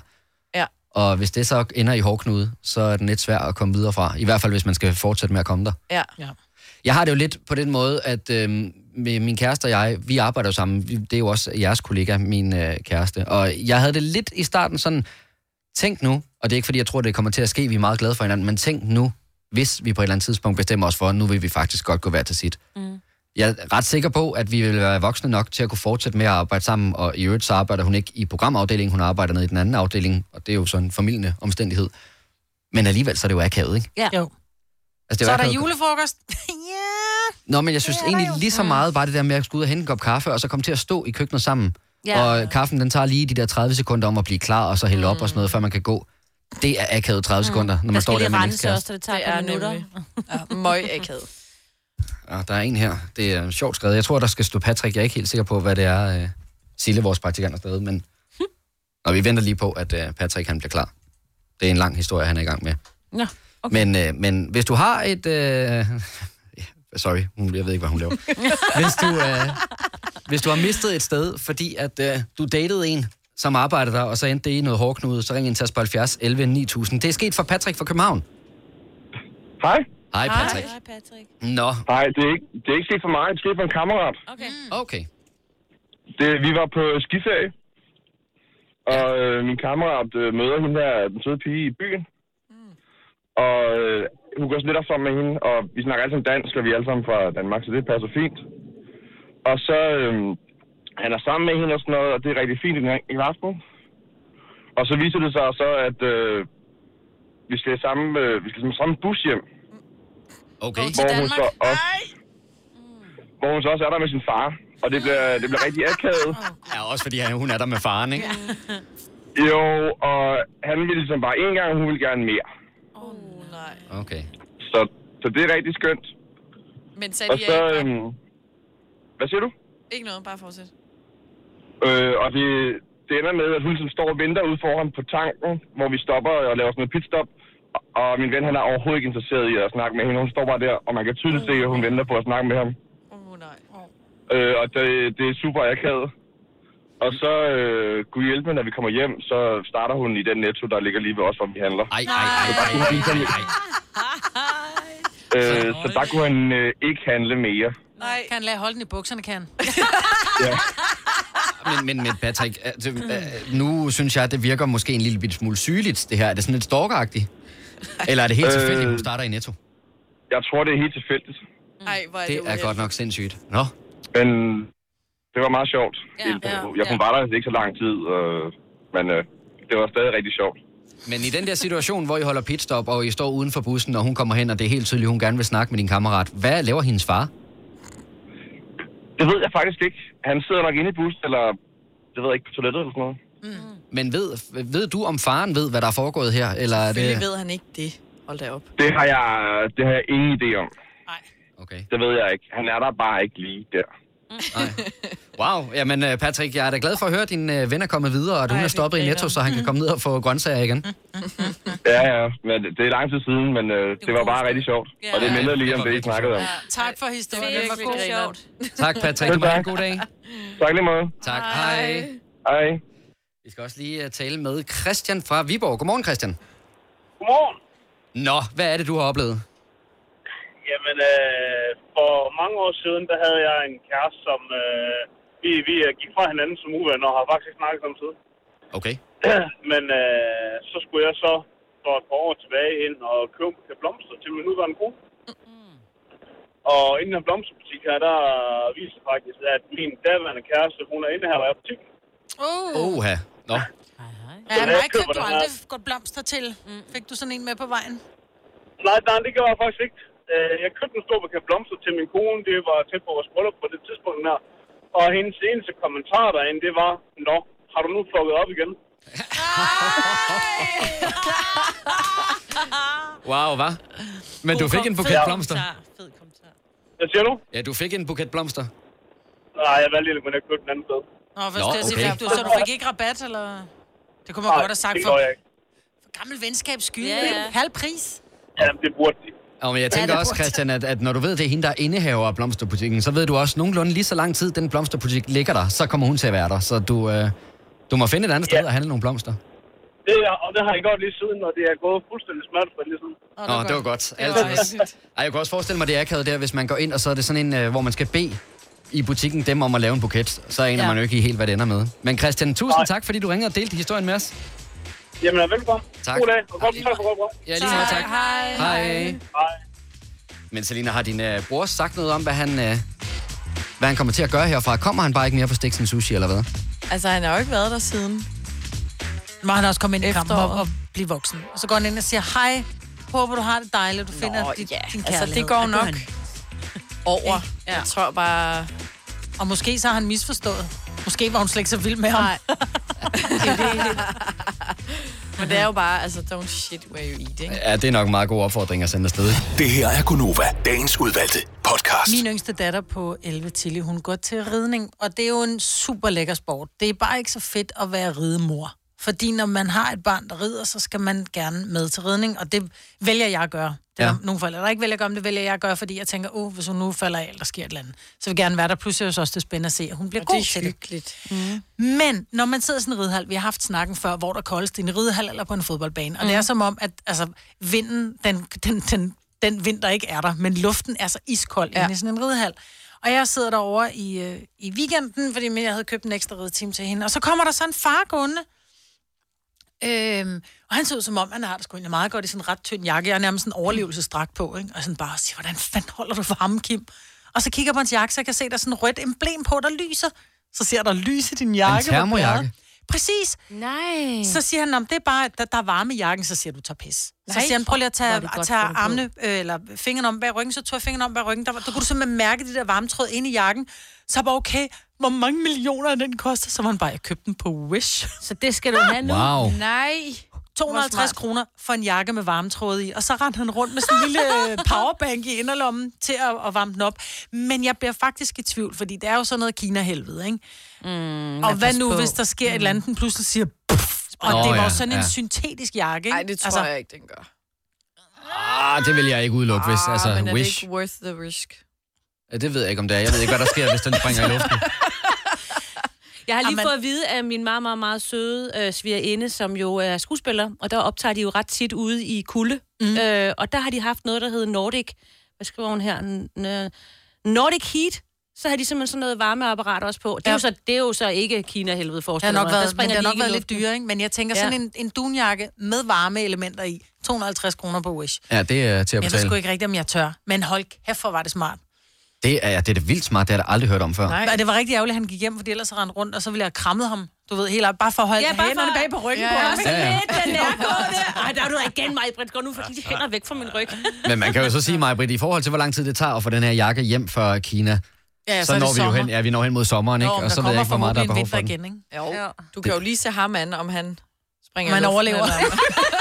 Speaker 5: Ja.
Speaker 2: Og hvis det så ender i hårdknude, så er den lidt svær at komme videre fra. I hvert fald, hvis man skal fortsætte med at komme der.
Speaker 5: Ja.
Speaker 3: ja.
Speaker 2: Jeg har det jo lidt på den måde, at øh, med min kæreste og jeg, vi arbejder jo sammen. Vi- Det er jo også jeres kollega, min øh, kæreste. Og jeg havde det lidt i starten sådan, tænk nu, og det er ikke fordi, jeg tror, det kommer til at ske, vi er meget glade for hinanden, men tænk nu, hvis vi på et eller andet tidspunkt bestemmer os for, at nu vil vi faktisk godt gå hver til sit.
Speaker 18: Mm.
Speaker 2: Jeg er ret sikker på, at vi vil være voksne nok til at kunne fortsætte med at arbejde sammen, og i øvrigt så arbejder hun ikke i programafdelingen, hun arbejder nede i den anden afdeling, og det er jo sådan en familiende omstændighed. Men alligevel, så er det jo akavet, ikke?
Speaker 3: Ja. Jo.
Speaker 2: Altså,
Speaker 3: så er der
Speaker 2: akavet.
Speaker 3: julefrokost.
Speaker 2: Nå, men jeg synes egentlig lige så meget bare det der med at skulle ud og hente en kop kaffe, og så komme til at stå i køkkenet sammen.
Speaker 3: Ja.
Speaker 2: Ja. Og kaffen, den tager lige de der 30 sekunder om at blive klar, og så hælde mm. op og sådan noget, før man kan gå. Det er akavet 30 mm. sekunder, når man står der med en
Speaker 1: også, og det tager et par minutter.
Speaker 5: Ja, møg akavet.
Speaker 2: Ja, der er en her. Det er sjovt skrevet. Jeg tror, der skal stå Patrick. Jeg er ikke helt sikker på, hvad det er, øh, Sille, vores praktikant, er stadig, men... Og vi venter lige på, at øh, Patrick han bliver klar. Det er en lang historie, han er i gang med.
Speaker 1: Nå,
Speaker 2: Okay. Men, øh, men hvis du har et... Øh, sorry, hun- jeg ved ikke, hvad hun laver. hvis, du, øh, hvis du har mistet et sted, fordi at øh, du datede en, som arbejder der, og så endte det i noget hårdknude, så ring ind til os på 70 11 9000. Det er sket for Patrick fra København.
Speaker 19: Hej.
Speaker 2: Hej, Patrick.
Speaker 1: Hej, Patrick.
Speaker 2: Nå.
Speaker 19: Nej, det er ikke, det er ikke sket for mig. Det skete for en kammerat.
Speaker 1: Okay.
Speaker 2: Okay.
Speaker 19: Det, vi var på skiferie, og øh, min kammerat øh, møder hende der, den søde pige i byen. Og øh, hun går sådan lidt op sammen med hende, og vi snakker alle sammen dansk, og vi er alle sammen fra Danmark, så det passer fint. Og så, øh, han er sammen med hende og sådan noget, og det er rigtig fint i den her- i den aften. Og så viser det sig så, at øh, vi skal i samme, øh, vi skal i samme bus hjem.
Speaker 2: Okay.
Speaker 19: Hvor hun så også, hvor hun så også er der med sin far. Og det bliver, det bliver rigtig akavet.
Speaker 2: Ja, også fordi han, hun er der med faren, ikke?
Speaker 19: Jo, og han ville ligesom bare en gang, hun ville gerne mere.
Speaker 2: Okay.
Speaker 19: Så, så det er rigtig skønt.
Speaker 5: Men sagde
Speaker 19: Og
Speaker 5: de
Speaker 19: så,
Speaker 5: så... ikke,
Speaker 19: øhm, hvad siger du?
Speaker 5: ikke noget, bare fortsæt.
Speaker 19: Øh, og det, det ender med, at hun ligesom står og venter ude foran på tanken, hvor vi stopper og laver sådan noget pitstop. Og min ven, han er overhovedet ikke interesseret i at snakke med hende. Hun står bare der, og man kan tydeligt se, at hun venter på at snakke med ham. Øh, og det, det er super akavet. Og så, øh, gud hjælpe mig, når vi kommer hjem, så starter hun i den netto, der ligger lige ved os, hvor vi handler.
Speaker 2: Ej, ej, ej, ej,
Speaker 19: Øh, så der kunne han øh, ikke handle mere.
Speaker 3: Nej. Kan han lade holde den i bukserne, kan han?
Speaker 2: men, men, men Patrick, altså, øh, nu synes jeg, det virker måske en lille bitte smule sygeligt, det her. Er det sådan lidt stalkeragtigt? Eller er det
Speaker 19: Øh.
Speaker 2: helt tilfældigt, at hun starter i Netto?
Speaker 19: Jeg tror, det er helt tilfældigt.
Speaker 5: Ej, hvor er
Speaker 2: Det er godt nok sindssygt. Nå.
Speaker 19: Men det var meget sjovt. Ja, ja, jeg kunne ja. bare der ikke så lang tid, øh, men øh, det var stadig rigtig sjovt.
Speaker 2: Men i den der situation, hvor I holder pitstop, og I står uden for bussen, og hun kommer hen, og det er helt tydeligt, hun gerne vil snakke med din kammerat. Hvad laver hendes far?
Speaker 19: Det ved jeg faktisk ikke. Han sidder nok inde i bussen, eller det ved jeg ikke, på toilettet eller sådan noget.
Speaker 2: Men ved, ved du, om faren ved, hvad der er foregået her? Eller er
Speaker 5: Selvfølgelig
Speaker 2: det...
Speaker 5: ved han ikke det. Hold da op.
Speaker 19: Det har jeg, det har jeg ingen idé om.
Speaker 5: Nej.
Speaker 2: Okay.
Speaker 19: Det ved jeg ikke. Han er der bare ikke lige der.
Speaker 2: Wow, jamen øh, Patrick, jeg er da glad for at høre, at din øh, ven er kommet videre, og at hun
Speaker 19: Ej,
Speaker 2: er
Speaker 19: vi
Speaker 2: stoppet i
Speaker 19: griner.
Speaker 2: Netto, så han kan komme ned og få grøntsager igen.
Speaker 19: Ja, ja. Men det er lang tid siden, men øh, det var bare rigtig sjovt.
Speaker 3: Ja.
Speaker 19: Og det minder lige om det, I snakkede om.
Speaker 3: Tak for historien. Det var god sjovt.
Speaker 2: Tak, Patrick. Du må have en god dag.
Speaker 19: Tak lige meget.
Speaker 2: Tak. Hej.
Speaker 19: Hej.
Speaker 2: Vi skal også lige øh, tale med Christian fra Viborg. Godmorgen, Christian.
Speaker 18: Godmorgen.
Speaker 2: Nå, hvad er det, du har oplevet?
Speaker 18: Jamen, øh, for mange år siden, der havde jeg en kæreste, som øh, vi, vi øh, gik fra hinanden som uvenner og har faktisk ikke snakket om siden.
Speaker 2: Okay.
Speaker 18: Men øh, så skulle jeg så for et par år tilbage ind og købe til blomster til min nuværende kone. Og inden den blomsterbutik her, der viser faktisk, at min daværende kæreste, hun er inde her i butik.
Speaker 3: Uh.
Speaker 2: Oha. Nå.
Speaker 3: Ja,
Speaker 18: Så jeg
Speaker 3: nej, købte
Speaker 18: køber
Speaker 3: du
Speaker 18: den her.
Speaker 3: aldrig godt blomster til. Fik du sådan en med på vejen?
Speaker 18: Nej, nej, det gjorde jeg faktisk ikke. Øh, Jeg købte en stor buket blomster til min kone. Det var tæt på vores bryllup på det tidspunkt der. Og hendes eneste kommentar derinde, det var, Nå, har du nu flukket op igen?
Speaker 2: Wow, hvad? Men du fik en buket blomster.
Speaker 18: Hvad siger du?
Speaker 2: Ja, du fik en buket blomster.
Speaker 18: Nej, jeg valgte lige at gå ned og købe den anden sted.
Speaker 3: Nå, hvad
Speaker 2: Nå,
Speaker 3: skal jeg sige,
Speaker 2: okay.
Speaker 3: fik du, så du fik ikke rabat, eller? Det kunne man
Speaker 18: Nej,
Speaker 3: godt have sagt
Speaker 18: det
Speaker 3: for,
Speaker 18: gjorde jeg ikke.
Speaker 3: for gammel venskab skyld.
Speaker 18: Ja, ja.
Speaker 3: Ja, Halv pris.
Speaker 18: Ja, det burde de.
Speaker 2: Og men jeg
Speaker 3: Ja,
Speaker 2: tænker
Speaker 3: det
Speaker 2: også,
Speaker 3: burde-
Speaker 2: Christian, at, at når du ved, at det er hende, der er indehaver af blomsterbutikken, så ved du også nogenlunde lige så lang tid, den blomsterbutik ligger der, så kommer hun til at være der. Så du, øh, du må finde et andet sted og handle nogle blomster.
Speaker 18: Det er, og det har jeg gjort lige siden, og det er gået fuldstændig smertefrit lige siden.
Speaker 2: Nå, det var godt. Altid. Ej, jeg kan også forestille mig, det er akavet der, hvis man går ind, og så er det sådan en, øh, hvor man skal bede i butikken dem om at lave en buket. Så aner
Speaker 18: Ja.
Speaker 2: man jo ikke helt, hvad det ender med. Men Christian, tusind tak, fordi du ringede og delte historien med os.
Speaker 18: Jamen, velkommen.
Speaker 2: Tak.
Speaker 18: God dag, og godt tak for godt program.
Speaker 2: Ja, lige meget, tak.
Speaker 18: Hej.
Speaker 2: Hej. Men Selina, har din øh, bror sagt noget om, hvad han, øh, hvad han kommer til at gøre herfra? Kommer han bare ikke mere for Stiksen Sushi, eller hvad?
Speaker 5: Altså, han har jo ikke været der siden.
Speaker 3: Må han også komme ind i kampen og, og blive voksen. Og så går han ind og siger, hej, håber du har det dejligt, du finder Nå, dit, din kærlighed.
Speaker 5: Altså, det går
Speaker 3: Og
Speaker 5: nok
Speaker 3: han-
Speaker 5: over. Jeg tror bare...
Speaker 3: Og måske så har han misforstået. Måske var hun slet ikke så vild med ham. Nej.
Speaker 5: Men det er jo bare, altså, don't shit where you eat, ikke?
Speaker 2: Ja, det er nok en meget god opfordring at sende afsted.
Speaker 7: Det her er Gunova, dagens udvalgte podcast.
Speaker 3: Min yngste datter på 11, Tilly, hun går til ridning, og det er jo en super lækker sport. Det er bare ikke så fedt at være ridemor. Fordi når man har et barn, der rider, så skal man gerne med til ridning, og det vælger jeg at gøre. Det er
Speaker 20: Ja.
Speaker 3: ja. nogle forældre, der ikke vælger at gøre, men det vælger jeg at gøre, fordi jeg tænker, oh, hvis hun nu falder af, eller sker et eller andet, så vil jeg gerne være der. Plus er det jo så også det spændende at se, at hun bliver
Speaker 5: Og
Speaker 3: god
Speaker 5: det er
Speaker 3: til
Speaker 5: hyggeligt.
Speaker 1: Mm.
Speaker 3: det. Men når man sidder i sådan en ridehal, vi har haft snakken før, hvor der koldes, det er en ridehal eller på en fodboldbane, og det er som om, at altså, vinden, den, den, den, den vind, der ikke er der, men luften er så iskold ja. inde i sådan en ridehal. Og jeg sidder derovre i, øh, i weekenden, fordi men jeg havde købt en ekstra ridetime til hende, og så kommer der så en far gående, Øhm, og han så ud som om, han har det sgu egentlig meget godt i sådan en ret tynd jakke. Jeg har nærmest en overlevelsesdragt på, ikke? Og sådan bare siger, hvordan fanden holder du for ham, Kim? Og så kigger jeg på hans jakke, så jeg kan se, der er sådan et rødt emblem på, der lyser. Så ser der lys i din jakke. hvor
Speaker 2: termojakke?
Speaker 3: bladret- Præcis.
Speaker 4: Nej.
Speaker 3: Så siger han, om det er bare, at der, der er varme i jakken, så siger du, tager pis. Så
Speaker 4: Nej,
Speaker 3: siger han, prøv lige at tage,
Speaker 4: hvor er det
Speaker 3: at
Speaker 4: godt
Speaker 3: tage
Speaker 4: fundet på.
Speaker 3: armene, øh, eller fingrene om bag ryggen, så tog jeg fingrene om bag ryggen. Der, var, der kunne du simpelthen mærke det der varmetråd ind i jakken. Så var okay, hvor mange millioner den koster, så var han bare, jeg købte den på Wish.
Speaker 1: Så det skal du have nu. Wow.
Speaker 5: Nej.
Speaker 3: 250 kroner for en jakke med varmetråd i, og så rendte han rundt med sådan en lille øh, powerbank i inderlommen til at, at varme den op. Men jeg bliver faktisk i tvivl, fordi det er jo sådan noget Kina-helvede, ikke? Mm, og
Speaker 4: men
Speaker 3: hvad
Speaker 4: pas
Speaker 3: nu,
Speaker 4: på.
Speaker 3: hvis der sker mm. et eller andet, den pludselig siger... Puff, og
Speaker 2: Nå,
Speaker 3: det var
Speaker 2: ja,
Speaker 3: jo sådan en
Speaker 2: ja.
Speaker 3: syntetisk jakke,
Speaker 5: Nej, det tror altså, jeg ikke, den gør.
Speaker 2: Ah, det vil jeg ikke udelukke, hvis... Altså,
Speaker 5: Ah, men er det
Speaker 2: wish.
Speaker 5: ikke worth the risk?
Speaker 2: Ja, det ved jeg ikke, om det er. Jeg ved ikke, hvad der sker, hvis den springer i luften.
Speaker 1: Jeg har lige
Speaker 3: Amen.
Speaker 1: fået at vide af min meget, meget, meget søde øh, svigerinde, som jo er skuespiller, og der optager de jo ret tit ude i kulde. Mm. Øh, og der har de haft noget, der hedder Nordic, hvad skriver hun her? N- øh, Nordic Heat, så havde de simpelthen sådan noget varmeapparat også på. Det er, ja. jo, så, det er jo så ikke Kina-helvede,
Speaker 3: Det har
Speaker 1: forestiller
Speaker 3: nok
Speaker 1: mig. Der
Speaker 3: været, men
Speaker 1: springer
Speaker 3: det har
Speaker 1: de
Speaker 3: nok
Speaker 1: ikke i
Speaker 3: været lidt
Speaker 1: luften.
Speaker 3: dyre, ikke? Men jeg tænker
Speaker 1: Ja.
Speaker 3: sådan en, en dunjakke med varme elementer i. 250 kroner på Wish.
Speaker 2: Ja, det er til
Speaker 3: Jeg
Speaker 2: at
Speaker 3: ved
Speaker 2: betale.
Speaker 3: sgu ikke rigtigt, om jeg tør. Men hold kæft, hvor var det smart.
Speaker 2: Det er, det er da vildt smart, det har jeg da aldrig hørt om før.
Speaker 3: Nej. Og det var rigtig ærgerligt, at han gik hjem, fordi ellers rendte rundt, og så ville jeg have krammet ham. Du ved, helt op, bare for at holde
Speaker 1: Ja,
Speaker 3: ja,
Speaker 1: bare for-
Speaker 3: bare hænderne bag på ryggen
Speaker 1: Ja,
Speaker 3: ja, på
Speaker 1: ja.
Speaker 3: ham.
Speaker 2: Ja, ja.
Speaker 1: Den der gående. Ej, der er du da igen, mig, Britt. Gå nu for de hænder væk fra min ryg.
Speaker 2: Men man kan jo så sige, mig, Britt, i forhold til, hvor lang tid det tager at få den her jakke hjem fra Kina,
Speaker 5: Ja,
Speaker 2: ja,
Speaker 5: så
Speaker 2: så,
Speaker 5: er
Speaker 2: så
Speaker 5: det
Speaker 2: når vi jo
Speaker 5: sommer.
Speaker 2: hen, ja, vi når hen mod sommeren, ikke?
Speaker 5: Nå, men
Speaker 2: og
Speaker 5: der
Speaker 2: så ved jeg
Speaker 5: kommer
Speaker 2: ikke, hvor meget der er
Speaker 5: forhåbentlig
Speaker 2: behov
Speaker 5: en
Speaker 2: for den.
Speaker 5: vinter ikke? Jo. Du kan jo lige se ham an, om han springer
Speaker 3: Man
Speaker 5: i luften,
Speaker 3: overlever.
Speaker 5: eller-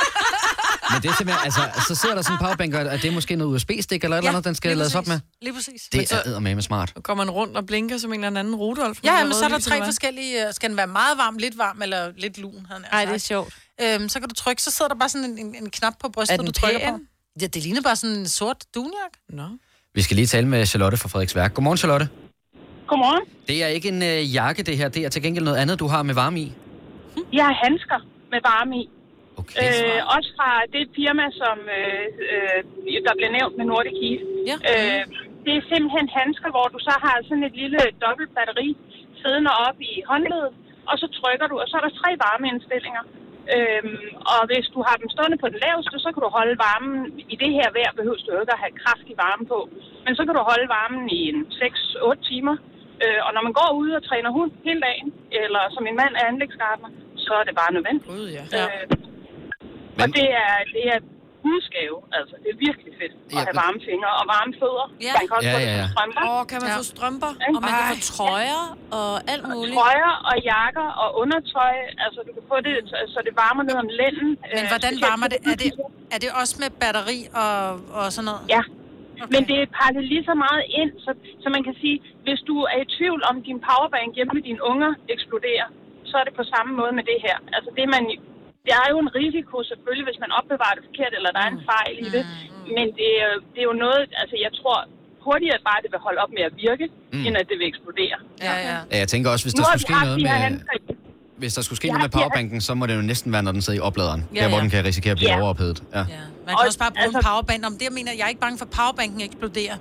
Speaker 2: Men det er simpelthen, altså, så sidder der sådan en powerbank, og er det måske noget USB-stik eller et eller andet, den skal lades op med?
Speaker 3: Lige præcis.
Speaker 2: Det er med smart.
Speaker 5: Går man rundt og blinker som en eller anden Rudolf?
Speaker 3: Ja, men så er der tre forskellige. øh, Skal den være meget varm, lidt varm eller lidt lun? Nej, det er
Speaker 1: sjovt.
Speaker 3: Øhm, så kan du trykke, så sidder der bare sådan en, en, en knap på
Speaker 5: Er
Speaker 3: brystet,
Speaker 5: den
Speaker 3: du trykker på.
Speaker 5: pæn?
Speaker 3: Ja, det ligner bare sådan en sort dunjak.
Speaker 5: Nå.
Speaker 2: Vi skal lige tale med Charlotte fra Frederiksværk. Godmorgen, Charlotte.
Speaker 21: Godmorgen.
Speaker 2: Det er ikke en øh, jakke, det her. Det er til gengæld noget andet, du har med varme i.
Speaker 21: Jeg har handsker med varme i.
Speaker 2: Okay,
Speaker 21: øh, også fra det firma, som øh, øh, der blev nævnt med Nordic Heat.
Speaker 1: Ja.
Speaker 21: Øh, det er simpelthen handsker, hvor du så har sådan et lille dobbelt batteri siddende op i håndledet, og så trykker du, og så er der tre varmeindstillinger. Øhm, og hvis du har dem stående på den laveste, så kan du holde varmen. I det her vejr behøver du jo ikke at have kraftig varme på. Men så kan du holde varmen i en 6-8 timer. Øh, og når man går ud og træner hund hele dagen, eller som min mand er anlægsgartner, så er det bare nødvendigt.
Speaker 5: Gud, ja.
Speaker 21: Øh, og det er, det er Guds gave, altså. Det er virkelig fedt at have varme fingre og varme fødder. Ja. Man kan også
Speaker 2: Ja,
Speaker 21: få det
Speaker 2: ja,
Speaker 21: på
Speaker 2: ja.
Speaker 21: strømper.
Speaker 5: Åh, kan man få strømper?
Speaker 1: Og man kan få trøjer og alt muligt.
Speaker 21: Trøjer og jakker og undertøj. Altså, du kan få det, så det varmer ned om lænden.
Speaker 3: Men
Speaker 21: Øh,
Speaker 3: hvordan
Speaker 21: specielt-
Speaker 3: varmer det? Er det, er det også med batteri og, og sådan noget?
Speaker 21: Ja. Okay. Men det er pakket lige så meget ind, så, så man kan sige, hvis du er i tvivl om din powerbank hjemme med dine unger eksploderer, så er det på samme måde med det her. Altså det man, der er jo en risiko selvfølgelig, hvis man opbevarer det forkert, eller der er
Speaker 3: Mm.
Speaker 21: en fejl i det. Men det, er- det er jo noget, altså jeg tror hurtigere bare det vil holde op med at virke,
Speaker 2: Mm.
Speaker 21: mm. end at det vil eksplodere.
Speaker 3: Ja, ja.
Speaker 2: Ja, jeg tænker også, hvis der
Speaker 21: Nu har vi
Speaker 2: skulle ske
Speaker 21: haft
Speaker 2: noget
Speaker 21: de her
Speaker 2: med,
Speaker 21: angreb.
Speaker 2: hvis der skulle ske
Speaker 21: Ja,
Speaker 2: noget med
Speaker 21: ja.
Speaker 2: powerbanken, så må det jo næsten være, når den sidder i opladeren.
Speaker 3: Ja,
Speaker 2: Der, hvor
Speaker 3: ja.
Speaker 2: den kan risikere at blive
Speaker 3: Ja.
Speaker 2: overophedet. Ja.
Speaker 3: Man kan også bare bruge altså... en powerbank. Om det, jeg mener, jeg er ikke bange for, at powerbanken eksploderer.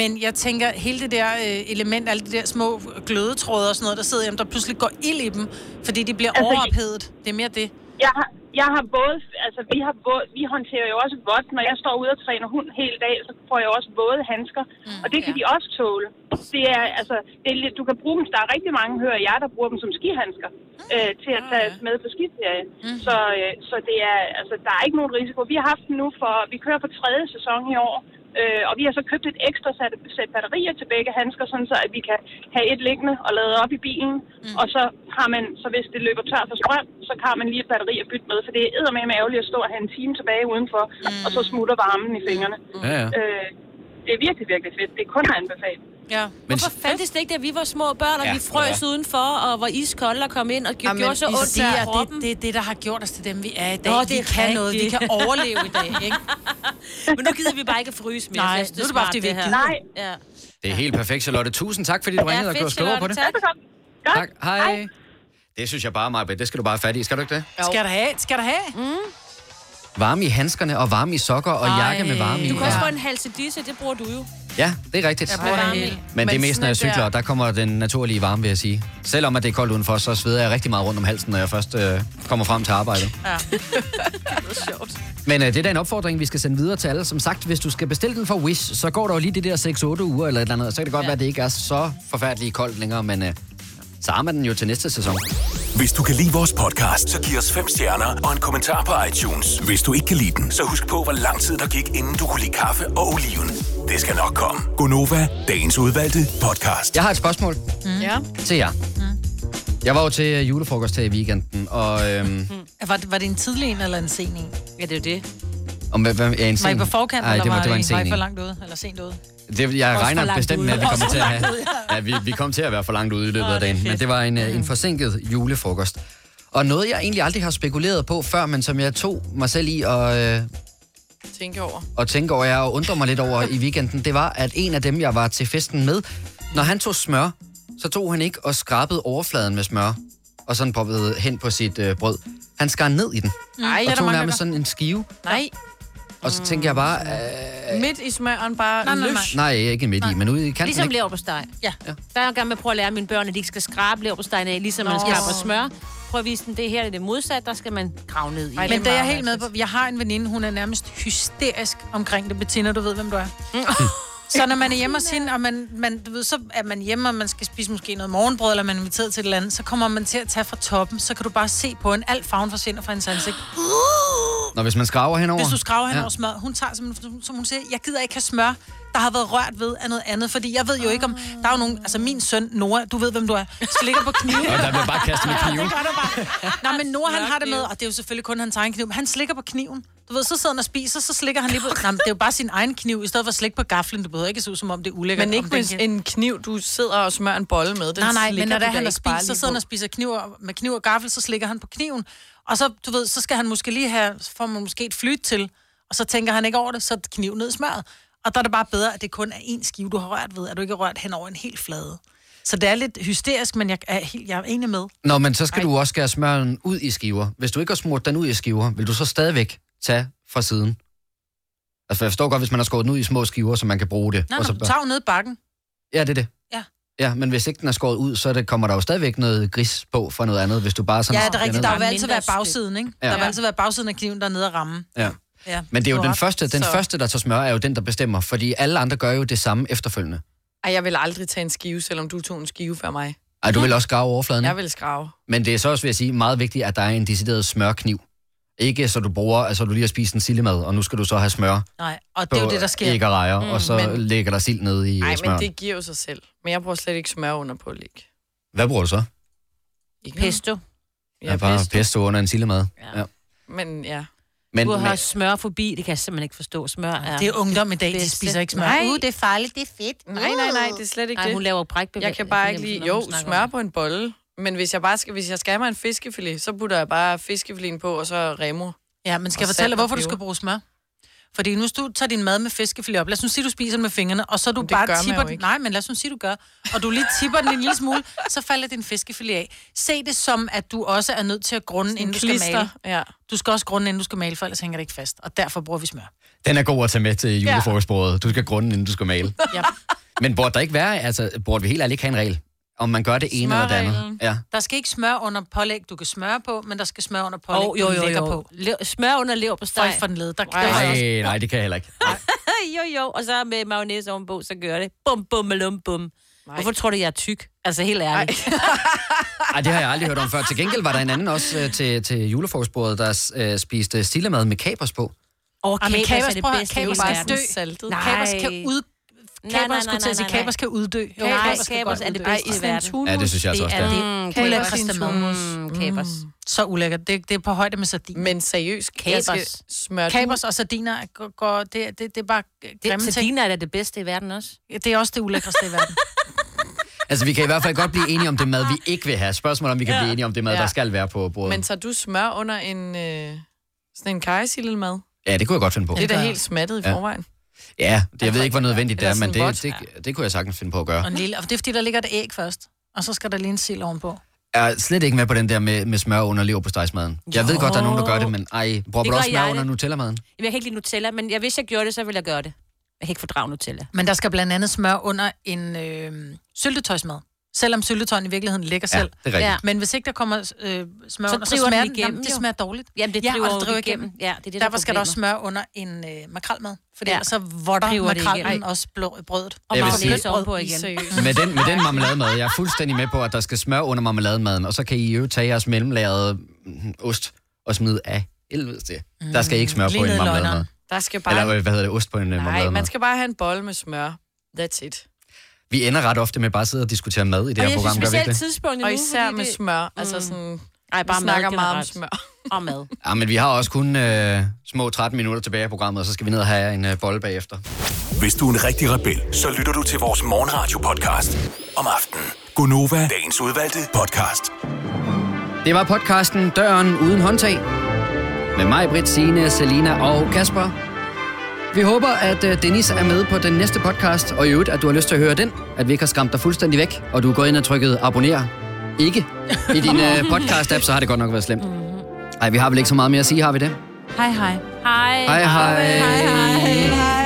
Speaker 3: Men jeg tænker, hele det der øh, element, alle de der små glødetråde og sådan noget, der sidder hjemme, der pludselig går ild i dem, fordi de bliver
Speaker 21: Altså,
Speaker 3: altså, overophedet. Det er mere det.
Speaker 21: Jeg har, jeg har både, altså vi har både, vi håndterer jo også vådt. Når jeg står ude og træner hund hele dag, så får jeg jo også våde handsker. Mm, og det kan ja. de også tåle. Det er, altså, det er, lidt- du kan bruge dem, der er rigtig mange, hører jeg, der bruger dem som skihandsker øh, til at tage med på skiferie. Mm. Så, øh, så det er, altså, der er ikke nogen risiko. Vi har haft den nu for, vi kører på tredje sæson i år. Øh, og vi har så købt et ekstra sæt, sæt batterier til begge handsker, sådan så at vi kan have et liggende og lade op i bilen. Mm. Og så har man, så hvis det løber tør for strøm, så har man lige et batteri at bytte med, for det er med ærgerligt at stå og have en time tilbage udenfor, mm. og så smutter varmen i fingrene.
Speaker 2: Mm. Ja, ja.
Speaker 21: Øh, det er virkelig, virkelig fedt. Det er kun at anbefale.
Speaker 3: Ja.
Speaker 1: Men Hvorfor fandtes det ikke, at vi var små børn, og
Speaker 2: Ja,
Speaker 1: ja, vi frøs
Speaker 2: ja.
Speaker 1: ja. udenfor, og var iskolde og kom ind og gjorde, gjorde så ondt i kroppen?
Speaker 3: det, det er det, der har gjort os til dem, vi er i dag.
Speaker 1: Nå,
Speaker 3: Nå,
Speaker 1: det
Speaker 3: det vi
Speaker 1: er
Speaker 3: kan rigtigt. noget, vi
Speaker 1: rigtigt.
Speaker 3: kan overleve i dag, ikke?
Speaker 1: Men nu gider vi bare ikke at fryse mere.
Speaker 3: Nej,
Speaker 1: for jeg synes,
Speaker 3: nu er det bare,
Speaker 1: smart,
Speaker 3: fordi vi
Speaker 1: her.
Speaker 3: ikke gider.
Speaker 1: Ja.
Speaker 2: Det er helt perfekt, Charlotte. Tusind tak, fordi du
Speaker 1: Ja,
Speaker 2: ringede og
Speaker 1: fedt,
Speaker 2: gjorde os klogere på det.
Speaker 1: Charlotte. Tak.
Speaker 2: Tak. Hej. Det synes jeg bare, Maja, det skal du bare have fat i. Skal du ikke det?
Speaker 3: Skal der have? Skal der have? Mm.
Speaker 2: Varme i handskerne og varme i sokker og jakke med varme i.
Speaker 1: Du kan også
Speaker 2: Ja.
Speaker 1: få en halsedisse, det bruger du jo.
Speaker 2: Ja, det er rigtigt.
Speaker 1: Jeg bruger Ej. varme i.
Speaker 2: Øh, Men det er
Speaker 1: Men
Speaker 2: mest, når jeg
Speaker 1: sådan et
Speaker 2: cykler,
Speaker 1: der-
Speaker 2: og der kommer den naturlige varme, vil jeg sige. Selvom at det er koldt udenfor, så sveder jeg rigtig meget rundt om halsen, når jeg først øh, kommer frem til arbejdet.
Speaker 3: Ja.
Speaker 2: Men øh, det er da en opfordring, vi skal sende videre til alle. Som sagt, hvis du skal bestille den fra Wish, så går der jo lige de der 6-8 uger eller et eller andet. Så kan det godt ja. være, at det ikke er så forfærdeligt koldt længere, men øh, så har man den jo til næste sæson.
Speaker 7: Hvis du kan lide vores podcast, så giv os fem stjerner og en kommentar på iTunes. Hvis du ikke kan lide den, så husk på, hvor lang tid der gik, inden du kunne lide kaffe og oliven. Det skal nok komme. Gonova, dagens udvalgte podcast.
Speaker 2: Jeg har et spørgsmål
Speaker 3: Mm.
Speaker 5: Ja.
Speaker 2: til jer. Mm. Jeg var jo til øh, julefrokost her i weekenden, og... Øhm,
Speaker 3: Var, det- var det en tidlig en eller en sen en?
Speaker 1: Ja, det er det.
Speaker 2: om, hvad, hvad, ja, en
Speaker 3: Var I
Speaker 2: sen-
Speaker 3: på forkant,
Speaker 2: Ej,
Speaker 3: eller
Speaker 2: det var, det var
Speaker 3: var
Speaker 2: en
Speaker 3: I
Speaker 2: sen
Speaker 3: for
Speaker 2: en.
Speaker 3: langt ude? Eller sent ude?
Speaker 2: Det, jeg
Speaker 3: Også for
Speaker 2: regner
Speaker 3: langt
Speaker 2: bestemt med, at vi
Speaker 3: ude.
Speaker 2: kommer
Speaker 3: Også
Speaker 2: til at
Speaker 3: for
Speaker 2: have...
Speaker 3: langt ude,
Speaker 2: Ja, vi, vi kom til at være for langt ude i løbet
Speaker 3: Åh,
Speaker 2: af
Speaker 3: det er
Speaker 2: dagen, men
Speaker 3: fedt. Mm.
Speaker 2: det var en, øh, en forsinket julefrokost. Og noget, jeg egentlig aldrig har spekuleret på før, men som jeg tog mig selv i at, øh,
Speaker 5: Tænke over.
Speaker 3: Mm.
Speaker 2: at tænke over, jeg og undrer mig lidt over i weekenden, det var, at en af dem, jeg var til festen med, når han tog smør, så tog han ikke og skrabede overfladen med smør, og sådan poppede hen på sit øh, brød. Han skar ned i den,
Speaker 5: Nej,
Speaker 2: og tog nærmest sådan en skive.
Speaker 5: Nej.
Speaker 2: Og så tænker jeg bare... Øh,
Speaker 5: Midt i smøren bare nej, nej, nej.
Speaker 2: nej, ikke midt i, men ude i kanten.
Speaker 1: Ligesom
Speaker 2: ikke?
Speaker 1: leverpostej. Ja. Der er jeg gerne med at prøve at lære mine børn, at de ikke skal skrabe leverpostejen af, ligesom man
Speaker 3: Nå.
Speaker 1: skraber smør. Prøv at vise dem, det her er det modsatte, der skal man grave ned i.
Speaker 3: Ej, men det er jeg helt med på. Jeg har en veninde, hun er nærmest hysterisk omkring det. Bettina, du ved, hvem du er.
Speaker 2: Mm.
Speaker 3: så når man er hjemme hos hende, og man, man, du ved, så er man hjemme, og man skal spise måske noget morgenbrød, eller man er inviteret til et eller andet, så kommer man til at tage fra toppen, så kan du bare se på en alt farven forsvinder fra hendes ansigt.
Speaker 2: Når hvis man skraver henover...
Speaker 3: Hvis du skraver hen over smør, hun tager simpelthen, som hun siger, jeg gider ikke have smør, der har været rørt ved af noget andet, fordi jeg ved jo ikke om, der er jo nogen, altså min søn Nora, du ved hvem du er, slikker på kniven.
Speaker 2: Og der bliver bare kastet med kniven.
Speaker 3: Nå, men Nora, han har det med, og det er jo selvfølgelig kun hans egen kniv, men han slikker på kniven. Du ved, så sidder han og spiser, så slikker han lige på... Nej, men det er jo bare sin egen kniv, i stedet for at slikke på gaflen. Du behøver ikke se ud, som om det er ulækkert.
Speaker 5: Men ikke
Speaker 3: om
Speaker 5: med
Speaker 3: den
Speaker 5: en kniv, du sidder og smører en bolle med. Den
Speaker 3: Nej, nej,
Speaker 5: slikker
Speaker 3: men når
Speaker 5: du
Speaker 3: der
Speaker 5: da
Speaker 3: han har
Speaker 5: ikke bare
Speaker 3: spist, så
Speaker 5: lige
Speaker 3: sidder han
Speaker 5: på.
Speaker 3: og spiser kniv og, med kniv og gaffel, så slikker han på kniven. Og så, du ved, så skal han måske lige have, så får man måske et flyt til, og så tænker han ikke over det, så er kniven ned i smøret. Og der er det bare bedre, at det kun er én skive, du har rørt ved, at du ikke har rørt hen over en hel flade. Så det er lidt hysterisk, men jeg er, helt, jeg er enig med.
Speaker 2: Nå, men så skal Ej. du også skære smøren ud i skiver. Hvis du ikke har smurt den ud i skiver, vil du så stadigvæk tage fra siden? Altså, jeg forstår godt, hvis man har skåret den ud i små skiver, så man kan bruge det.
Speaker 3: Nej,
Speaker 2: og så...
Speaker 3: nej, du tager jo ned i bakken.
Speaker 2: Ja, det er det.
Speaker 3: Ja.
Speaker 2: Ja, men hvis ikke den er skåret ud, så er det, kommer der jo stadigvæk noget gris på for noget andet, hvis du bare sådan...
Speaker 3: ja, det er rigtigt. Der vil altid være
Speaker 1: stykke.
Speaker 3: bagsiden, ikke?
Speaker 2: Ja.
Speaker 3: Der vil
Speaker 2: Ja.
Speaker 3: altid være bagsiden af kniven, der er nede at ramme.
Speaker 2: Ja.
Speaker 3: Ja,
Speaker 2: Men det er
Speaker 3: du
Speaker 2: jo
Speaker 3: har
Speaker 2: den
Speaker 3: ret.
Speaker 2: første, den
Speaker 3: Så-
Speaker 2: første, der tager smør, er jo den, der bestemmer, fordi alle andre gør jo det samme efterfølgende.
Speaker 5: Ej, jeg vil aldrig tage en skive, selvom du tog en skive før mig.
Speaker 2: Ej, du vil også grave overfladen.
Speaker 5: Jeg
Speaker 2: ikke?
Speaker 5: vil skrave.
Speaker 2: Men det er så også, vil jeg sige, meget vigtigt, at der er en decideret smørkniv. Ikke så du bruger, altså du lige har spist en sillemad, og nu skal du så have smør
Speaker 3: Nej, og det er jo
Speaker 2: på
Speaker 3: det, der sker.
Speaker 2: æg og rejer, mm,
Speaker 5: Mm,
Speaker 2: og så men...
Speaker 5: men-
Speaker 2: lægger der sild ned i
Speaker 5: Nej,
Speaker 2: Ej,
Speaker 5: men
Speaker 2: smør. Det...
Speaker 5: det giver jo sig selv. Men jeg bruger slet ikke smør under pålæg.
Speaker 2: Hvad bruger du så?
Speaker 5: Ikke noget.
Speaker 1: Pesto.
Speaker 2: Ja, bare pesto. under en sillemad. Ja. ja.
Speaker 5: Men ja.
Speaker 2: Men,
Speaker 1: du har
Speaker 2: men,
Speaker 1: smørfobi, det kan jeg simpelthen ikke forstå. Smør er...
Speaker 3: Det er ungdom i dag, de
Speaker 1: bedste.
Speaker 3: spiser ikke smør.
Speaker 1: Nej.
Speaker 3: Uh, det er farligt, det er fedt. Uh.
Speaker 5: Nej, nej, nej, det er slet ikke
Speaker 1: Nej,
Speaker 5: det.
Speaker 1: hun laver brækbevæg-
Speaker 5: Jeg kan bare ikke
Speaker 1: fornemmelse,
Speaker 5: lide,
Speaker 1: når
Speaker 5: jo,
Speaker 1: hun snakker
Speaker 5: smør
Speaker 1: om
Speaker 5: på en bolle. Men hvis jeg, bare skal, hvis jeg skal have mig en fiskefilet, så putter jeg bare fiskefileten på, og så remo.
Speaker 3: Ja, men skal
Speaker 5: Og
Speaker 3: jeg fortælle dig,
Speaker 5: salt og
Speaker 3: hvorfor du
Speaker 5: peber.
Speaker 3: skal bruge smør? Fordi nu hvis du tager din mad med fiskefilet op, lad os nu sige, du spiser den med fingrene, og så du
Speaker 5: det gør
Speaker 3: bare
Speaker 5: man
Speaker 3: tipper
Speaker 5: jo
Speaker 3: den.
Speaker 5: ikke.
Speaker 3: Nej, men lad os nu sige, du gør. Og du lige tipper den en lille smule, så falder din fiskefilet af. Se det som, at du også er nødt til at grunde, inden du skal
Speaker 5: klister,
Speaker 3: male.
Speaker 5: Ja.
Speaker 3: Du skal også grunde, inden du skal male, for ellers hænger det ikke fast. Og derfor bruger vi smør.
Speaker 2: den er god at tage med til julefrokostbordet. Du skal grunde, inden du skal male.
Speaker 3: Ja.
Speaker 2: men burde der ikke være, altså burde vi helt ærligt ikke have en regel, om man gør det ene eller det andet? Ja.
Speaker 3: Der skal ikke smør under pålæg, du kan smøre på, men der skal smør under pålæg,
Speaker 1: Åh, jo,
Speaker 3: du
Speaker 1: jo,
Speaker 3: lægger
Speaker 1: jo.
Speaker 3: på.
Speaker 1: Le- smør under lever på
Speaker 3: Føj for den led, der
Speaker 2: Nej, nej, det kan jeg heller ikke.
Speaker 1: jo, jo, og så med mayonnaise ovenpå, så gør det. Bum, bum, malum, bum. Hvorfor tror du, jeg er tyk? Altså, helt ærligt.
Speaker 2: Ej, det har jeg aldrig hørt om før. Til gengæld var der en anden også øh, til, til julefrokostbordet, der øh, spiste sillemad med kapers på.
Speaker 1: Og
Speaker 3: Ej, men
Speaker 1: kapers er
Speaker 3: kapers,
Speaker 1: det
Speaker 3: prøv at høre,
Speaker 1: bedste
Speaker 3: kapers
Speaker 1: i hele
Speaker 3: skal
Speaker 1: verden.
Speaker 3: dø.
Speaker 1: Saltet.
Speaker 3: Kapers
Speaker 1: Nej.
Speaker 3: kan ud...
Speaker 1: Nej, nej,
Speaker 3: Kapers
Speaker 1: nej,
Speaker 3: skulle til
Speaker 1: nej,
Speaker 3: at sige,
Speaker 1: nej, nej.
Speaker 3: kapers skal uddø. Jo,
Speaker 1: Nej,
Speaker 3: skal
Speaker 1: kapers
Speaker 3: godt
Speaker 1: er det
Speaker 3: uddø.
Speaker 1: bedste i
Speaker 3: Ej, sådan en
Speaker 1: verden.
Speaker 2: Ja, det synes jeg altså også, det er.
Speaker 3: Mm, kapers. Mm, kapers. Så ulækkert. Det, det er på højde med sardiner.
Speaker 5: Men seriøst,
Speaker 1: Kapers.
Speaker 5: smøre
Speaker 3: Kapers og sardiner, går, går, det, det, det er bare grimme ting.
Speaker 1: sardiner er da det bedste i verden også.
Speaker 3: Ja, det er også det ulækreste i verden.
Speaker 2: Altså, vi kan i hvert fald godt blive enige om det mad, vi ikke vil have. Spørgsmålet er, om vi kan
Speaker 5: Ja.
Speaker 2: blive enige om det mad,
Speaker 5: Ja.
Speaker 2: der skal være på bordet.
Speaker 5: Men tager du smør under en, øh, sådan en kajsillemad?
Speaker 2: Ja, det kunne jeg godt finde på.
Speaker 5: Det er da helt smattet i
Speaker 2: Ja.
Speaker 5: forvejen.
Speaker 2: Ja, det, jeg ved ikke, hvor nødvendigt det er,
Speaker 5: Eller
Speaker 2: men
Speaker 5: sådan
Speaker 2: det, det, det kunne jeg sagtens finde på at
Speaker 3: Og,
Speaker 2: gøre.
Speaker 3: en lille, og det er fordi, der ligger et æg først. Og så skal der lige en sild ovenpå.
Speaker 2: Jeg er slet ikke med på den der med, med smør under lever på stegsmaden. Jeg ved godt, der er nogen, der gør det, men ej, bruger
Speaker 1: Det
Speaker 2: du
Speaker 1: gør
Speaker 2: også smør
Speaker 1: jeg
Speaker 2: under
Speaker 1: det.
Speaker 2: Nutella-maden?
Speaker 1: Jamen, jeg kan ikke lide Nutella, men jeg, hvis jeg gjorde det, så ville jeg gøre det. Jeg kan ikke fordrage Nutella.
Speaker 3: Men der skal blandt andet smør under en øh, syltetøjsmad. Selvom syltetøjen i virkeligheden ligger
Speaker 1: Ja,
Speaker 3: selv.
Speaker 1: det er rigtigt. Ja.
Speaker 3: Men hvis ikke der kommer øh, smør
Speaker 1: Så
Speaker 3: under, så
Speaker 1: driver den
Speaker 3: smager den,
Speaker 1: igennem,
Speaker 3: jamen, det
Speaker 1: jo.
Speaker 3: smager dårligt.
Speaker 1: Jamen, det
Speaker 3: Ja, og
Speaker 1: driver
Speaker 3: det
Speaker 1: det
Speaker 3: driver
Speaker 1: igennem.
Speaker 3: igennem.
Speaker 1: Ja, det er det, der
Speaker 3: Derfor skal der også
Speaker 1: problemet.
Speaker 3: smør under en øh, makrelmad. For
Speaker 1: Ja.
Speaker 3: ellers så votter
Speaker 1: Driver det
Speaker 3: makrellen
Speaker 1: igennem.
Speaker 3: også blå, brødet.
Speaker 2: Og Jeg vil sige- mayonnaise
Speaker 1: ovenpå igen.
Speaker 2: Med den, med den marmelademad, jeg er fuldstændig med på, at der skal smør under marmelademaden, og så kan I i øvrigt tage jeres mellemlagede mm, ost og smide af helvedes det. Der skal I ikke smør på en marmelademad.
Speaker 5: Der skal Mm. bare...
Speaker 2: Eller øh, hvad hedder det, ost på en øh,
Speaker 5: nej,
Speaker 2: marmelademad.
Speaker 5: man skal bare have en bolle med smør. That's it.
Speaker 2: Vi ender ret ofte med bare at sidde og diskutere mad i det her program, gør vi ikke det?
Speaker 1: tidspunktet
Speaker 5: Og
Speaker 1: nu,
Speaker 5: især
Speaker 1: fordi
Speaker 5: med
Speaker 1: det- Mm.
Speaker 5: smør. Altså sådan...
Speaker 1: Ej, bare
Speaker 5: vi
Speaker 1: mad
Speaker 5: snakker meget om
Speaker 1: generelt.
Speaker 5: smør.
Speaker 1: Og mad.
Speaker 2: Ja, men vi har også kun øh, små 13 minutter tilbage i programmet, og så skal vi ned og have en øh, bolle bagefter.
Speaker 7: Hvis du er en rigtig rebel, så lytter du til vores morgenradio-podcast om aftenen. Gunova, dagens udvalgte podcast.
Speaker 2: Det var podcasten Døren uden håndtag med mig, Britt, Signe, Selina og Kasper. Vi håber, at øh, Dennis er med på den næste podcast, og i øvrigt, at du har lyst til at høre den, at vi ikke har skræmt dig fuldstændig væk, og du er gået ind og trykket abonner. Ikke Mhm. i din øh, podcast-app, så har det godt nok været slemt. Nej, vi har vel ikke så meget mere at sige, har vi det?
Speaker 3: Hej hej.
Speaker 22: Hej.
Speaker 3: Hej, hej. Hej, hej.